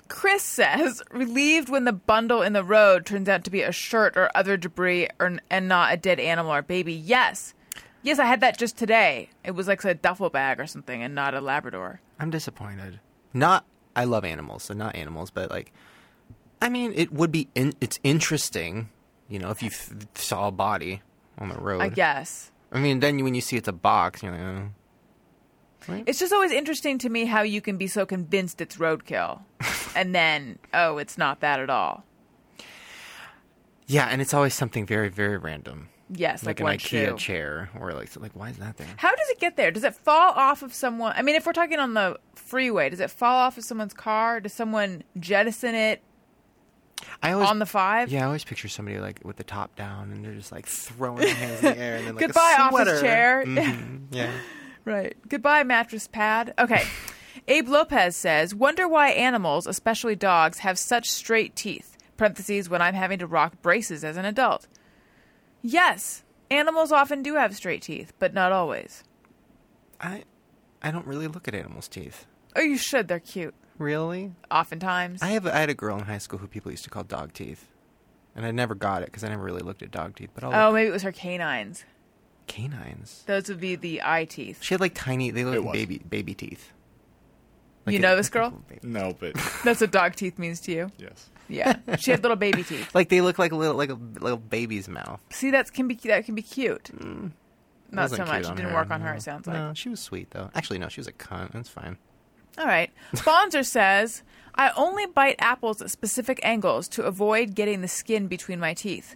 Speaker 1: Chris says, relieved when the bundle in the road turns out to be a shirt or other debris or, and not a dead animal or baby. Yes. Yes, I had that just today. It was like a duffel bag or something and not a Labrador.
Speaker 3: I'm disappointed. Not I love animals, so not animals, but like I mean, it would be in, it's interesting, you know, if you f- saw a body on the road.
Speaker 1: I guess.
Speaker 3: I mean, then when you see it's a box, you're like, oh.
Speaker 1: It's just always interesting to me how you can be so convinced it's
Speaker 3: (laughs)
Speaker 1: roadkill and then, oh, it's not that at all.
Speaker 3: yeah, and it's always something very, very random,
Speaker 1: Yes, like,
Speaker 3: like,
Speaker 1: one
Speaker 3: an IKEA
Speaker 1: shoe.
Speaker 3: chair, or like, so, like why is that there?
Speaker 1: How does it get there? Does it fall off of someone? I mean, if we're talking on the freeway, does it fall off of someone's car? Does someone jettison it
Speaker 3: I always
Speaker 1: on the five?
Speaker 3: Yeah, I always picture somebody like with the top down, and they're just like throwing their hands in the air, and then like
Speaker 1: Goodbye,
Speaker 3: a
Speaker 1: office
Speaker 3: sweater.
Speaker 1: chair.
Speaker 3: Mhm, Yeah.
Speaker 1: (laughs) Right. Goodbye, mattress pad.
Speaker 3: (laughs)
Speaker 1: Okay. Abe Lopez says, Wonder why animals, especially dogs, have such straight teeth. Parentheses, when I'm having to rock braces as an adult. Yes, animals often do have straight teeth, but not always.
Speaker 3: I, I don't really look at animals' teeth.
Speaker 1: Oh, you should. They're cute.
Speaker 3: Really?
Speaker 1: Oftentimes.
Speaker 3: I have I had a girl in high school who people used to call dog teeth, and I never got it because I never really looked at dog teeth. But all
Speaker 1: oh, maybe it was her canines.
Speaker 3: canines.
Speaker 1: Those would be the eye teeth.
Speaker 3: She had like tiny. They
Speaker 4: It
Speaker 3: looked like
Speaker 4: was.
Speaker 3: baby baby teeth.
Speaker 1: You
Speaker 3: a-
Speaker 1: know this girl?
Speaker 4: No,
Speaker 1: (laughs)
Speaker 4: but
Speaker 1: That's what dog teeth means to you.
Speaker 4: yes.
Speaker 1: Yeah. She had little baby teeth.
Speaker 3: Like they look like a little like a little baby's mouth.
Speaker 1: (laughs) See, that can be that can be cute. Not so
Speaker 3: Mm. Wasn't
Speaker 1: much.
Speaker 3: cute
Speaker 1: It
Speaker 3: on
Speaker 1: didn't
Speaker 3: her,
Speaker 1: work on her.
Speaker 3: no.
Speaker 1: It sounds like.
Speaker 3: No, she was sweet though. Actually, no, she was a cunt. That's fine.
Speaker 1: All right. Bonzer says, I only bite apples at specific angles to avoid getting the skin between my teeth.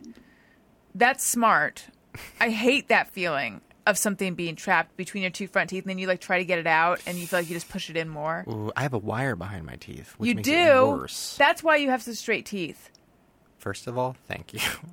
Speaker 1: That's smart. I hate that feeling of something being trapped between your two front teeth and then you like try to get it out and you feel like you just push it in more.
Speaker 3: Ooh, I have a wire behind my teeth, which
Speaker 1: you
Speaker 3: makes
Speaker 1: do.
Speaker 3: it worse.
Speaker 1: That's why you have such straight teeth.
Speaker 3: First of all, thank you. (laughs)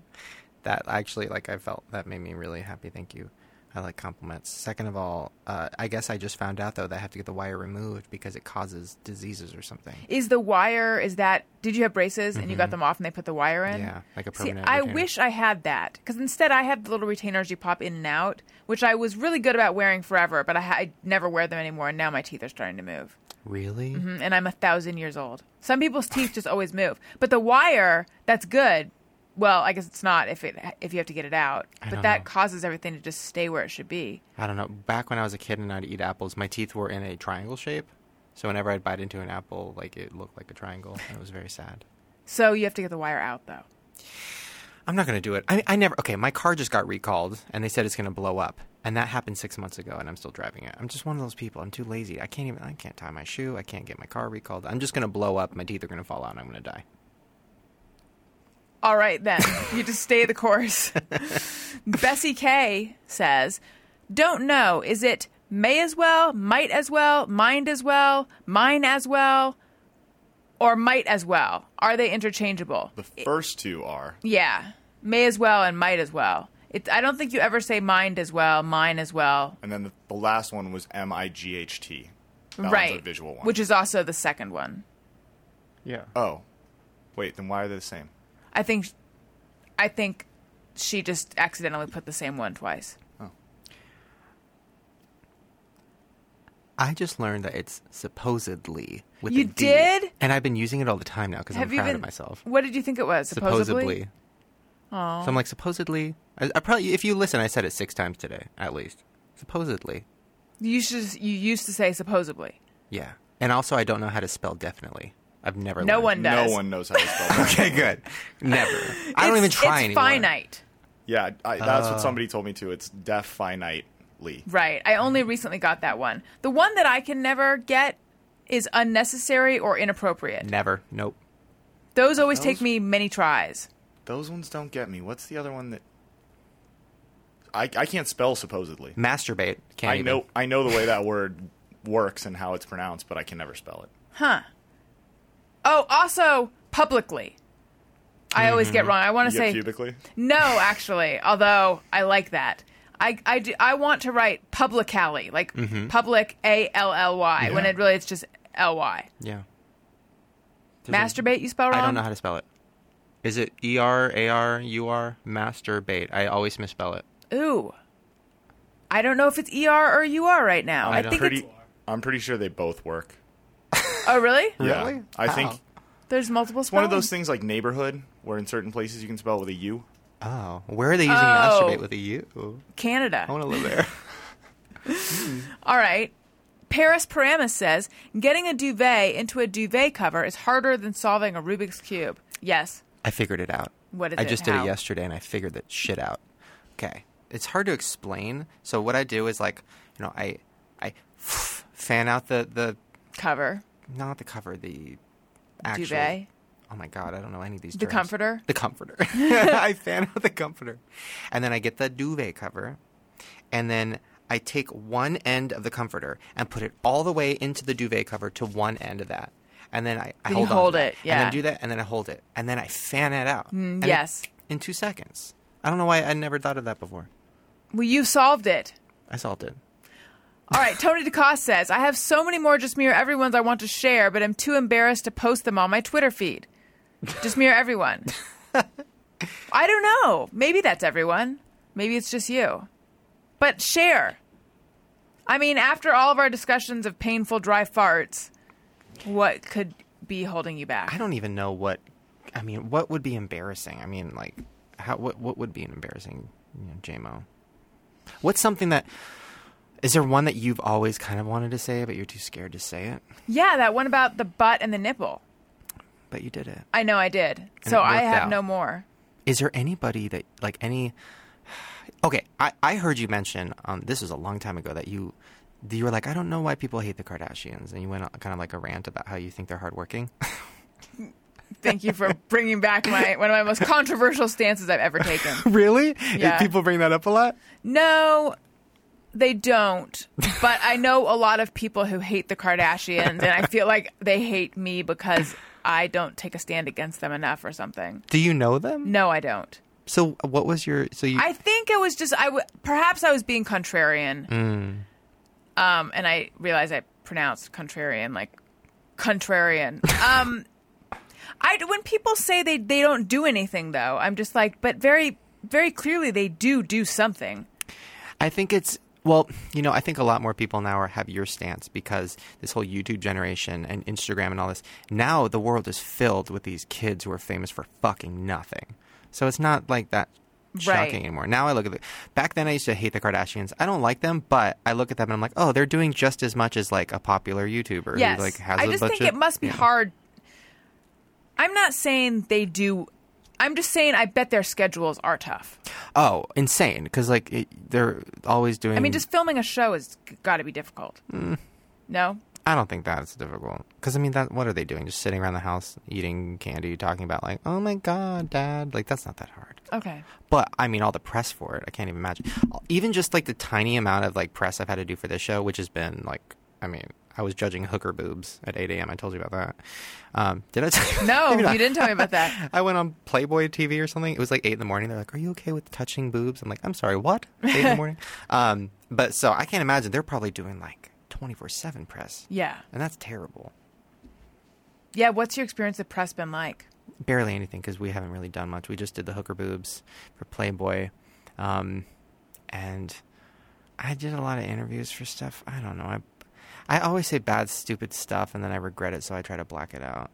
Speaker 3: that actually, like, I felt that made me really happy. Thank you. I like compliments. Second of all, uh, I guess I just found out though that I have to get the wire removed because it causes diseases or something.
Speaker 1: Is the wire is that did you have braces and you got them off and they put the wire in?
Speaker 3: Mm-hmm. Yeah, like a
Speaker 1: See,
Speaker 3: permanent.
Speaker 1: I
Speaker 3: retainer.
Speaker 1: wish I had that because instead I have the little retainers you pop in and out, which I was really good about wearing forever, but I, ha- I never wear them anymore, and now my teeth are starting to move.
Speaker 3: Really?
Speaker 1: Mm, And I'm a thousand years old. Some people's teeth just always move, but the wire that's good. Well, I guess it's not if it if you have to get it out,
Speaker 3: I
Speaker 1: but
Speaker 3: don't
Speaker 1: that
Speaker 3: know.
Speaker 1: causes everything to just stay where it should be.
Speaker 3: I don't know. Back when I was a kid and I'd eat apples, my teeth were in a triangle shape. So whenever I'd bite into an apple, like it looked like a triangle, and it was very sad.
Speaker 1: So you have to get the wire out though.
Speaker 3: I'm not going to do it. I, I never. Okay, my car just got recalled, and they said it's going to blow up, and that happened six months ago, and I'm still driving it. I'm just one of those people. I'm too lazy. I can't even. I can't tie my shoe. I can't get my car recalled. I'm just going to blow up. My teeth are going to fall out. and I'm going to die.
Speaker 1: All right, then. You just stay the course. Bessie K says, Don't know. Is it may as well, might as well, mind as well, mine as well, or might as well? Are they interchangeable?
Speaker 4: The first two are.
Speaker 1: Yeah. May as well and might as well. It, I don't think you ever say mind as well, mine as well.
Speaker 4: And then the, the last one was M I G H T. That one's a
Speaker 1: right.
Speaker 4: visual one.
Speaker 1: Which is also the second one.
Speaker 5: Yeah.
Speaker 4: Oh. Wait, then why are they the same?
Speaker 1: I think, I think she just accidentally put the same one twice.
Speaker 3: I just learned that it's supposedly with
Speaker 1: You
Speaker 3: a D.
Speaker 1: did?
Speaker 3: and I've been using it all the time now because I'm
Speaker 1: Have you
Speaker 3: proud
Speaker 1: been?
Speaker 3: of myself.
Speaker 1: What did you think it was?
Speaker 3: Supposedly. So I'm like supposedly. I, I probably if you listen, I said it six times today at least. Supposedly,
Speaker 1: You should. You used to say supposedly.
Speaker 3: yeah. And also, I don't know how to spell definitely. I've never.
Speaker 1: No
Speaker 3: learned.
Speaker 1: one does.
Speaker 4: No one knows how
Speaker 1: (laughs)
Speaker 4: to spell that.
Speaker 3: Okay, good. Never. I don't
Speaker 1: It's-
Speaker 3: even try
Speaker 1: It's
Speaker 3: anymore.
Speaker 1: finite,
Speaker 4: Yeah, I, that's
Speaker 3: Uh.
Speaker 4: what somebody told me too. It's definitely.
Speaker 1: right? I only recently got that one. The one that I can never get is unnecessary or inappropriate.
Speaker 3: Never. Nope.
Speaker 1: Those always take me many tries.
Speaker 4: Those ones don't get me. What's the other one that I I can't spell supposedly.
Speaker 3: Masturbate. Can't
Speaker 4: I
Speaker 3: even.
Speaker 4: know I know the way that word works and how it's pronounced, but I can never spell it.
Speaker 1: Oh, also publicly. I always
Speaker 3: Mm-hmm.
Speaker 1: get wrong. I want to
Speaker 4: You get
Speaker 1: say
Speaker 4: cubically?
Speaker 1: no, actually. Although I like that. I, I, do, I want to write public alley, like
Speaker 3: Mm-hmm.
Speaker 1: public A L L Y, when
Speaker 4: Yeah.
Speaker 1: it really it's just L Y.
Speaker 3: Yeah.
Speaker 1: Masturbate, you spell wrong?
Speaker 3: I don't know how to spell it. Is it E R A R U R? Masturbate. I always misspell it.
Speaker 1: Ooh. I don't know if it's ER or UR right now. I,
Speaker 4: I'm
Speaker 1: think
Speaker 4: pretty
Speaker 1: it's
Speaker 4: I'm pretty sure they both work.
Speaker 1: Oh, really?
Speaker 4: Yeah.
Speaker 3: Really?
Speaker 4: I
Speaker 3: How?
Speaker 4: think
Speaker 1: There's multiple
Speaker 4: It's
Speaker 1: spells.
Speaker 4: one of those things like neighborhood, where in certain places you can spell it with a U.
Speaker 3: Oh, where are they using
Speaker 1: Oh.
Speaker 3: masturbate with a U?
Speaker 1: Canada.
Speaker 3: I want to live there.
Speaker 1: All right. Paris Paramus says getting a duvet into a duvet cover is harder than solving a Rubik's Cube. Yes.
Speaker 3: I figured it out.
Speaker 1: What is
Speaker 3: I
Speaker 1: it?
Speaker 3: just did
Speaker 1: How?
Speaker 3: it yesterday and I figured that shit out. Okay. It's hard to explain. So what I do is like, you know, I I fan out the the
Speaker 1: Cover.
Speaker 3: not the cover, the actual
Speaker 1: Duvet?
Speaker 3: Oh my god, I don't know any of these
Speaker 1: The
Speaker 3: terms.
Speaker 1: comforter?
Speaker 3: The comforter. (laughs) I fan out the comforter. And then I get the duvet cover. And then I take one end of the comforter and put it all the way into the duvet cover to one end of that. And then I, I
Speaker 1: You
Speaker 3: hold, on to
Speaker 1: hold
Speaker 3: that.
Speaker 1: it,
Speaker 3: And
Speaker 1: yeah. Mm,
Speaker 3: then do that and then I hold it. And then I fan it out. And it-
Speaker 1: yes.
Speaker 3: in two seconds. I don't know why I never thought of that before.
Speaker 1: Well, you've solved it.
Speaker 3: I solved it.
Speaker 1: All right, Tony DeCoste says, I have so many more Just Mirror Everyone's I want to share, but I'm too embarrassed to post them on my Twitter feed. Just Mirror
Speaker 3: (laughs)
Speaker 1: Everyone. I don't know. Maybe that's everyone. Maybe it's just you. But share. I mean, after all of our discussions of painful dry farts, what could be holding you back?
Speaker 3: I don't even know what. I mean, what would be embarrassing? I mean, like, how? What? What would be an embarrassing? You know, JMO. What's something that? Is there one that you've always kind of wanted to say, but you're too scared to say it?
Speaker 1: yeah, that one about the butt and the nipple.
Speaker 3: But you did it.
Speaker 1: I know I did. So
Speaker 3: it
Speaker 1: I
Speaker 3: worked
Speaker 1: have
Speaker 3: out.
Speaker 1: no more.
Speaker 3: Is there anybody that like any? (sighs) Okay, I I heard you mention um this was a long time ago that you you were like I don't know why people hate the Kardashians and you went on kind of like a rant about how you think they're hardworking. (laughs)
Speaker 1: Thank you for bringing back my one of my most controversial stances I've ever taken.
Speaker 3: really?
Speaker 1: Yeah. People
Speaker 3: bring that up a lot.
Speaker 1: No, they don't. But I know a lot of people who hate the Kardashians, and I feel like they hate me because I don't take a stand against them enough or something.
Speaker 3: Do you know them?
Speaker 1: No, I don't.
Speaker 3: So what was your so you
Speaker 1: I think it was just I w- perhaps I was being contrarian, um, and I realized I pronounced contrarian like contrarian. Um, I when people say they they don't do anything though, I'm just like, but very very clearly they do do something.
Speaker 3: I think it's well, you know, I think a lot more people now are have your stance because this whole YouTube generation and Instagram and all this. Now the world is filled with these kids who are famous for fucking nothing. So it's not like that shocking
Speaker 1: Right.
Speaker 3: anymore. Now I look at the back then I used to hate the Kardashians. I don't like them, but I look at them and I'm like, oh, they're doing just as much as like a popular YouTuber who,
Speaker 1: Yes.
Speaker 3: like has
Speaker 1: I
Speaker 3: a
Speaker 1: just
Speaker 3: bunch
Speaker 1: think it
Speaker 3: of-
Speaker 1: must be
Speaker 3: yeah.
Speaker 1: hard. I'm not saying they do. I'm just saying I bet their schedules are tough.
Speaker 3: Oh, insane! Because like it, they're always doing.
Speaker 1: I mean, just filming a show has got to be difficult.
Speaker 3: Mm.
Speaker 1: No,
Speaker 3: I don't think that's difficult. Because I mean, that what are they doing? Just sitting around the house eating candy, talking about like, oh my god, dad. Like that's not that hard.
Speaker 1: okay.
Speaker 3: But I mean, all the press for it, I can't even imagine. Even just like the tiny amount of like press I've had to do for this show, which has been like, I mean, I was judging hooker boobs at 8 a.m. I told you about that. Um, did I? Tell you?
Speaker 1: No,
Speaker 3: (laughs) Maybe not.
Speaker 1: you didn't tell me about that.
Speaker 3: (laughs) I went on Playboy TV or something. It was like eight in the morning. They're like, "Are you okay with touching boobs?" I'm like, "I'm sorry, what?" Eight in
Speaker 1: (laughs)
Speaker 3: the morning. Um, but so I can't imagine they're probably doing like 24 seven press.
Speaker 1: Yeah,
Speaker 3: And that's terrible.
Speaker 1: yeah. What's your experience with press been like?
Speaker 3: Barely anything because we haven't really done much. We just did the hooker boobs for Playboy. Um, and I did a lot of interviews for stuff. I don't know. I, I always say bad, stupid stuff and then I regret it, so I try to black it out.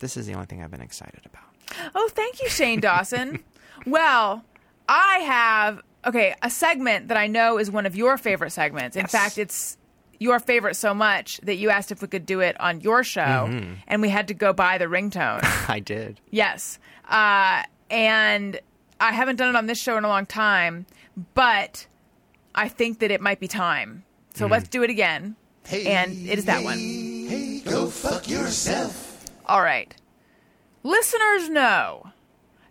Speaker 3: This is the only thing I've been excited
Speaker 1: (laughs)
Speaker 3: about.
Speaker 1: Oh, thank you, Shane
Speaker 3: (laughs)
Speaker 1: Dawson. well, I have okay a segment that I know is one of your favorite segments. In fact, it's your favorite so much that you asked if we could do it on your show,
Speaker 3: Mm-hmm.
Speaker 1: and we had to go buy the ringtone.
Speaker 3: I did.
Speaker 1: Yes. Uh, and I haven't done it on this show in a long time, but I think that it might be time. So let's do it again. and it is that one. Hey, go fuck yourself. All right. Listeners know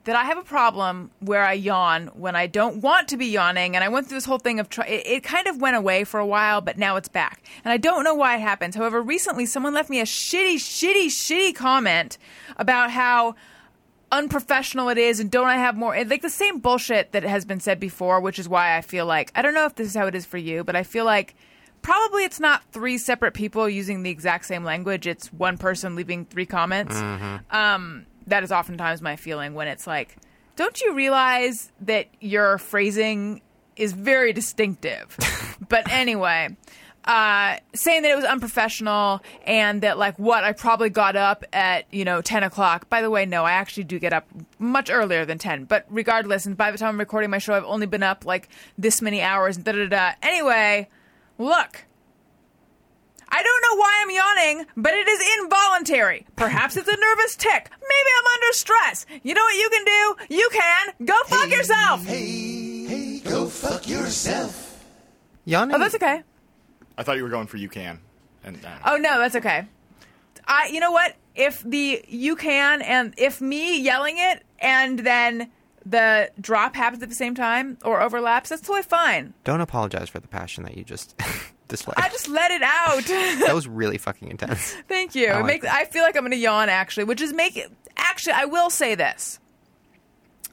Speaker 1: that I have a problem where I yawn when I don't want to be yawning. And I went through this whole thing of try- it, it kind of went away for a while, but now it's back. And I don't know why it happens. However, recently someone left me a shitty, shitty, shitty comment about how unprofessional it is and don't I have more like the same bullshit that has been said before, which is why I feel like I don't know if this is how it is for you, but I feel like probably it's not three separate people using the exact same language. It's one person leaving three comments. Um, that is oftentimes my feeling when it's like, don't you realize that your phrasing is very distinctive? but anyway, uh, saying that it was unprofessional and that like what I probably got up at you know ten o'clock. By the way, no, I actually do get up much earlier than ten. But regardless, and by the time I'm recording my show, I've only been up like this many hours. Da da da. Anyway, look. I don't know why I'm yawning, but it is involuntary. Perhaps it's a nervous tick. Maybe I'm under stress. You know what you can do? You can go fuck yourself.
Speaker 2: Hey, go fuck yourself.
Speaker 3: Yawning.
Speaker 1: Oh, that's okay.
Speaker 4: I thought you were going for you can, and uh,
Speaker 1: Oh no, that's okay. I you know what? If the you can and if me yelling it and then the drop happens at the same time or overlaps, that's totally fine.
Speaker 3: Don't apologize for the passion that you just (laughs) displayed.
Speaker 1: I just let it out.
Speaker 3: that was really fucking intense.
Speaker 1: Thank you.
Speaker 3: I
Speaker 1: it
Speaker 3: like
Speaker 1: makes
Speaker 3: that.
Speaker 1: I feel like I'm going to yawn actually, which is make actually I will say this.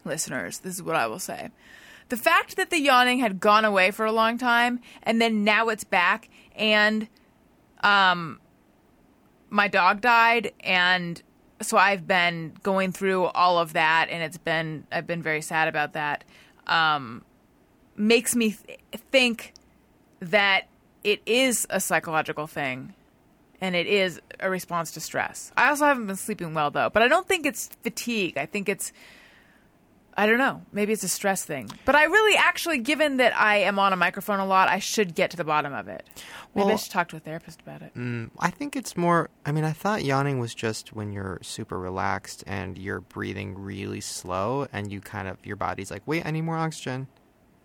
Speaker 1: Listeners, this is what I will say. The fact that the yawning had gone away for a long time and then now it's back and um my dog died and so I've been going through all of that and it's been I've been very sad about that. Um makes me th- think that it is a psychological thing and it is a response to stress. I also haven't been sleeping well though, but I don't think it's fatigue. I think it's I don't know. Maybe it's a stress thing. But I really actually given that I am on a microphone a lot, I should get to the bottom of it. Maybe I
Speaker 3: Well-
Speaker 1: should talk to a therapist about it.
Speaker 3: I think it's more. I mean, I thought yawning was just when you're super relaxed and you're breathing really slow, and you kind of your body's like, "Wait, I need more oxygen."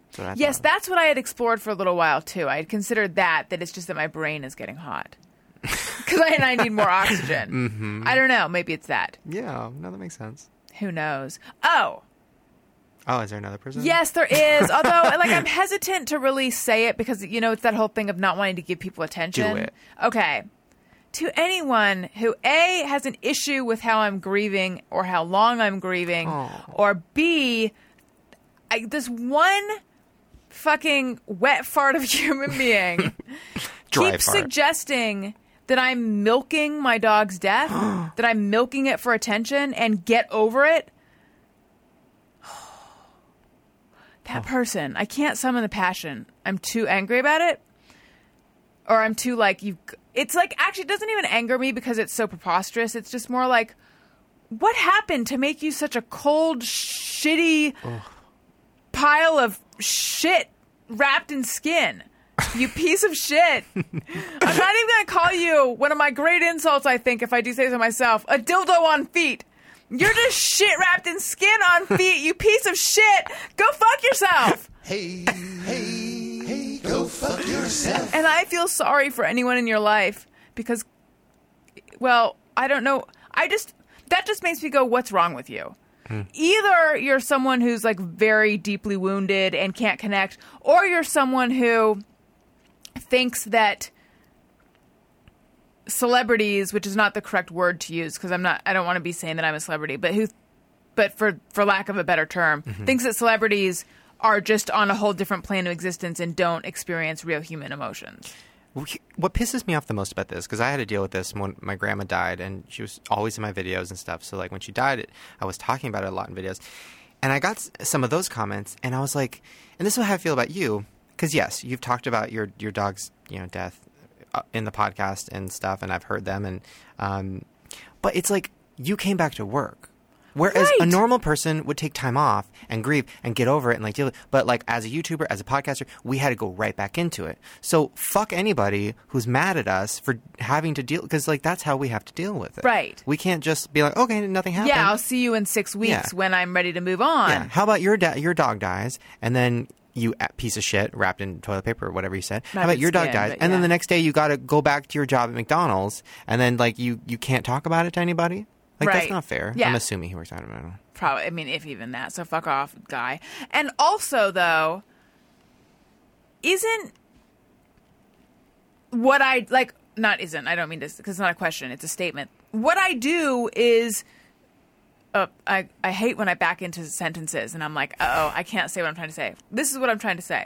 Speaker 3: That's what I
Speaker 1: Yes,
Speaker 3: thought.
Speaker 1: that's what I had explored for a little while too. I had considered that that it's just that my brain is getting hot. (laughs) Cuz I and I need more oxygen. I don't know, maybe it's that.
Speaker 3: Yeah. No, that makes sense.
Speaker 1: Who knows? Oh,
Speaker 3: Oh, is there another person?
Speaker 1: Yes, there is. Although, like, I'm hesitant to really say it because you know it's that whole thing of not wanting to give people attention.
Speaker 3: it.
Speaker 1: Okay. To anyone who a has an issue with how I'm grieving or how long I'm grieving, or b I, this one fucking wet fart of (laughs) a human being
Speaker 3: (laughs) Dry
Speaker 1: keeps
Speaker 3: fart.
Speaker 1: suggesting that I'm milking my dog's
Speaker 3: (gasps)
Speaker 1: death, that I'm milking it for attention, and get over it. (sighs)
Speaker 3: Oh.
Speaker 1: that person. I can't summon the passion. I'm too angry about it, or I'm too like you. It's like actually it doesn't even anger me because it's so preposterous. It's just more like, what happened to make you such a cold, shitty pile of shit wrapped in skin? You piece of shit. I'm not even gonna call you one of my great insults. I think if I do say so myself, a dildo on feet. You're just shit wrapped in skin on feet, you piece of shit. Go fuck yourself.
Speaker 2: Hey, hey, hey, go fuck yourself.
Speaker 1: And I feel sorry for anyone in your life because, well, I don't know. I just, that just makes me go, what's wrong with you? Either you're someone who's like very deeply wounded and can't connect, or you're someone who thinks that celebrities, which is not the correct word to use because I'm not, I don't want to be saying that I'm a celebrity, but who, but for for lack of a better term,
Speaker 3: Mm-hmm.
Speaker 1: thinks that celebrities are just on a whole different plane of existence and don't experience real human emotions.
Speaker 3: We- What pisses me off the most about this, because I had to deal with this when my grandma died, and she was always in my videos and stuff. So, like, when she died, it, I was talking about it a lot in videos. And I got s- some of those comments, and I was like, and this is how I feel about you, because yes, you've talked about your, your dog's you know death uh, in the podcast and stuff, and I've heard them, and um, but it's like you came back to work. Whereas a
Speaker 1: Right.
Speaker 3: normal person would take time off and grieve and get over it and like deal with but like as a YouTuber, as a podcaster, we had to go right back into it. So fuck anybody who's mad at us for having to deal because like that's how we have to deal with it.
Speaker 1: Right.
Speaker 3: We can't just be like, okay, nothing happened.
Speaker 1: Yeah, I'll see you in six weeks
Speaker 3: Yeah.
Speaker 1: when I'm ready to move on.
Speaker 3: Yeah. How about your da- your dog dies and then you a- piece of shit wrapped in toilet paper or whatever you said.
Speaker 1: Not
Speaker 3: How about
Speaker 1: in
Speaker 3: your dog
Speaker 1: skin,
Speaker 3: dies
Speaker 1: but
Speaker 3: and then
Speaker 1: yeah.
Speaker 3: the next day you got to go back to your job at McDonald's and then like you you can't talk about it to anybody. Like
Speaker 1: Right.
Speaker 3: that's not fair.
Speaker 1: Yeah.
Speaker 3: I'm assuming he works out at McDonald's.
Speaker 1: Probably, I mean, if even that. So fuck off, guy. And also, though, isn't what I like? Not isn't. I don't mean this because it's not a question. It's a statement. What I do is. Uh, I, I hate when I back into sentences and I'm like, oh, I can't say what I'm trying to say. This is what I'm trying to say.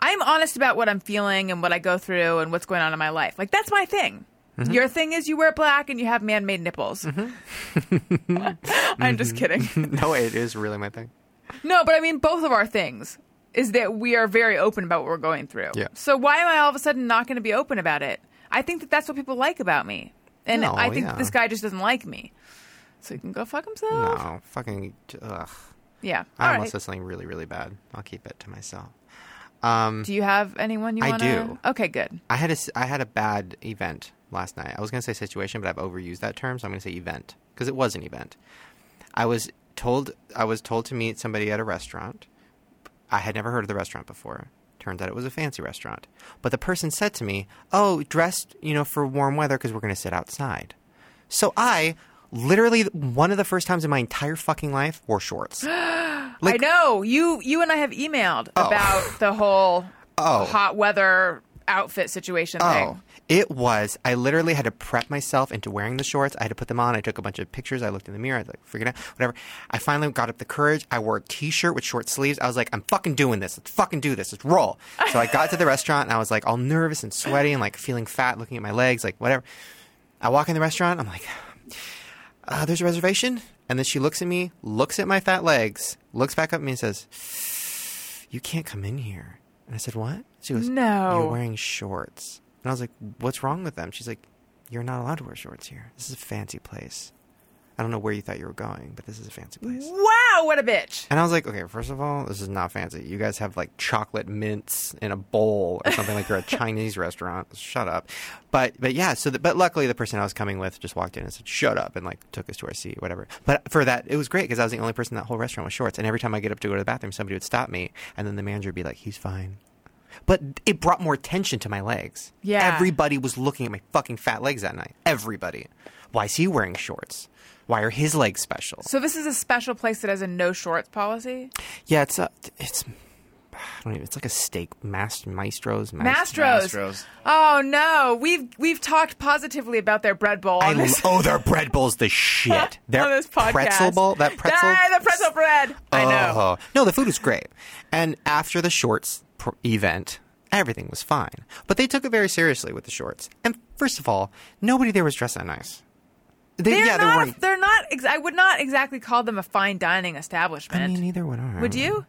Speaker 1: I'm honest about what I'm feeling and what I go through and what's going on in my life. Like, that's my thing. Your thing is you wear black and you have man made nipples. (laughs) I'm just kidding.
Speaker 3: (laughs) no, it is really my thing.
Speaker 1: No, but I mean both of our things. is that we are very open about what we're going through.
Speaker 3: Yeah.
Speaker 1: So why am I all of a sudden not going to be open about it? I think that that's what people like about me, and
Speaker 3: No,
Speaker 1: I think
Speaker 3: yeah.
Speaker 1: this guy just doesn't like me. So he can go fuck himself.
Speaker 3: No, fucking. Ugh.
Speaker 1: Yeah.
Speaker 3: I
Speaker 1: All
Speaker 3: almost
Speaker 1: right.
Speaker 3: said something really, really bad. I'll keep it to myself. Um,
Speaker 1: Do you have anyone you
Speaker 3: I
Speaker 1: want
Speaker 3: do.
Speaker 1: to? Okay, good.
Speaker 3: I had a s- I had a bad event last night. I was going to say situation, but I've overused that term, so I'm going to say event because it was an event. I was told I was told to meet somebody at a restaurant. I had never heard of the restaurant before. Turns out it was a fancy restaurant. But the person said to me, "Oh, dressed, you know, for warm weather because we're going to sit outside." So I literally one of the first times in my entire fucking life wore shorts.
Speaker 1: I
Speaker 3: Like-
Speaker 1: know you. You and I have emailed about the whole
Speaker 3: (laughs) Oh.
Speaker 1: hot weather outfit situation
Speaker 3: Oh,
Speaker 1: thing.
Speaker 3: it was. I literally had to prep myself into wearing the shorts. I had to put them on. I took a bunch of pictures. I looked in the mirror. I like figured out whatever. I finally got up the courage. I wore a t-shirt with short sleeves. I was like, I'm fucking doing this. Let's fucking do this. Let's roll. So I got to the restaurant and I was like all nervous and sweaty and like feeling fat, looking at my legs, like whatever. I walk in the restaurant. I'm like, uh, there's a reservation. And then she looks at me, looks at my fat legs, looks back up at me and says, you can't come in here. And I said, what? She goes,
Speaker 1: No.
Speaker 3: You're wearing shorts. And I was like, what's wrong with them? She's like, you're not allowed to wear shorts here. This is a fancy place. I don't know where you thought you were going, but this is a fancy place.
Speaker 1: Wow, what a bitch!
Speaker 3: And I was like, okay, first of all, this is not fancy. You guys have like chocolate mints in a bowl or something like you're a Chinese restaurant. Shut up. But but yeah, so the, but luckily the person I was coming with just walked in and said, "Shut up," and like took us to our seat, whatever. But for that, it was great because I was the only person in that whole restaurant with shorts. And every time I get up to go to the bathroom, somebody would stop me, and then the manager would be like, "He's fine." But it brought more attention to my legs.
Speaker 1: Yeah.
Speaker 3: Everybody was looking at my fucking fat legs that night. Everybody. Why is he wearing shorts? Why are his legs special?
Speaker 1: So this is a special place that has a no shorts policy.
Speaker 3: Yeah, it's a, it's I don't even. It's like a steak mas- maestros. mas-
Speaker 1: Mastros.
Speaker 4: Mastros.
Speaker 1: Oh no, we've we've talked positively about their bread bowl
Speaker 3: I
Speaker 1: on
Speaker 3: lo-
Speaker 1: this,
Speaker 3: oh, their bread bowl's the shit.
Speaker 1: (laughs)
Speaker 3: Their
Speaker 1: on this podcast.
Speaker 3: pretzel bowl, that pretzel.
Speaker 1: Ah, the pretzel bread. I know.
Speaker 3: Oh. No, the food was great. And after the shorts pr- event, everything was fine. But they took it very seriously with the shorts. And first of all, nobody there was dressed that nice. They,
Speaker 1: They're
Speaker 3: yeah, they
Speaker 1: not.
Speaker 3: weren't.
Speaker 1: they're not. Ex- I would not exactly call them a fine dining establishment.
Speaker 3: I mean, neither would I.
Speaker 1: would you?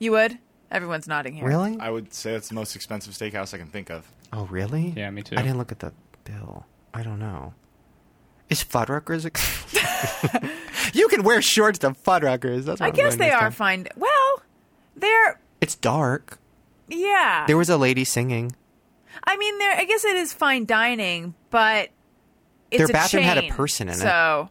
Speaker 1: You would. Everyone's nodding here.
Speaker 3: Really?
Speaker 4: I would say that's the most expensive steakhouse I can think of.
Speaker 3: Oh, really?
Speaker 5: Yeah, me too.
Speaker 3: I didn't look at the bill. I don't know. Is Fuddruckers? Ex- (laughs) you can wear shorts to Fuddruckers. That's what
Speaker 1: I
Speaker 3: I'm
Speaker 1: guess
Speaker 3: doing
Speaker 1: they
Speaker 3: this
Speaker 1: are
Speaker 3: time.
Speaker 1: fine. Well, they're
Speaker 3: It's dark.
Speaker 1: yeah.
Speaker 3: There was a lady singing.
Speaker 1: I mean, there. I guess it is fine dining, but it's
Speaker 3: Their
Speaker 1: a
Speaker 3: bathroom had a
Speaker 1: chain,
Speaker 3: person in it.
Speaker 1: So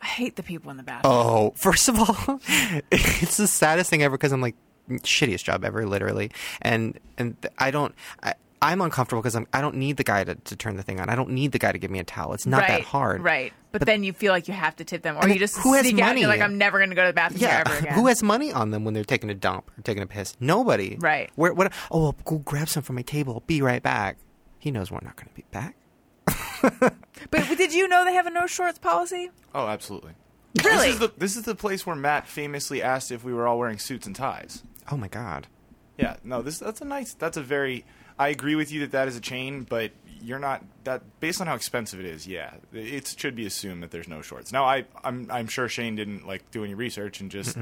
Speaker 1: I hate the people in the bathroom.
Speaker 3: Oh, first of all, (laughs) it's the saddest thing ever because I'm like shittiest job ever, literally. And and th- I don't. I, I'm uncomfortable because I'm. I don't need the guy to, to turn the thing on. I don't need the guy to give me a towel. It's not
Speaker 1: right,
Speaker 3: that hard.
Speaker 1: right? But, then you feel like you have to tip them, or
Speaker 3: And
Speaker 1: you just
Speaker 3: who has
Speaker 1: sneak out and you're
Speaker 3: money?
Speaker 1: like, I'm never going to go to the bathroom
Speaker 3: Yeah,
Speaker 1: here ever again.
Speaker 3: (laughs) who has money on them when they're taking a dump or taking a piss? Nobody.
Speaker 1: Right.
Speaker 3: Where? What? Oh, I'll go grab some from my table. I'll Be right back. He knows we're not going to be back.
Speaker 1: But did you know they have a no shorts policy?
Speaker 4: Oh, absolutely.
Speaker 1: Really?
Speaker 4: This is the this is the place where Matt famously asked if we were all wearing suits and ties.
Speaker 3: Oh my god.
Speaker 4: Yeah, no, this that's a nice. That's a very. I agree with you that that is a chain, but you're not that based on how expensive it is. Yeah, it should be assumed that there's no shorts. Now, I I'm I'm sure Shane didn't like do any research and just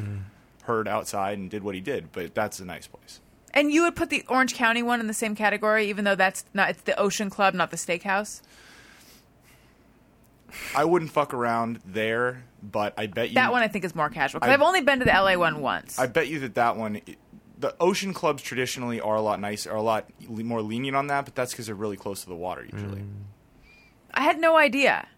Speaker 4: heard outside and did what he did, but that's a nice place.
Speaker 1: And you would put the Orange County one in the same category, even though that's not it's the Ocean Club, not the Steakhouse.
Speaker 4: I wouldn't fuck around there, but I bet
Speaker 3: Mm.
Speaker 4: you
Speaker 1: That one I think is more casual because
Speaker 4: I-
Speaker 1: I've only been to the LA one once.
Speaker 4: I bet you that that one, the ocean clubs traditionally are a lot nicer, are a lot le- more lenient on that, but that's because they're really close to the water usually.
Speaker 3: Mm.
Speaker 1: I had no idea.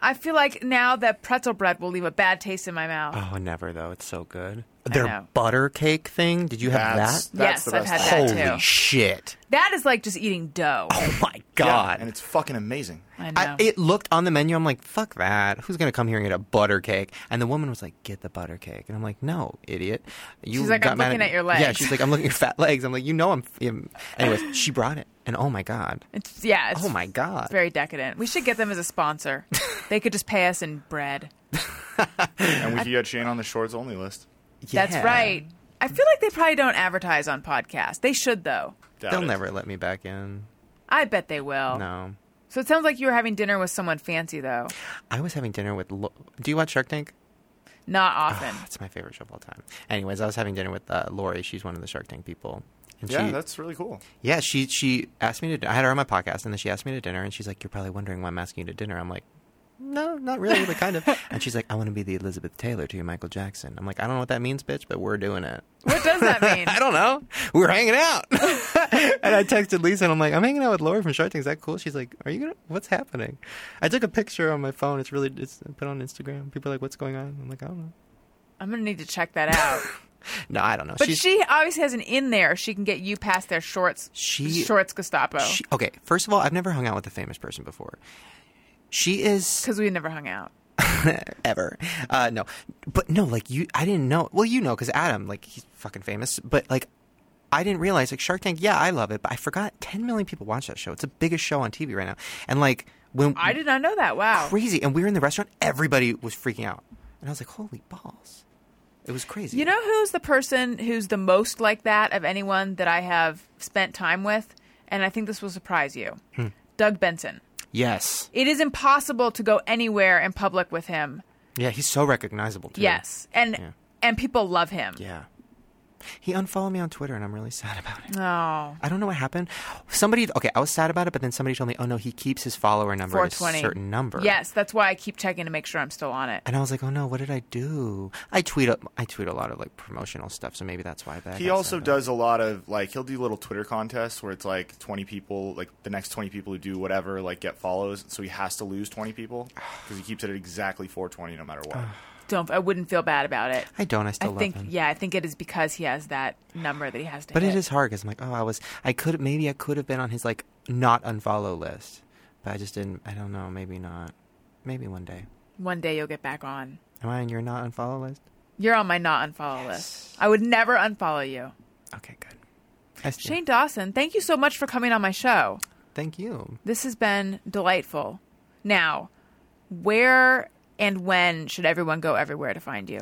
Speaker 1: I feel like now that pretzel bread will leave a bad taste in my mouth.
Speaker 3: Oh, never though. It's so good.
Speaker 1: know.
Speaker 3: Their butter cake thing. Did you have
Speaker 4: That's,
Speaker 3: that?
Speaker 4: that's
Speaker 1: Yes,
Speaker 4: the
Speaker 1: I've
Speaker 4: best.
Speaker 1: had
Speaker 4: thing.
Speaker 1: that
Speaker 3: Holy
Speaker 1: too.
Speaker 3: shit!
Speaker 1: That is like just eating dough.
Speaker 3: Oh (laughs) my
Speaker 4: Yeah,
Speaker 3: god.
Speaker 4: and it's fucking amazing.
Speaker 1: I know.
Speaker 3: I, it looked on the menu. I'm like, fuck that. Who's gonna come here and get a butter cake? And the woman was like, get the butter cake. And I'm like, no, idiot. You
Speaker 1: She's like,
Speaker 3: got
Speaker 1: "I'm
Speaker 3: mad
Speaker 1: looking at your
Speaker 3: Yeah,
Speaker 1: legs."
Speaker 3: she's like, I'm looking at your fat legs. I'm like, you know, I'm. I'm- Anyways, she brought it, and oh my god,
Speaker 1: it's, yeah. It's
Speaker 3: oh my god.
Speaker 1: Very decadent. We should get them as a
Speaker 3: (laughs)
Speaker 1: sponsor. they could just pay us in bread.
Speaker 4: And we could get Shane on the shorts only list.
Speaker 3: Yeah.
Speaker 1: That's right. I feel like they probably don't advertise on podcasts. They should though.
Speaker 4: Doubt
Speaker 3: They'll
Speaker 4: it.
Speaker 3: never let me back in.
Speaker 1: I bet they will.
Speaker 3: No,
Speaker 1: So it sounds like you were having dinner with someone fancy though.
Speaker 3: I was having dinner with. Lo- Do you watch Shark Tank?
Speaker 1: Not
Speaker 3: (sighs)
Speaker 1: often.
Speaker 3: That's my favorite show of all time. Anyways, I was having dinner with uh, Lori. She's one of the Shark Tank people. And
Speaker 4: Yeah,
Speaker 3: she,
Speaker 4: that's really cool.
Speaker 3: yeah. She she asked me to. I had her on my podcast, and then she asked me to dinner, and she's like, "You're probably wondering why I'm asking you to dinner." I'm like, "No, not really, but
Speaker 1: (laughs)
Speaker 3: kind of." and she's like, "I want to be the Elizabeth Taylor to your Michael Jackson." I'm like, "I don't know what that means, bitch, but we're doing it."
Speaker 1: what does
Speaker 3: (laughs)
Speaker 1: that mean?
Speaker 3: I don't know. We were hanging out, (laughs) and I texted Lisa, and I'm like, "I'm hanging out with Lori from Shark Tank. Is that cool?" She's like, "Are you gonna? What's happening?" I took a picture on my phone. It's really it's put on Instagram. People are like, "What's going on?" I'm like, "I don't know."
Speaker 1: I'm gonna need to check that
Speaker 3: (laughs)
Speaker 1: out.
Speaker 3: No, I don't know.
Speaker 1: But
Speaker 3: She's-
Speaker 1: she obviously has an in there. She can get you past their shorts.
Speaker 3: She-
Speaker 1: shorts Gestapo
Speaker 3: She, okay, first of all, I've never hung out with a famous person before. She is
Speaker 1: because we never hung out.
Speaker 3: ever. Uh, no, but no, like you, I didn't know. Well, you know, because Adam, like he's fucking famous. But like, I didn't realize like Shark Tank. Yeah, I love it, but I forgot 10 million people watch that show. It's the biggest show on TV right now. And like when
Speaker 1: I did not know that. Wow.
Speaker 3: Mm. crazy, and we were in the restaurant, everybody was freaking out, and I was like, holy balls, it was crazy.
Speaker 1: You know who's the person who's the most like that of anyone that I have spent time with? And I think this will surprise you.
Speaker 3: Hmm.
Speaker 1: Doug Benson.
Speaker 3: Yes.
Speaker 1: It is impossible to go anywhere in public with him.
Speaker 3: Yeah, he's so recognizable too.
Speaker 1: Yes. And
Speaker 3: Yeah.
Speaker 1: and people love him.
Speaker 3: Yeah. He unfollowed me on Twitter, and I'm really sad about it.
Speaker 1: Oh.
Speaker 3: I don't know what happened. Somebody, okay, I was sad about it, but then somebody told me, oh no, he keeps his follower number at a
Speaker 1: 420.
Speaker 3: certain number.
Speaker 1: Yes, that's why I keep checking to make sure I'm still on it.
Speaker 3: And I was like, oh no, what did I do? I tweet, a, I tweet a lot of like promotional stuff, so maybe that's why. But I
Speaker 4: He
Speaker 3: got
Speaker 4: also
Speaker 3: sad about it.
Speaker 4: does a lot of like he'll do little Twitter contests where it's like twenty people, like the next twenty people who do whatever, like get follows. So he has to lose twenty people because he keeps it at exactly four twenty no matter what.
Speaker 3: Ah.
Speaker 1: Don't I wouldn't feel bad about it.
Speaker 3: I don't. I
Speaker 1: I
Speaker 3: still love
Speaker 1: think
Speaker 3: him.
Speaker 1: yeah, I think it is because he has that number that he has to
Speaker 3: But
Speaker 1: hit.
Speaker 3: it is hard because I'm like, oh, I was, I could, maybe I could have been on his like not unfollow list, but I just didn't. I don't know. Maybe not. Maybe one day.
Speaker 1: one day you'll get back on.
Speaker 3: Am I on your not unfollow list?
Speaker 1: You're on my not unfollow list. I would never unfollow you.
Speaker 3: Okay, good. I see.
Speaker 1: Shane Dawson, thank you so much for coming on my show.
Speaker 3: Thank you.
Speaker 1: This has been delightful. Now, where and when should everyone go everywhere to find you?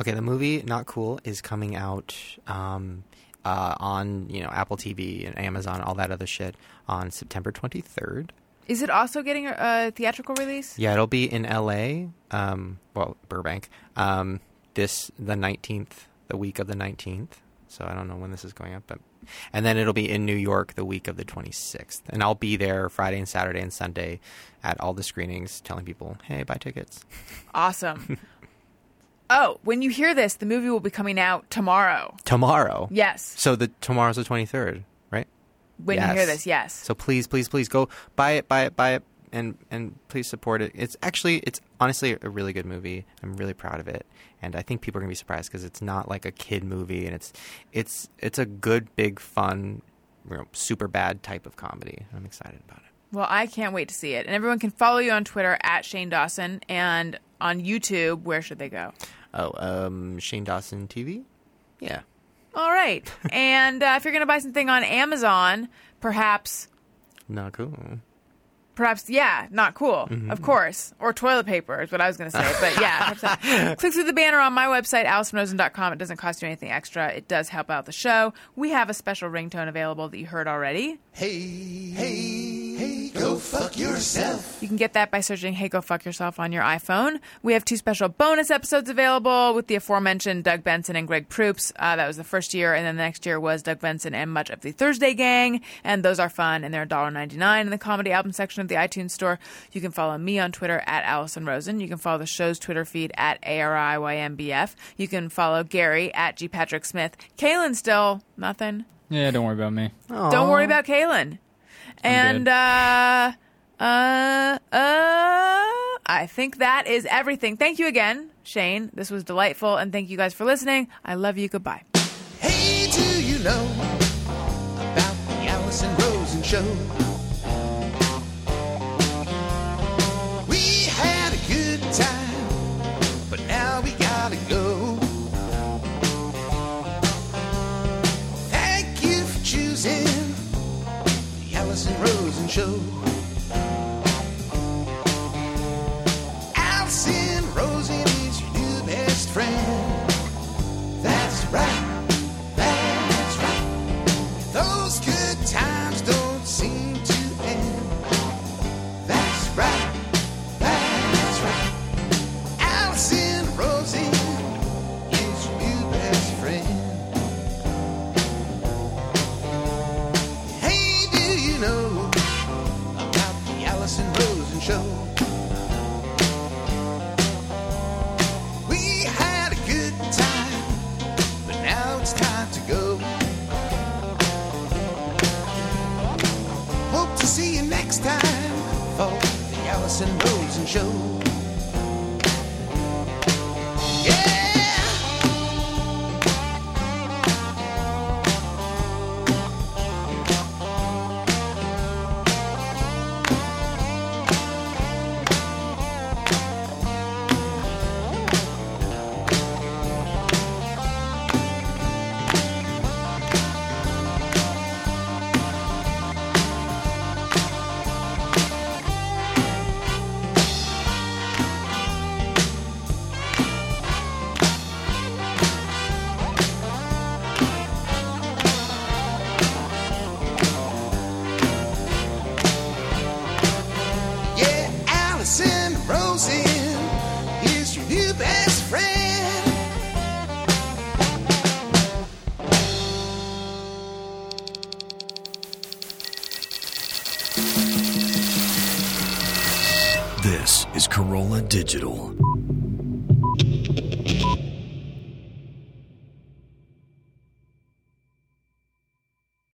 Speaker 3: Okay, the movie Not Cool is coming out um, uh, on you know Apple TV and Amazon, all that other shit, on September 23rd.
Speaker 1: Is it also getting a, a theatrical release?
Speaker 3: Yeah, it'll be in LA, um, well Burbank, um, this the 19th, the week of the 19th. So I don't know when this is going up, but and then it'll be in New York the week of the 26th, and I'll be there Friday and Saturday and Sunday at all the screenings, telling people, hey, buy tickets. (laughs)
Speaker 1: Awesome. oh, when you hear this, the movie will be coming out tomorrow.
Speaker 3: tomorrow.
Speaker 1: Yes.
Speaker 3: So the tomorrow's the 23rd, right?
Speaker 1: When you hear
Speaker 3: Yes.
Speaker 1: this, yes.
Speaker 3: So please, please, please go buy it, buy it, buy it, and and please support it. It's actually, it's honestly a really good movie. I'm really proud of it, and I think people are gonna be surprised because it's not like a kid movie, and it's it's it's a good, big, fun, you know, super bad type of comedy. I'm excited about it.
Speaker 1: Well, I can't wait to see it. And everyone can follow you on Twitter at Shane Dawson and on YouTube. Where should they go?
Speaker 3: Oh, um, Shane Dawson TV. Yeah,
Speaker 1: All
Speaker 3: (laughs)
Speaker 1: right. and uh, if you're going to buy something on Amazon, perhaps,
Speaker 3: not cool.
Speaker 1: perhaps, yeah, not cool, of course. Or toilet paper is what I was going to say. But yeah, perhaps that. click through the banner on my website, AllisonRosen.com. It doesn't cost you anything extra. It does help out the show. We have a special ringtone available that you heard already.
Speaker 2: Hey, hey, hey, go fuck yourself.
Speaker 1: You can get that by searching Hey Go Fuck Yourself on your iPhone. We have two special bonus episodes available with the aforementioned Doug Benson and Greg Proops. Uh, that was the first year. And then the next year was Doug Benson and much of the Thursday Gang. And those are fun. And they're $1.99 in the comedy album section of the iTunes store. You can follow me on Twitter at Allison Rosen. You can follow the show's Twitter feed at ARIYMBF. You can follow Gary at G. Patrick Smith. Kalen still nothing.
Speaker 5: Yeah, don't worry about me.
Speaker 1: Don't worry about Kalen. And
Speaker 5: good.
Speaker 1: uh, uh, uh, I think that is everything. Thank you again, Shane. This was delightful, and thank you guys for listening. I love you. Goodbye.
Speaker 2: Hey, do you know about the Allison Rosen show? We had a good time, but now we gotta go. Thank you for choosing the Allison Rosen show. Allison Rosen is your new best friend. That's right. That's right. Those good times don't seem to end. That's right. That's right. Allison Rosie show. We had a good time, but now it's time to go. Hope to see you next time for the Allison Rosen Show. Yeah! Yeah, Allison Rosen is your new best friend.
Speaker 6: This is Corolla Digital.